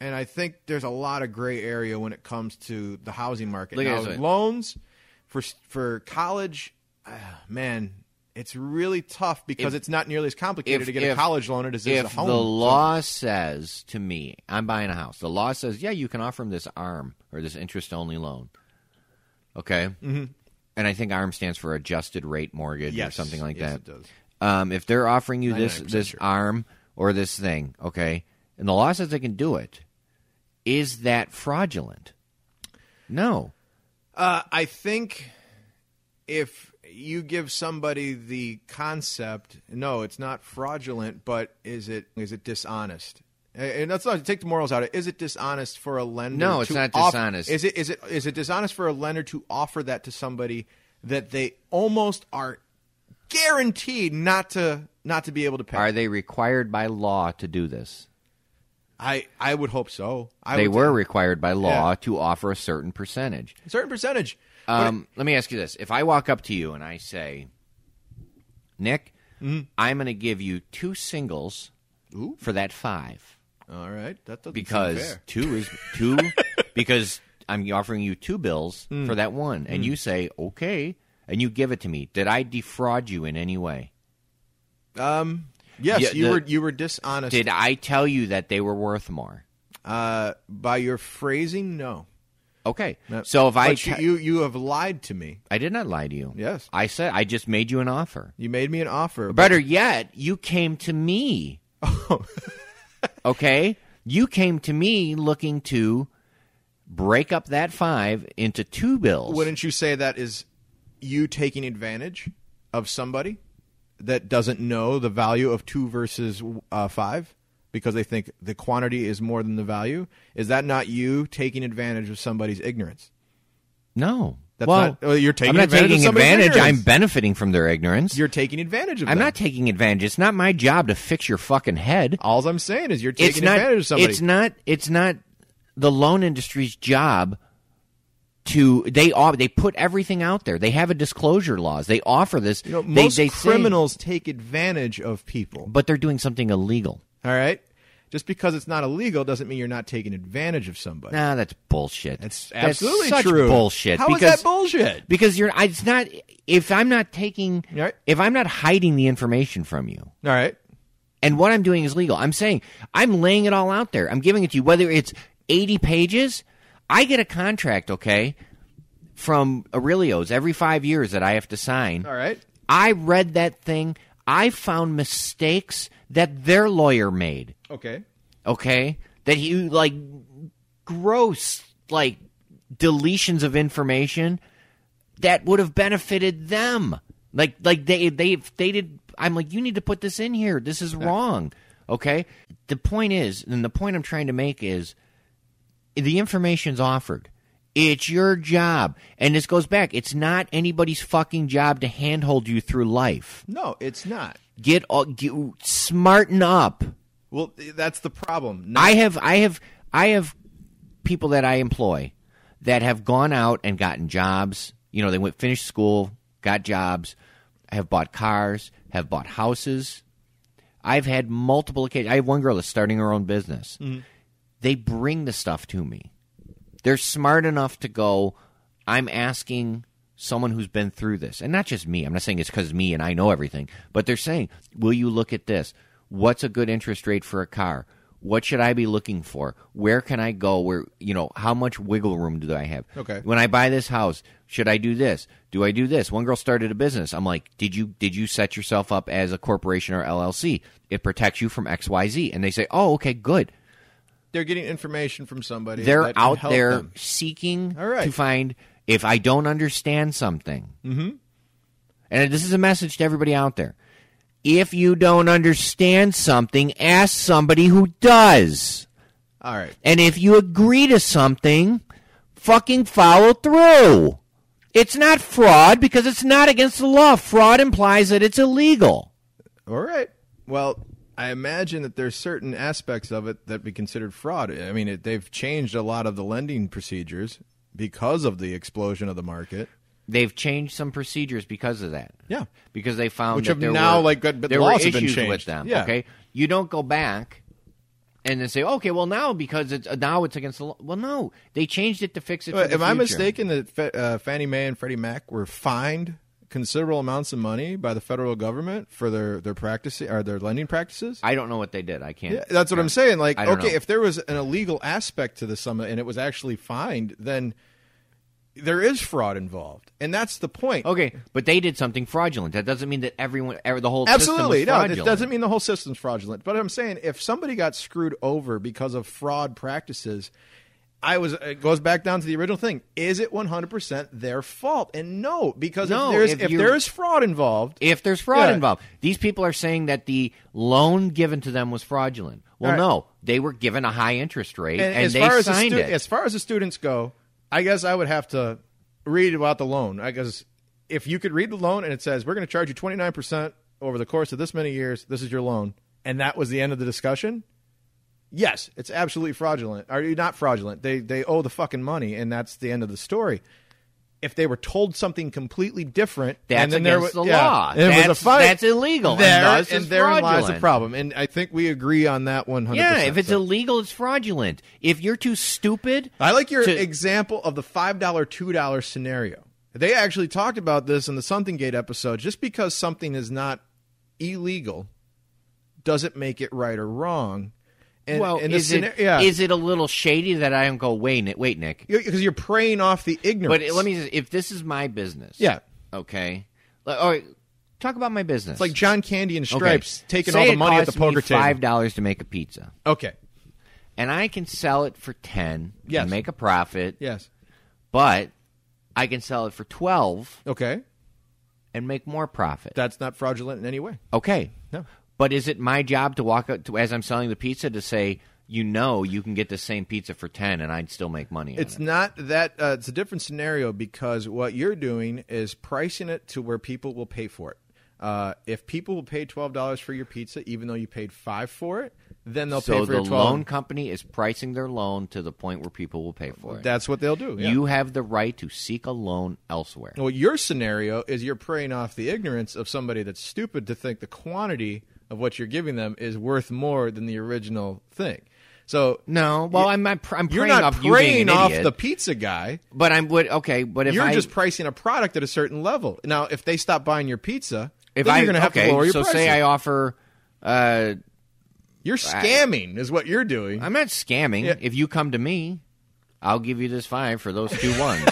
[SPEAKER 2] And I think there's a lot of gray area when it comes to the housing market.
[SPEAKER 1] Look at
[SPEAKER 2] Now,
[SPEAKER 1] it this way.
[SPEAKER 2] loans for for college, ah, man. It's really tough because it's not nearly as complicated
[SPEAKER 1] if-
[SPEAKER 2] to get a
[SPEAKER 1] if-
[SPEAKER 2] college loan as it
[SPEAKER 1] if
[SPEAKER 2] is a home.
[SPEAKER 1] the
[SPEAKER 2] So-
[SPEAKER 1] law says to me, I'm buying a house. The law says, yeah, you can offer him this ARM or this interest only loan. Okay, mm-hmm. and I think ARM stands for adjusted rate mortgage or
[SPEAKER 2] Yes.
[SPEAKER 1] something like
[SPEAKER 2] Yes,
[SPEAKER 1] that.
[SPEAKER 2] it does.
[SPEAKER 1] Um, if they're offering you this
[SPEAKER 2] 99%
[SPEAKER 1] this
[SPEAKER 2] sure.
[SPEAKER 1] ARM or this thing, okay, and the law says they can do it, is that fraudulent? No.
[SPEAKER 2] Uh, I think if you give somebody the concept, no, it's not fraudulent, but is it is it dishonest? And that's not take the morals out of it. Is it dishonest for a lender?
[SPEAKER 1] No, it's
[SPEAKER 2] to
[SPEAKER 1] not
[SPEAKER 2] off-
[SPEAKER 1] dishonest.
[SPEAKER 2] Is it is it is it dishonest for a lender to offer that to somebody that they almost are guaranteed not to not to be able to pay?
[SPEAKER 1] Are they required by law to do this?
[SPEAKER 2] I I would hope so. I
[SPEAKER 1] They
[SPEAKER 2] would
[SPEAKER 1] were
[SPEAKER 2] think-
[SPEAKER 1] required by law
[SPEAKER 2] Yeah.
[SPEAKER 1] to offer a certain percentage.
[SPEAKER 2] a certain percentage. But
[SPEAKER 1] Um, let me ask you this: If I walk up to you and I say, "Nick,
[SPEAKER 2] Mm-hmm.
[SPEAKER 1] I'm going to give you two singles
[SPEAKER 2] Ooh.
[SPEAKER 1] for that five
[SPEAKER 2] all right, that doesn't seem
[SPEAKER 1] because
[SPEAKER 2] fair.
[SPEAKER 1] two is two because I'm offering you two bills
[SPEAKER 2] Mm.
[SPEAKER 1] for that one, and you say okay, and you give it to me. Did I defraud you in any way?
[SPEAKER 2] Um, yes,
[SPEAKER 1] Yeah,
[SPEAKER 2] you
[SPEAKER 1] the-
[SPEAKER 2] were you were dishonest
[SPEAKER 1] Did I tell you that they were worth more?
[SPEAKER 2] uh, by your phrasing. No,
[SPEAKER 1] Okay,
[SPEAKER 2] No.
[SPEAKER 1] so if I
[SPEAKER 2] But you,
[SPEAKER 1] te-
[SPEAKER 2] you you have lied to me.
[SPEAKER 1] I did not lie to you.
[SPEAKER 2] Yes.
[SPEAKER 1] I said I just made you an offer.
[SPEAKER 2] You made me an offer. but-
[SPEAKER 1] Better yet, you came to me. okay? You came to me looking to break up that five into two bills.
[SPEAKER 2] wouldn't you say that is you taking advantage of somebody that doesn't know the value of two versus uh, five because they think the quantity is more than the value? Is that not you taking advantage of somebody's ignorance?
[SPEAKER 1] no.
[SPEAKER 2] That's
[SPEAKER 1] well,
[SPEAKER 2] not- well, you're taking
[SPEAKER 1] I'm not
[SPEAKER 2] advantage of
[SPEAKER 1] taking
[SPEAKER 2] somebody's
[SPEAKER 1] advantage.
[SPEAKER 2] ignorance.
[SPEAKER 1] I'm benefiting from their ignorance.
[SPEAKER 2] You're taking advantage of.
[SPEAKER 1] I'm
[SPEAKER 2] them.
[SPEAKER 1] not taking advantage. It's not my job to fix your fucking head.
[SPEAKER 2] All I'm saying is you're taking
[SPEAKER 1] It's not,
[SPEAKER 2] advantage of somebody.
[SPEAKER 1] it's not it's not the loan industry's job to they all they put everything out there. They have a disclosure laws. They offer this.
[SPEAKER 2] You know,
[SPEAKER 1] They-
[SPEAKER 2] most
[SPEAKER 1] they say-
[SPEAKER 2] criminals take advantage of people.
[SPEAKER 1] but they're doing something illegal.
[SPEAKER 2] All right, just because it's not illegal doesn't mean you're not taking advantage of somebody.
[SPEAKER 1] Nah, that's bullshit.
[SPEAKER 2] That's
[SPEAKER 1] That's
[SPEAKER 2] absolutely
[SPEAKER 1] such
[SPEAKER 2] true.
[SPEAKER 1] Bullshit.
[SPEAKER 2] How is
[SPEAKER 1] because,
[SPEAKER 2] that bullshit?
[SPEAKER 1] Because you're. I- It's not. If I'm not taking.
[SPEAKER 2] Right.
[SPEAKER 1] If I'm not hiding the information from you,
[SPEAKER 2] All right,
[SPEAKER 1] and what I'm doing is legal, I'm saying I'm laying it all out there. I'm giving it to you. Whether it's 80 pages, I get a contract. Okay. From Aurelio's every five years that I have to sign.
[SPEAKER 2] all right.
[SPEAKER 1] I read that thing. I found mistakes that their lawyer made
[SPEAKER 2] Okay.
[SPEAKER 1] okay that he like gross like deletions of information that would have benefited them like like they they if they did i'm like you need to put this in here this is wrong okay the point is and the point i'm trying to make is the information's offered it's your job and this goes back it's not anybody's fucking job to handhold you through life
[SPEAKER 2] No, it's not.
[SPEAKER 1] get all get, smarten up
[SPEAKER 2] Well, that's the problem. Not-
[SPEAKER 1] I have I have I have people that I employ that have gone out and gotten jobs. You know, they went finished school, got jobs, have bought cars, have bought houses. I've had multiple occasions. I have one girl that's starting her own business. They bring the stuff to me. They're smart enough to go. I'm asking someone who's been through this, and not just me. I'm not saying it's because me and I know everything, but they're saying, "Will you look at this? What's a good interest rate for a car? What should I be looking for? Where can I go? Where you know how much wiggle room do I have?
[SPEAKER 2] Okay.
[SPEAKER 1] When I buy this house, should I do this? Do I do this? One girl started a business. I'm like, did you did you set yourself up as a corporation or LLC? It protects you from X Y Z, and they say, oh, okay, good
[SPEAKER 2] They're getting information from somebody.
[SPEAKER 1] They're
[SPEAKER 2] that can
[SPEAKER 1] out
[SPEAKER 2] help
[SPEAKER 1] there
[SPEAKER 2] them.
[SPEAKER 1] seeking
[SPEAKER 2] All right.
[SPEAKER 1] to find if I don't understand something. Mm-hmm. And this is a message to everybody out there. If you don't understand something, ask somebody who does.
[SPEAKER 2] All right.
[SPEAKER 1] And if you agree to something, fucking follow through. It's not fraud because it's not against the law. Fraud implies that it's illegal.
[SPEAKER 2] All right. Well, I imagine that there's certain aspects of it that be considered fraud. I mean, it, they've changed a lot of the lending procedures because of the explosion of the market.
[SPEAKER 1] They've changed some procedures because of that.
[SPEAKER 2] Yeah.
[SPEAKER 1] Because they found
[SPEAKER 2] Which
[SPEAKER 1] that
[SPEAKER 2] have
[SPEAKER 1] there
[SPEAKER 2] now,
[SPEAKER 1] were,
[SPEAKER 2] like, got- but
[SPEAKER 1] there
[SPEAKER 2] laws
[SPEAKER 1] were
[SPEAKER 2] have been
[SPEAKER 1] issues with
[SPEAKER 2] changed.
[SPEAKER 1] them.
[SPEAKER 2] Yeah.
[SPEAKER 1] Okay, you don't go back and then say, okay, well now because it's uh, now it's against the law. Well, no, they changed it to fix it. for
[SPEAKER 2] Uh, Am
[SPEAKER 1] the
[SPEAKER 2] I
[SPEAKER 1] future.
[SPEAKER 2] mistaken that Fe- uh, Fannie Mae and Freddie Mac were fined considerable amounts of money by the federal government for their their practicing or their lending practices?
[SPEAKER 1] I don't know what they did. I can't.
[SPEAKER 2] Yeah, that's what I'm saying. Like,
[SPEAKER 1] I don't
[SPEAKER 2] okay,
[SPEAKER 1] know.
[SPEAKER 2] if there was an illegal aspect to the summit and it was actually fined, then there is fraud involved, and that's the point.
[SPEAKER 1] Okay, but they did something fraudulent. That doesn't mean that everyone, ever, the whole
[SPEAKER 2] Absolutely,
[SPEAKER 1] System was
[SPEAKER 2] no. It
[SPEAKER 1] fraudulent.
[SPEAKER 2] doesn't mean the whole system's fraudulent. But I'm saying if somebody got screwed over because of fraud practices, I was it goes back down to the original thing. Is it 100 percent their fault? And no, because
[SPEAKER 1] No,
[SPEAKER 2] if there's
[SPEAKER 1] if
[SPEAKER 2] if,
[SPEAKER 1] you-
[SPEAKER 2] there is fraud involved,
[SPEAKER 1] if there's fraud
[SPEAKER 2] Yeah.
[SPEAKER 1] involved. These people are saying that the loan given to them was fraudulent. Well,
[SPEAKER 2] Right.
[SPEAKER 1] no, they were given a high interest rate and,
[SPEAKER 2] as
[SPEAKER 1] they
[SPEAKER 2] far as the
[SPEAKER 1] signed
[SPEAKER 2] stu-
[SPEAKER 1] it.
[SPEAKER 2] as far as the students go, I guess I would have to read about the loan. I guess if you could read the loan and it says we're going to charge you 29 percent over the course of this many years, this is your loan, and that was the end of the discussion. Yes, it's absolutely fraudulent. Are you not fraudulent? They they owe the fucking money, and that's the end of the story. If they were told something completely different,
[SPEAKER 1] That's
[SPEAKER 2] and then there
[SPEAKER 1] against
[SPEAKER 2] wa-
[SPEAKER 1] the
[SPEAKER 2] yeah,
[SPEAKER 1] law.
[SPEAKER 2] and it was
[SPEAKER 1] That's-
[SPEAKER 2] a fight.
[SPEAKER 1] that's illegal, and
[SPEAKER 2] There,
[SPEAKER 1] thus is
[SPEAKER 2] therein lies the
[SPEAKER 1] fraudulent.
[SPEAKER 2] problem. And I think we agree on that one hundred.
[SPEAKER 1] yeah, if it's illegal, it's fraudulent. If you're too stupid,
[SPEAKER 2] I like your
[SPEAKER 1] to-
[SPEAKER 2] example of the five dollar, two dollar scenario. They actually talked about this in the Something Gate episode. Just because something is not illegal, doesn't make it right or wrong. And,
[SPEAKER 1] well,
[SPEAKER 2] and the
[SPEAKER 1] is, it,
[SPEAKER 2] scenar- yeah,
[SPEAKER 1] is it a little shady that I don't go, wait, Nick, wait, Nick?
[SPEAKER 2] because you're preying off the ignorance.
[SPEAKER 1] But uh, let me, just, if this is my business,
[SPEAKER 2] yeah,
[SPEAKER 1] okay, like, all right, talk about my business.
[SPEAKER 2] it's like John Candy and
[SPEAKER 1] Okay.
[SPEAKER 2] Stripes taking
[SPEAKER 1] Say
[SPEAKER 2] all the
[SPEAKER 1] it
[SPEAKER 2] money at the
[SPEAKER 1] costs
[SPEAKER 2] poker
[SPEAKER 1] me
[SPEAKER 2] table.
[SPEAKER 1] Five dollars to make a pizza,
[SPEAKER 2] Okay,
[SPEAKER 1] and I can sell it for ten.
[SPEAKER 2] Yes.
[SPEAKER 1] and make a profit.
[SPEAKER 2] yes,
[SPEAKER 1] but I can sell it for 12
[SPEAKER 2] okay,
[SPEAKER 1] and make more profit.
[SPEAKER 2] that's not fraudulent in any way.
[SPEAKER 1] okay.
[SPEAKER 2] No.
[SPEAKER 1] But is it my job to walk up to, as I'm selling the pizza to say, you know, you can get the same pizza for 10 and I'd still make money on
[SPEAKER 2] It's
[SPEAKER 1] it.
[SPEAKER 2] not that. Uh, it's a different scenario because what you're doing is pricing it to where people will pay for it. Uh, if people will pay twelve dollars for your pizza, even though you paid five for it, then they'll
[SPEAKER 1] so
[SPEAKER 2] pay for
[SPEAKER 1] the
[SPEAKER 2] your twelve.
[SPEAKER 1] loan company is pricing their loan to the point where people will pay for it.
[SPEAKER 2] That's what they'll do. yeah.
[SPEAKER 1] You have the right to seek a loan elsewhere.
[SPEAKER 2] Well, your scenario is you're preying off the ignorance of somebody that's stupid to think the quantity of what you're giving them is worth more than the original thing. So
[SPEAKER 1] No, well, I'm not. Pr- I'm
[SPEAKER 2] you're
[SPEAKER 1] preying
[SPEAKER 2] not
[SPEAKER 1] off you being
[SPEAKER 2] preying
[SPEAKER 1] an
[SPEAKER 2] off
[SPEAKER 1] idiot,
[SPEAKER 2] the pizza guy.
[SPEAKER 1] but I'm would okay. But if
[SPEAKER 2] you're
[SPEAKER 1] I,
[SPEAKER 2] just pricing a product at a certain level. Now, if they stop buying your pizza,
[SPEAKER 1] if
[SPEAKER 2] then
[SPEAKER 1] I
[SPEAKER 2] you're going to have
[SPEAKER 1] okay,
[SPEAKER 2] to lower your
[SPEAKER 1] so
[SPEAKER 2] prices.
[SPEAKER 1] say I offer uh,
[SPEAKER 2] you're scamming, is what you're doing.
[SPEAKER 1] I'm not scamming.
[SPEAKER 2] Yeah.
[SPEAKER 1] If you come to me, I'll give you this five for those two ones.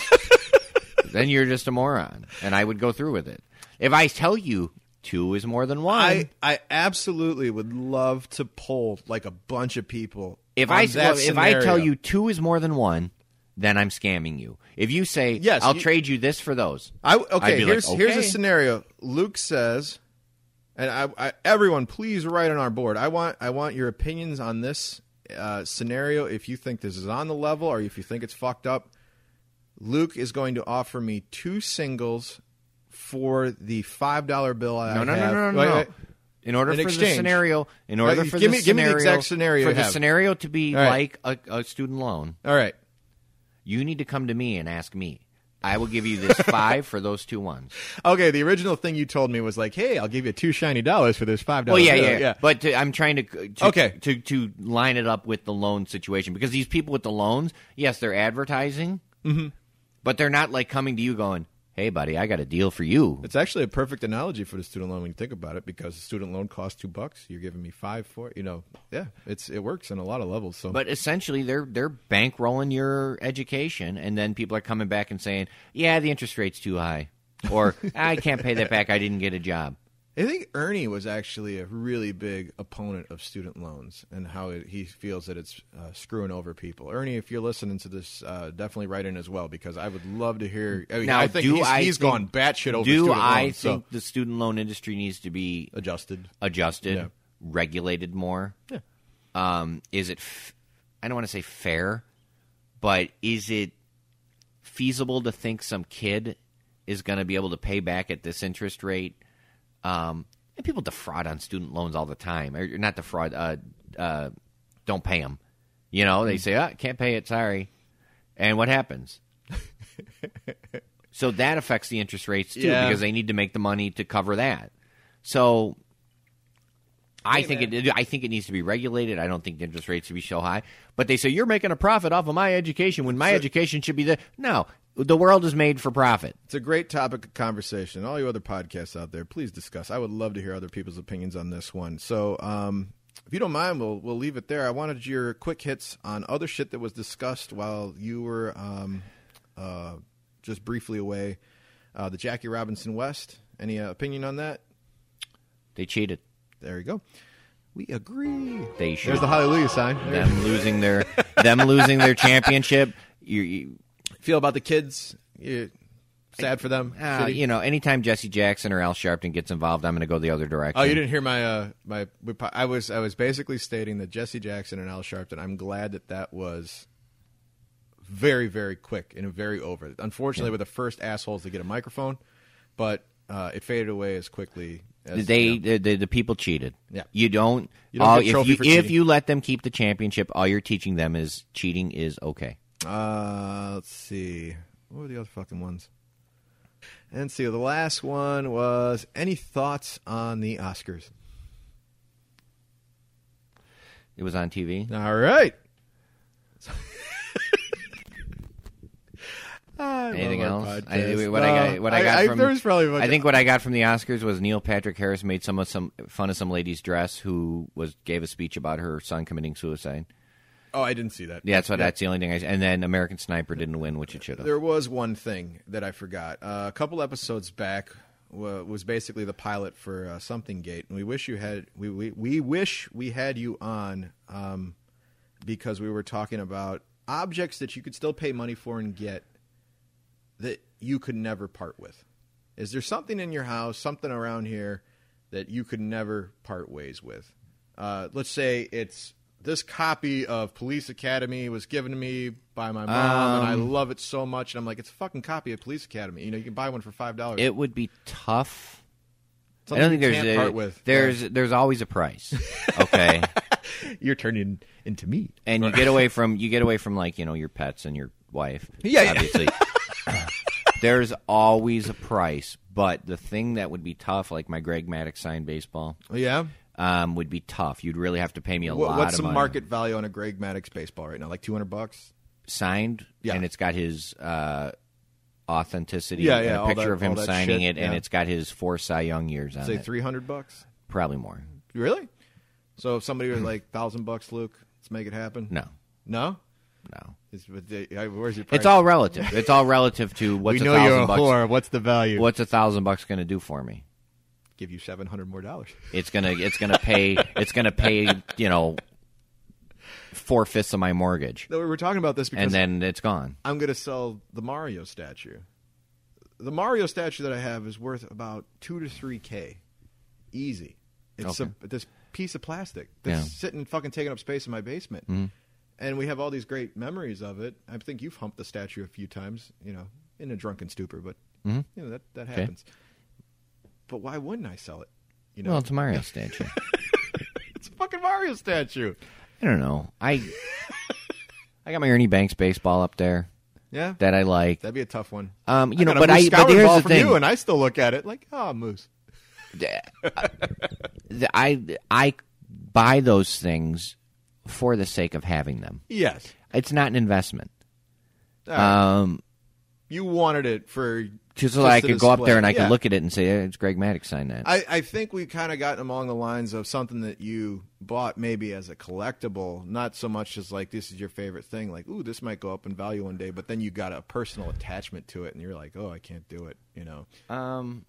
[SPEAKER 1] then you're just a moron, and I would go through with it. If I tell you two is more than one,
[SPEAKER 2] I, I absolutely would love to poll like a bunch of people.
[SPEAKER 1] if
[SPEAKER 2] on
[SPEAKER 1] I
[SPEAKER 2] that
[SPEAKER 1] well, if I tell
[SPEAKER 2] scenario.
[SPEAKER 1] you two is more than one, then I'm scamming you. If you say
[SPEAKER 2] Yes,
[SPEAKER 1] I'll
[SPEAKER 2] you-
[SPEAKER 1] trade you this for those.
[SPEAKER 2] I, okay,
[SPEAKER 1] be like,
[SPEAKER 2] here's here's a
[SPEAKER 1] okay.
[SPEAKER 2] scenario. Luke says, and I, I, everyone, please write on our board. I want I want your opinions on this uh, scenario. If you think this is on the level, or if you think it's fucked up, Luke is going to offer me two singles for the five dollar bill. I
[SPEAKER 1] No, no, no,
[SPEAKER 2] have.
[SPEAKER 1] no, no,
[SPEAKER 2] Wait,
[SPEAKER 1] no.
[SPEAKER 2] wait.
[SPEAKER 1] In order
[SPEAKER 2] In
[SPEAKER 1] for the
[SPEAKER 2] exchange.
[SPEAKER 1] scenario, in
[SPEAKER 2] Right,
[SPEAKER 1] order
[SPEAKER 2] you-
[SPEAKER 1] for
[SPEAKER 2] give
[SPEAKER 1] the
[SPEAKER 2] me- give me
[SPEAKER 1] scenario,
[SPEAKER 2] the exact scenario
[SPEAKER 1] for
[SPEAKER 2] you
[SPEAKER 1] the
[SPEAKER 2] have.
[SPEAKER 1] scenario to be
[SPEAKER 2] All right.
[SPEAKER 1] like a, a student loan,
[SPEAKER 2] All right.
[SPEAKER 1] you need to come to me and ask me. I will give you this five for those two ones.
[SPEAKER 2] Okay. The original thing you told me was like, "Hey, I'll give you two shiny dollars for this five
[SPEAKER 1] Well,
[SPEAKER 2] dollars."
[SPEAKER 1] yeah, yeah, But to, I'm trying to, to
[SPEAKER 2] Okay.
[SPEAKER 1] to to line it up with the loan situation because these people with the loans, yes, they're advertising,
[SPEAKER 2] Mm-hmm.
[SPEAKER 1] but they're not like coming to you going, "Hey, buddy, I got a deal for you."
[SPEAKER 2] It's actually a perfect analogy for the student loan when you think about it, because the student loan costs two bucks. You're giving me five for it. You know, yeah, it's it works on a lot of levels. So,
[SPEAKER 1] But essentially, they're they're bankrolling your education, and then people are coming back and saying, "Yeah, the interest rate's too high," or "I can't pay that back. I didn't get a job."
[SPEAKER 2] I think Ernie was actually a really big opponent of student loans and how it, he feels that it's uh, screwing over people. Ernie, if you're listening to this, uh, definitely write in as well because I would love to hear. I mean,
[SPEAKER 1] Now,
[SPEAKER 2] I think
[SPEAKER 1] do
[SPEAKER 2] he's,
[SPEAKER 1] I
[SPEAKER 2] he's
[SPEAKER 1] think-
[SPEAKER 2] gone batshit over
[SPEAKER 1] Do
[SPEAKER 2] student
[SPEAKER 1] I
[SPEAKER 2] loans,
[SPEAKER 1] think
[SPEAKER 2] so
[SPEAKER 1] the student loan industry needs to be
[SPEAKER 2] adjusted.
[SPEAKER 1] adjusted,
[SPEAKER 2] Yeah.
[SPEAKER 1] regulated more?
[SPEAKER 2] Yeah.
[SPEAKER 1] Um, is it? F- I don't want to say fair, but is it feasible to think some kid is going to be able to pay back at this interest rate? Um, and people defraud on student loans all the time. Or not defraud. Uh, uh, don't pay them. You know,
[SPEAKER 2] Mm.
[SPEAKER 1] they say, "Ah, can't pay it. Sorry." And what happens? so that affects the interest rates too
[SPEAKER 2] Yeah.
[SPEAKER 1] because they need to make the money to cover that. So I think it. I think it needs to be regulated. I don't think the interest rates should be so high. But they say you're making a profit off of my education when my education should be the no. The world is made for profit.
[SPEAKER 2] It's a great topic of conversation. All you other podcasts out there, please discuss. I would love to hear other people's opinions on this one. So, um, if you don't mind, we'll we'll leave it there. I wanted your quick hits on other shit that was discussed while you were um, uh, just briefly away. Uh, the Jackie Robinson West. Any uh, opinion on that?
[SPEAKER 1] They cheated.
[SPEAKER 2] There you go. We agree.
[SPEAKER 1] They
[SPEAKER 2] There's
[SPEAKER 1] should.
[SPEAKER 2] the hallelujah sign. There you
[SPEAKER 1] them losing their them losing their championship. You, you,
[SPEAKER 2] go. Feel about the kids? You, sad for them.
[SPEAKER 1] ah,
[SPEAKER 2] Shitty?
[SPEAKER 1] you know, anytime Jesse Jackson or Al Sharpton gets involved, I'm going to go the other direction.
[SPEAKER 2] Oh, you didn't hear my uh my we po- I was I was basically stating that Jesse Jackson and Al Sharpton. I'm glad that that was very very quick and very over. Unfortunately, we're the first assholes to get a microphone, but uh, it faded away as quickly. as
[SPEAKER 1] They,
[SPEAKER 2] you know.
[SPEAKER 1] the, the the people cheated.
[SPEAKER 2] Yeah.
[SPEAKER 1] you don't.
[SPEAKER 2] You don't
[SPEAKER 1] all-
[SPEAKER 2] get a
[SPEAKER 1] if
[SPEAKER 2] trophy
[SPEAKER 1] you
[SPEAKER 2] for
[SPEAKER 1] if
[SPEAKER 2] cheating.
[SPEAKER 1] you let them keep the championship, all you're teaching them is cheating is okay.
[SPEAKER 2] Uh, let's see. What were the other fucking ones? And let's see, the last one was any thoughts on the Oscars?
[SPEAKER 1] It was on TV.
[SPEAKER 2] All right.
[SPEAKER 1] Anything
[SPEAKER 2] love our
[SPEAKER 1] else?
[SPEAKER 2] podcast.
[SPEAKER 1] I, what I got,
[SPEAKER 2] No,
[SPEAKER 1] what I,
[SPEAKER 2] I-
[SPEAKER 1] got
[SPEAKER 2] I-
[SPEAKER 1] from
[SPEAKER 2] there's probably a bunch
[SPEAKER 1] I think what I got from the Oscars was Neil Patrick Harris made some of some fun of some lady's dress who was gave a speech about her son committing suicide.
[SPEAKER 2] Oh, I didn't see that.
[SPEAKER 1] Yeah, that's what. That's the only thing. I And then American Sniper didn't win, which it should have.
[SPEAKER 2] There was one thing that I forgot. Uh, a couple episodes back wa was basically the pilot for uh, Something Gate, and we wish you had we, we we wish we had you on um, because we were talking about objects that you could still pay money for and get that you could never part with. Is there something in your house, something around here that you could never part ways with? Uh, let's say it's this copy of Police Academy was given to me by my mom, and I
[SPEAKER 1] Um,
[SPEAKER 2] love it so much. And I'm like, it's a fucking copy of Police Academy. You know, you can buy one for five dollars.
[SPEAKER 1] It would be tough. I
[SPEAKER 2] Something
[SPEAKER 1] don't think
[SPEAKER 2] you
[SPEAKER 1] there's
[SPEAKER 2] can't
[SPEAKER 1] a-
[SPEAKER 2] part with.
[SPEAKER 1] there's there's always a price. Okay.
[SPEAKER 2] You're turning into me.
[SPEAKER 1] and you get away from you get away from like you know your pets and your wife.
[SPEAKER 2] Yeah, yeah.
[SPEAKER 1] obviously. There's always a price, but the thing that would be tough, like my Greg Maddox signed baseball,
[SPEAKER 2] Yeah.
[SPEAKER 1] um, would be tough. You'd really have to pay me a
[SPEAKER 2] What,
[SPEAKER 1] lot
[SPEAKER 2] what's
[SPEAKER 1] of
[SPEAKER 2] the
[SPEAKER 1] money.
[SPEAKER 2] market value on a Greg Maddox baseball right now? Like two hundred bucks.
[SPEAKER 1] signed,
[SPEAKER 2] Yeah.
[SPEAKER 1] and it's got his uh, authenticity,
[SPEAKER 2] Yeah,
[SPEAKER 1] and
[SPEAKER 2] yeah,
[SPEAKER 1] a
[SPEAKER 2] all
[SPEAKER 1] picture
[SPEAKER 2] that-
[SPEAKER 1] of him
[SPEAKER 2] all that
[SPEAKER 1] signing
[SPEAKER 2] shit,
[SPEAKER 1] it, and
[SPEAKER 2] yeah.
[SPEAKER 1] it's got his four Cy Young years on
[SPEAKER 2] Say
[SPEAKER 1] it.
[SPEAKER 2] three hundred bucks.
[SPEAKER 1] Probably more.
[SPEAKER 2] Really? So if somebody was like thousand bucks, Luke, let's make it happen.
[SPEAKER 1] No,
[SPEAKER 2] no.
[SPEAKER 1] no.
[SPEAKER 2] It's, but they- I- where's your?
[SPEAKER 1] It's all relative. It's all relative to what's a thousand bucks.
[SPEAKER 2] What's the value?
[SPEAKER 1] What's a thousand bucks going to do for me?
[SPEAKER 2] Give you seven hundred more dollars.
[SPEAKER 1] It's gonna it's gonna pay it's gonna pay you know four fifths of my mortgage,
[SPEAKER 2] No, we were talking about this because
[SPEAKER 1] and then it's gone.
[SPEAKER 2] I'm going to sell the Mario statue. The Mario statue that I have is worth about two to three k, easy. It's
[SPEAKER 1] Okay.
[SPEAKER 2] a, this piece of plastic that's
[SPEAKER 1] Yeah. Mm-hmm.
[SPEAKER 2] sitting fucking taking up space in my basement, and we have all these great memories of it. I think you've humped the statue a few times, you know, in a drunken stupor, but
[SPEAKER 1] Mm-hmm.
[SPEAKER 2] you know that that happens. But why wouldn't I sell it? You know,
[SPEAKER 1] Well, it's a Mario statue.
[SPEAKER 2] it's a fucking Mario statue.
[SPEAKER 1] I don't know. I I got my Ernie Banks baseball up there
[SPEAKER 2] Yeah,
[SPEAKER 1] that I like.
[SPEAKER 2] that'd be a tough one.
[SPEAKER 1] Um, you know,
[SPEAKER 2] got a
[SPEAKER 1] but
[SPEAKER 2] moose
[SPEAKER 1] I but
[SPEAKER 2] scouting
[SPEAKER 1] here's
[SPEAKER 2] ball
[SPEAKER 1] the
[SPEAKER 2] from
[SPEAKER 1] thing.
[SPEAKER 2] you, and I still look at it like, oh, moose.
[SPEAKER 1] The- I I buy those things for the sake of having them.
[SPEAKER 2] Yes, Ah,
[SPEAKER 1] It's not an investment.
[SPEAKER 2] All right.
[SPEAKER 1] Um,
[SPEAKER 2] you wanted it for
[SPEAKER 1] just so that I
[SPEAKER 2] to
[SPEAKER 1] could go up
[SPEAKER 2] display.
[SPEAKER 1] there and I
[SPEAKER 2] Yeah.
[SPEAKER 1] could look at it and say, eh, "It's Greg Maddox signed that."
[SPEAKER 2] I, I think we kind of got along the lines of something that you bought maybe as a collectible, not so much as like this is your favorite thing. Like, ooh, this might go up in value one day, but then you got a personal attachment to it, and you're like, oh, I can't do it. You know,
[SPEAKER 1] Um,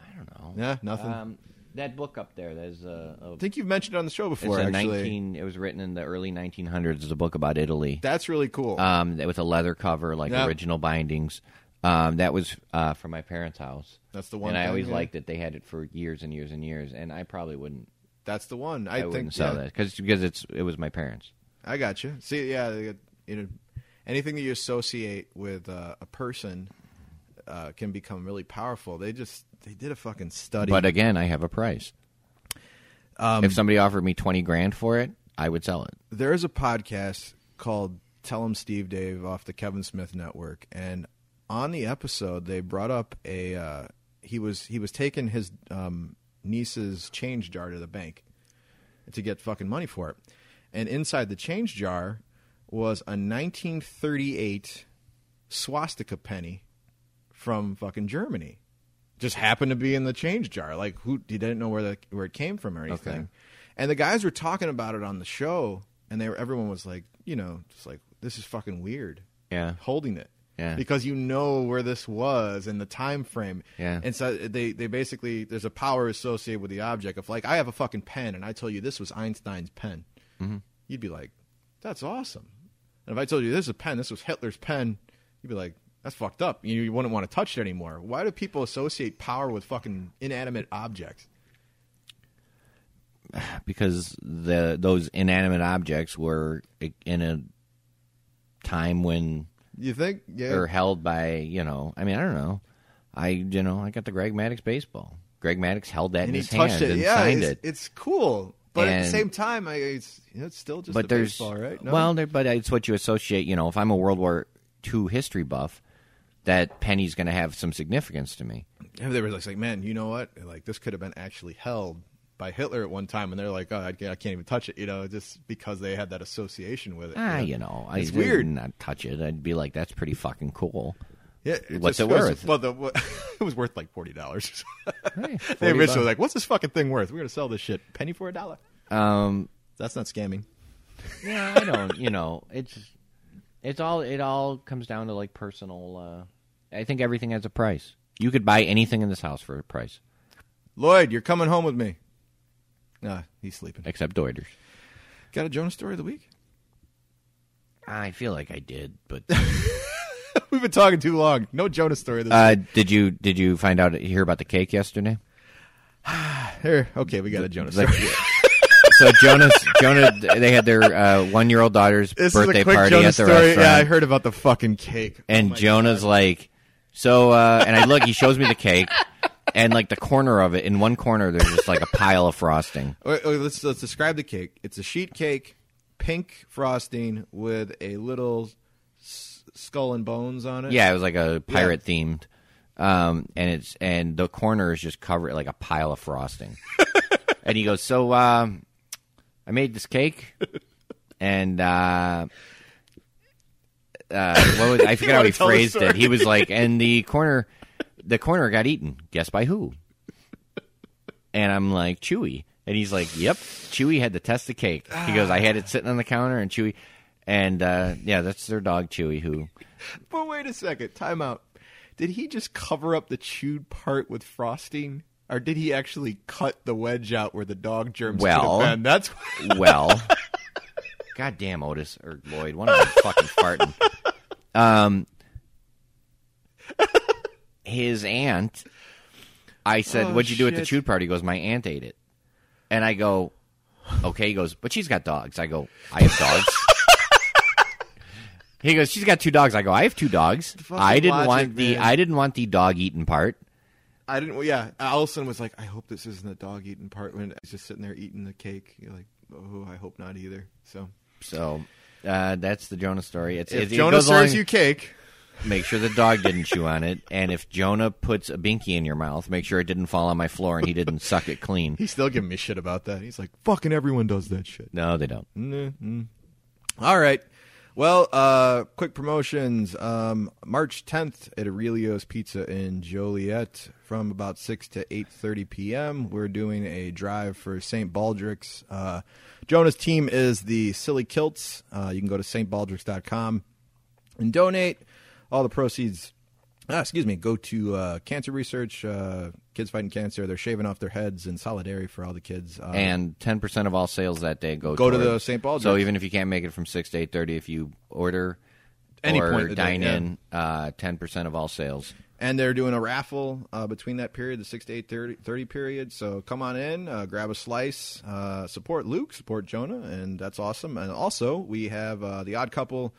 [SPEAKER 1] I don't don't know.
[SPEAKER 2] Yeah, nothing.
[SPEAKER 1] Um, that book up there, there's a. a
[SPEAKER 2] I think you've mentioned it on the show
[SPEAKER 1] it's
[SPEAKER 2] before.
[SPEAKER 1] a
[SPEAKER 2] actually,
[SPEAKER 1] 19. It was written in the early 1900s. It's a book about Italy.
[SPEAKER 2] that's really cool.
[SPEAKER 1] um, that- with a leather cover, like
[SPEAKER 2] Yeah.
[SPEAKER 1] original bindings. Um, that was uh, from my parents' house.
[SPEAKER 2] That's the one
[SPEAKER 1] and I
[SPEAKER 2] thing,
[SPEAKER 1] always
[SPEAKER 2] yeah.
[SPEAKER 1] liked that they had it for years and years and years. And I probably wouldn't.
[SPEAKER 2] that's the one. I,
[SPEAKER 1] I,
[SPEAKER 2] think
[SPEAKER 1] wouldn't sell
[SPEAKER 2] yeah,
[SPEAKER 1] that 'cause that because it's it was my parents.
[SPEAKER 2] I got you. See, yeah, they get- you know, anything that you associate with uh, a person uh, can become really powerful. They just they did a fucking study.
[SPEAKER 1] But again, I have a price.
[SPEAKER 2] Um,
[SPEAKER 1] if somebody offered me twenty grand for it, I would sell it.
[SPEAKER 2] there is a podcast called Tell 'em Steve Dave off the Kevin Smith Network, and on the episode they brought up a uh, he was he was taking his um, niece's change jar to the bank to get fucking money for it, and inside the change jar was a 1938 swastika penny from fucking Germany. Just happened to be in the change jar. Like who he didn't know where the where it came from or anything.
[SPEAKER 1] Okay.
[SPEAKER 2] And the guys were talking about it on the show, and they were everyone was like, you know, just like this is fucking weird.
[SPEAKER 1] Yeah.
[SPEAKER 2] holding it.
[SPEAKER 1] Yeah.
[SPEAKER 2] because you know where this was and the time frame.
[SPEAKER 1] Yeah.
[SPEAKER 2] and so they they basically there's a power associated with the object of like I have a fucking pen and I tell you this was Einstein's pen. Mm-hmm. You'd be like, that's awesome. And if I told you this is a pen, this was Hitler's pen, you'd be like, that's fucked up. You, you wouldn't want to touch it anymore. Why do people associate power with fucking inanimate objects?
[SPEAKER 1] because the those inanimate objects were in a time when
[SPEAKER 2] You think? Yeah.
[SPEAKER 1] or held by you know i mean i don't know i you know i got the greg maddox baseball greg maddox held that in
[SPEAKER 2] and he
[SPEAKER 1] his
[SPEAKER 2] touched
[SPEAKER 1] hand
[SPEAKER 2] it.
[SPEAKER 1] and
[SPEAKER 2] Yeah,
[SPEAKER 1] signed
[SPEAKER 2] it's,
[SPEAKER 1] it
[SPEAKER 2] it's cool. But at the
[SPEAKER 1] And-
[SPEAKER 2] same time, I, it's you know, it's still just a
[SPEAKER 1] but there's
[SPEAKER 2] baseball, right? No?
[SPEAKER 1] well there, but it's what you associate you know if i'm a world war ii history buff that penny's going to have some significance to me
[SPEAKER 2] And they were just like, man, you know what? Like this could have been actually held by Hitler at one time, and they're like, oh, I can't I can't even touch it, you know, just because they had that association with it.
[SPEAKER 1] ah
[SPEAKER 2] you know?
[SPEAKER 1] you know I-
[SPEAKER 2] It's
[SPEAKER 1] I
[SPEAKER 2] weird.
[SPEAKER 1] would not touch it i'd be like that's pretty fucking cool
[SPEAKER 2] Yeah,
[SPEAKER 1] What's
[SPEAKER 2] just
[SPEAKER 1] it
[SPEAKER 2] was-
[SPEAKER 1] worth?
[SPEAKER 2] well, the, what, it was worth like forty dollars.
[SPEAKER 1] Hey, 40
[SPEAKER 2] they originally were
[SPEAKER 1] bucks.
[SPEAKER 2] like, "What's this fucking thing worth? We're gonna sell this shit penny for a dollar."
[SPEAKER 1] um
[SPEAKER 2] That's not scamming.
[SPEAKER 1] yeah i don't you know it's it's all it all comes down to like personal uh i think everything has a price you could buy anything in this house for a price
[SPEAKER 2] Lloyd, you're coming home with me. Nah, he's sleeping.
[SPEAKER 1] except Deuters.
[SPEAKER 2] Got a Jonah story of the week?
[SPEAKER 1] I feel like I did, but
[SPEAKER 2] We've been talking too long. No Jonah story this
[SPEAKER 1] uh, did you did you find out hear about the cake yesterday?
[SPEAKER 2] week. Here, okay, we got a Jonah
[SPEAKER 1] Like,
[SPEAKER 2] story.
[SPEAKER 1] so Jonas Jonah they had their uh, one year old daughter's
[SPEAKER 2] This is
[SPEAKER 1] birthday
[SPEAKER 2] a quick
[SPEAKER 1] party
[SPEAKER 2] Jonah
[SPEAKER 1] at the
[SPEAKER 2] story.
[SPEAKER 1] restaurant,
[SPEAKER 2] Yeah, I heard about the fucking cake.
[SPEAKER 1] and
[SPEAKER 2] Oh my
[SPEAKER 1] Jonah's like, so uh, and I look, he shows me the cake, and like the corner of it, in one corner there's just like a pile of frosting.
[SPEAKER 2] Wait, wait, let's let's describe the cake. It's a sheet cake, pink frosting with a little s- skull and bones on it.
[SPEAKER 1] Yeah, it was like a pirate themed. Um, and it's and the corner is just covered like a pile of frosting. and he goes, "So um, I made this cake, and uh, uh, what was, I forget how
[SPEAKER 2] wanna
[SPEAKER 1] he
[SPEAKER 2] tell the
[SPEAKER 1] phrased it.
[SPEAKER 2] story?
[SPEAKER 1] He was like, and the corner, the corner got eaten. Guess by who? And I'm like, Chewy. And he's like, Yep, Chewy had to test the cake. He goes, I had it sitting on the counter, and Chewy, and uh, yeah, that's their dog Chewy who.
[SPEAKER 2] But wait a second, time out. Did he just cover up the chewed part with frosting, or did he actually cut the wedge out where the dog germs
[SPEAKER 1] Well-
[SPEAKER 2] could have been? That's
[SPEAKER 1] well. God damn, Otis or Lloyd, one of them fucking farting. Um, his aunt. I said,
[SPEAKER 2] Oh,
[SPEAKER 1] "What'd you do at the
[SPEAKER 2] shit.
[SPEAKER 1] chewed party?" He goes, "My aunt ate it," and I go, "Okay." He goes, "But she's got dogs." I go, "I have dogs." he goes, "She's got two dogs." I go, "I have two dogs."
[SPEAKER 2] fucking
[SPEAKER 1] I didn't
[SPEAKER 2] logic,
[SPEAKER 1] want the
[SPEAKER 2] man.
[SPEAKER 1] I didn't want the dog eaten part.
[SPEAKER 2] I didn't. well, Yeah, Allison was like, "I hope this isn't the dog eating part." When it's just sitting there eating the cake, you're like, "Oh, I hope not either." So
[SPEAKER 1] So uh, that's the Jonah story. It's
[SPEAKER 2] if
[SPEAKER 1] it, it
[SPEAKER 2] Jonah
[SPEAKER 1] goes
[SPEAKER 2] serves
[SPEAKER 1] along-
[SPEAKER 2] you cake,
[SPEAKER 1] make sure the dog didn't chew on it. And if Jonah puts a binky in your mouth, make sure it didn't fall on my floor and he didn't suck it clean.
[SPEAKER 2] he's still giving me shit about that. He's like, "Fucking everyone does that shit."
[SPEAKER 1] No, they don't.
[SPEAKER 2] All right. Well, uh, quick promotions. Um, March 10th at Aurelio's Pizza in Joliet from about 6 to 8.30 p.m. We're doing a drive for St. Baldrick's. Uh, Jonah's team is the Silly Kilts. Uh, you can go to stbaldrick's.com and donate. All the proceeds ah, excuse me, go to uh, Cancer Research, uh, Kids Fighting Cancer. They're shaving off their heads in solidarity for all the kids. Uh,
[SPEAKER 1] and ten percent of all sales that day go
[SPEAKER 2] Go to
[SPEAKER 1] toward-
[SPEAKER 2] the St. Paul
[SPEAKER 1] So
[SPEAKER 2] Jets.
[SPEAKER 1] even if you can't make it from six to eight thirty, if you order
[SPEAKER 2] Any
[SPEAKER 1] or
[SPEAKER 2] point of the day,
[SPEAKER 1] dine
[SPEAKER 2] yeah.
[SPEAKER 1] in, uh, ten percent of all sales.
[SPEAKER 2] and they're doing a raffle uh, between that period, the six to eight thirty, 30 period. So come on in, uh, grab a slice, uh, support Luke, support Jonah, and that's awesome. And also, we have uh, the Odd Couple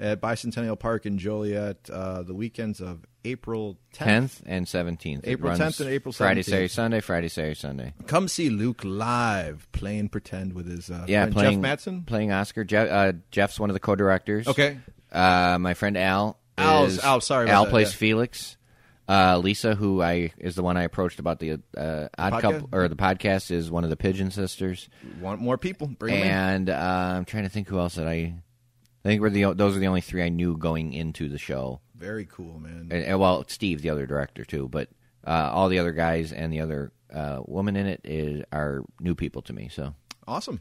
[SPEAKER 2] at Bicentennial Park in Joliet uh, the weekends of April tenth.
[SPEAKER 1] Tenth and seventeenth.
[SPEAKER 2] April 10th and April
[SPEAKER 1] Friday,
[SPEAKER 2] 17th.
[SPEAKER 1] Saturday, Sunday. Friday, Saturday, Sunday.
[SPEAKER 2] Come see Luke live playing pretend with his uh,
[SPEAKER 1] Yeah,
[SPEAKER 2] friend
[SPEAKER 1] playing
[SPEAKER 2] Jeff Matson.
[SPEAKER 1] playing Oscar. Jeff, uh, Jeff's one of the co-directors.
[SPEAKER 2] Okay.
[SPEAKER 1] Uh, my friend Al.
[SPEAKER 2] Al's-
[SPEAKER 1] is,
[SPEAKER 2] Al, sorry about
[SPEAKER 1] Al
[SPEAKER 2] that,
[SPEAKER 1] plays
[SPEAKER 2] yeah.
[SPEAKER 1] Felix. Uh, Lisa, who I is the one I approached about the uh, odd
[SPEAKER 2] podcast?
[SPEAKER 1] couple or the podcast, is one of the Pigeon Sisters.
[SPEAKER 2] Want more people? Bring 'em in.
[SPEAKER 1] and uh, I'm trying to think who else that I. I think we're the o- those are the only three I knew going into the show.
[SPEAKER 2] Very cool, man.
[SPEAKER 1] And, and, well, Steve, the other director, too, but uh, all the other guys and the other uh, woman in it is are new people to me. So,
[SPEAKER 2] Awesome.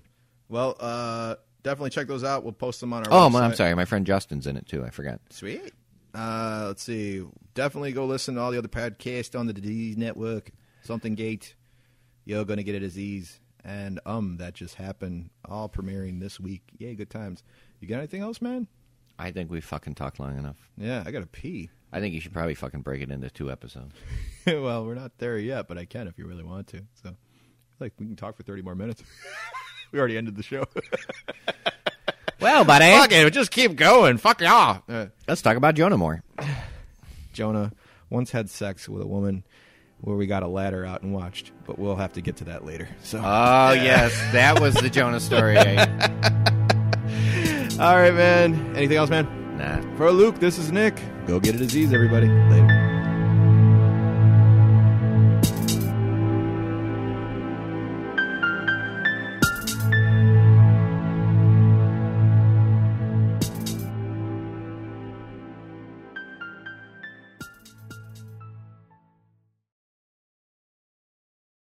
[SPEAKER 2] Well, uh, definitely check those out. We'll post them on our.
[SPEAKER 1] oh,
[SPEAKER 2] website.
[SPEAKER 1] my, I'm sorry, my friend Justin's in it too. I forgot.
[SPEAKER 2] Sweet. Uh, let's see. Definitely go listen to all the other podcasts on the Disease Network. Something Gate. Yo, gonna get a disease. And um, that just happened. All premiering this week. Yay, good times. You got anything else, man?
[SPEAKER 1] I think we fucking talked long enough.
[SPEAKER 2] Yeah, I gotta pee.
[SPEAKER 1] I think you should probably fucking break it into two episodes.
[SPEAKER 2] well, we're not there yet, but I can if you really want to. So, like, we can talk for thirty more minutes. we already ended the show.
[SPEAKER 1] Well, buddy,
[SPEAKER 2] it, just keep going. Fuck y'all. Uh,
[SPEAKER 1] let's talk about Jonah more.
[SPEAKER 2] Jonah once had sex with a woman where we got a ladder out and watched, but we'll have to get to that later. So,
[SPEAKER 1] Oh yes, that was the Jonah story. eh? nah,
[SPEAKER 2] all right, man. Anything else, man? For Luke, this is Nick. Go get a disease, everybody. Later.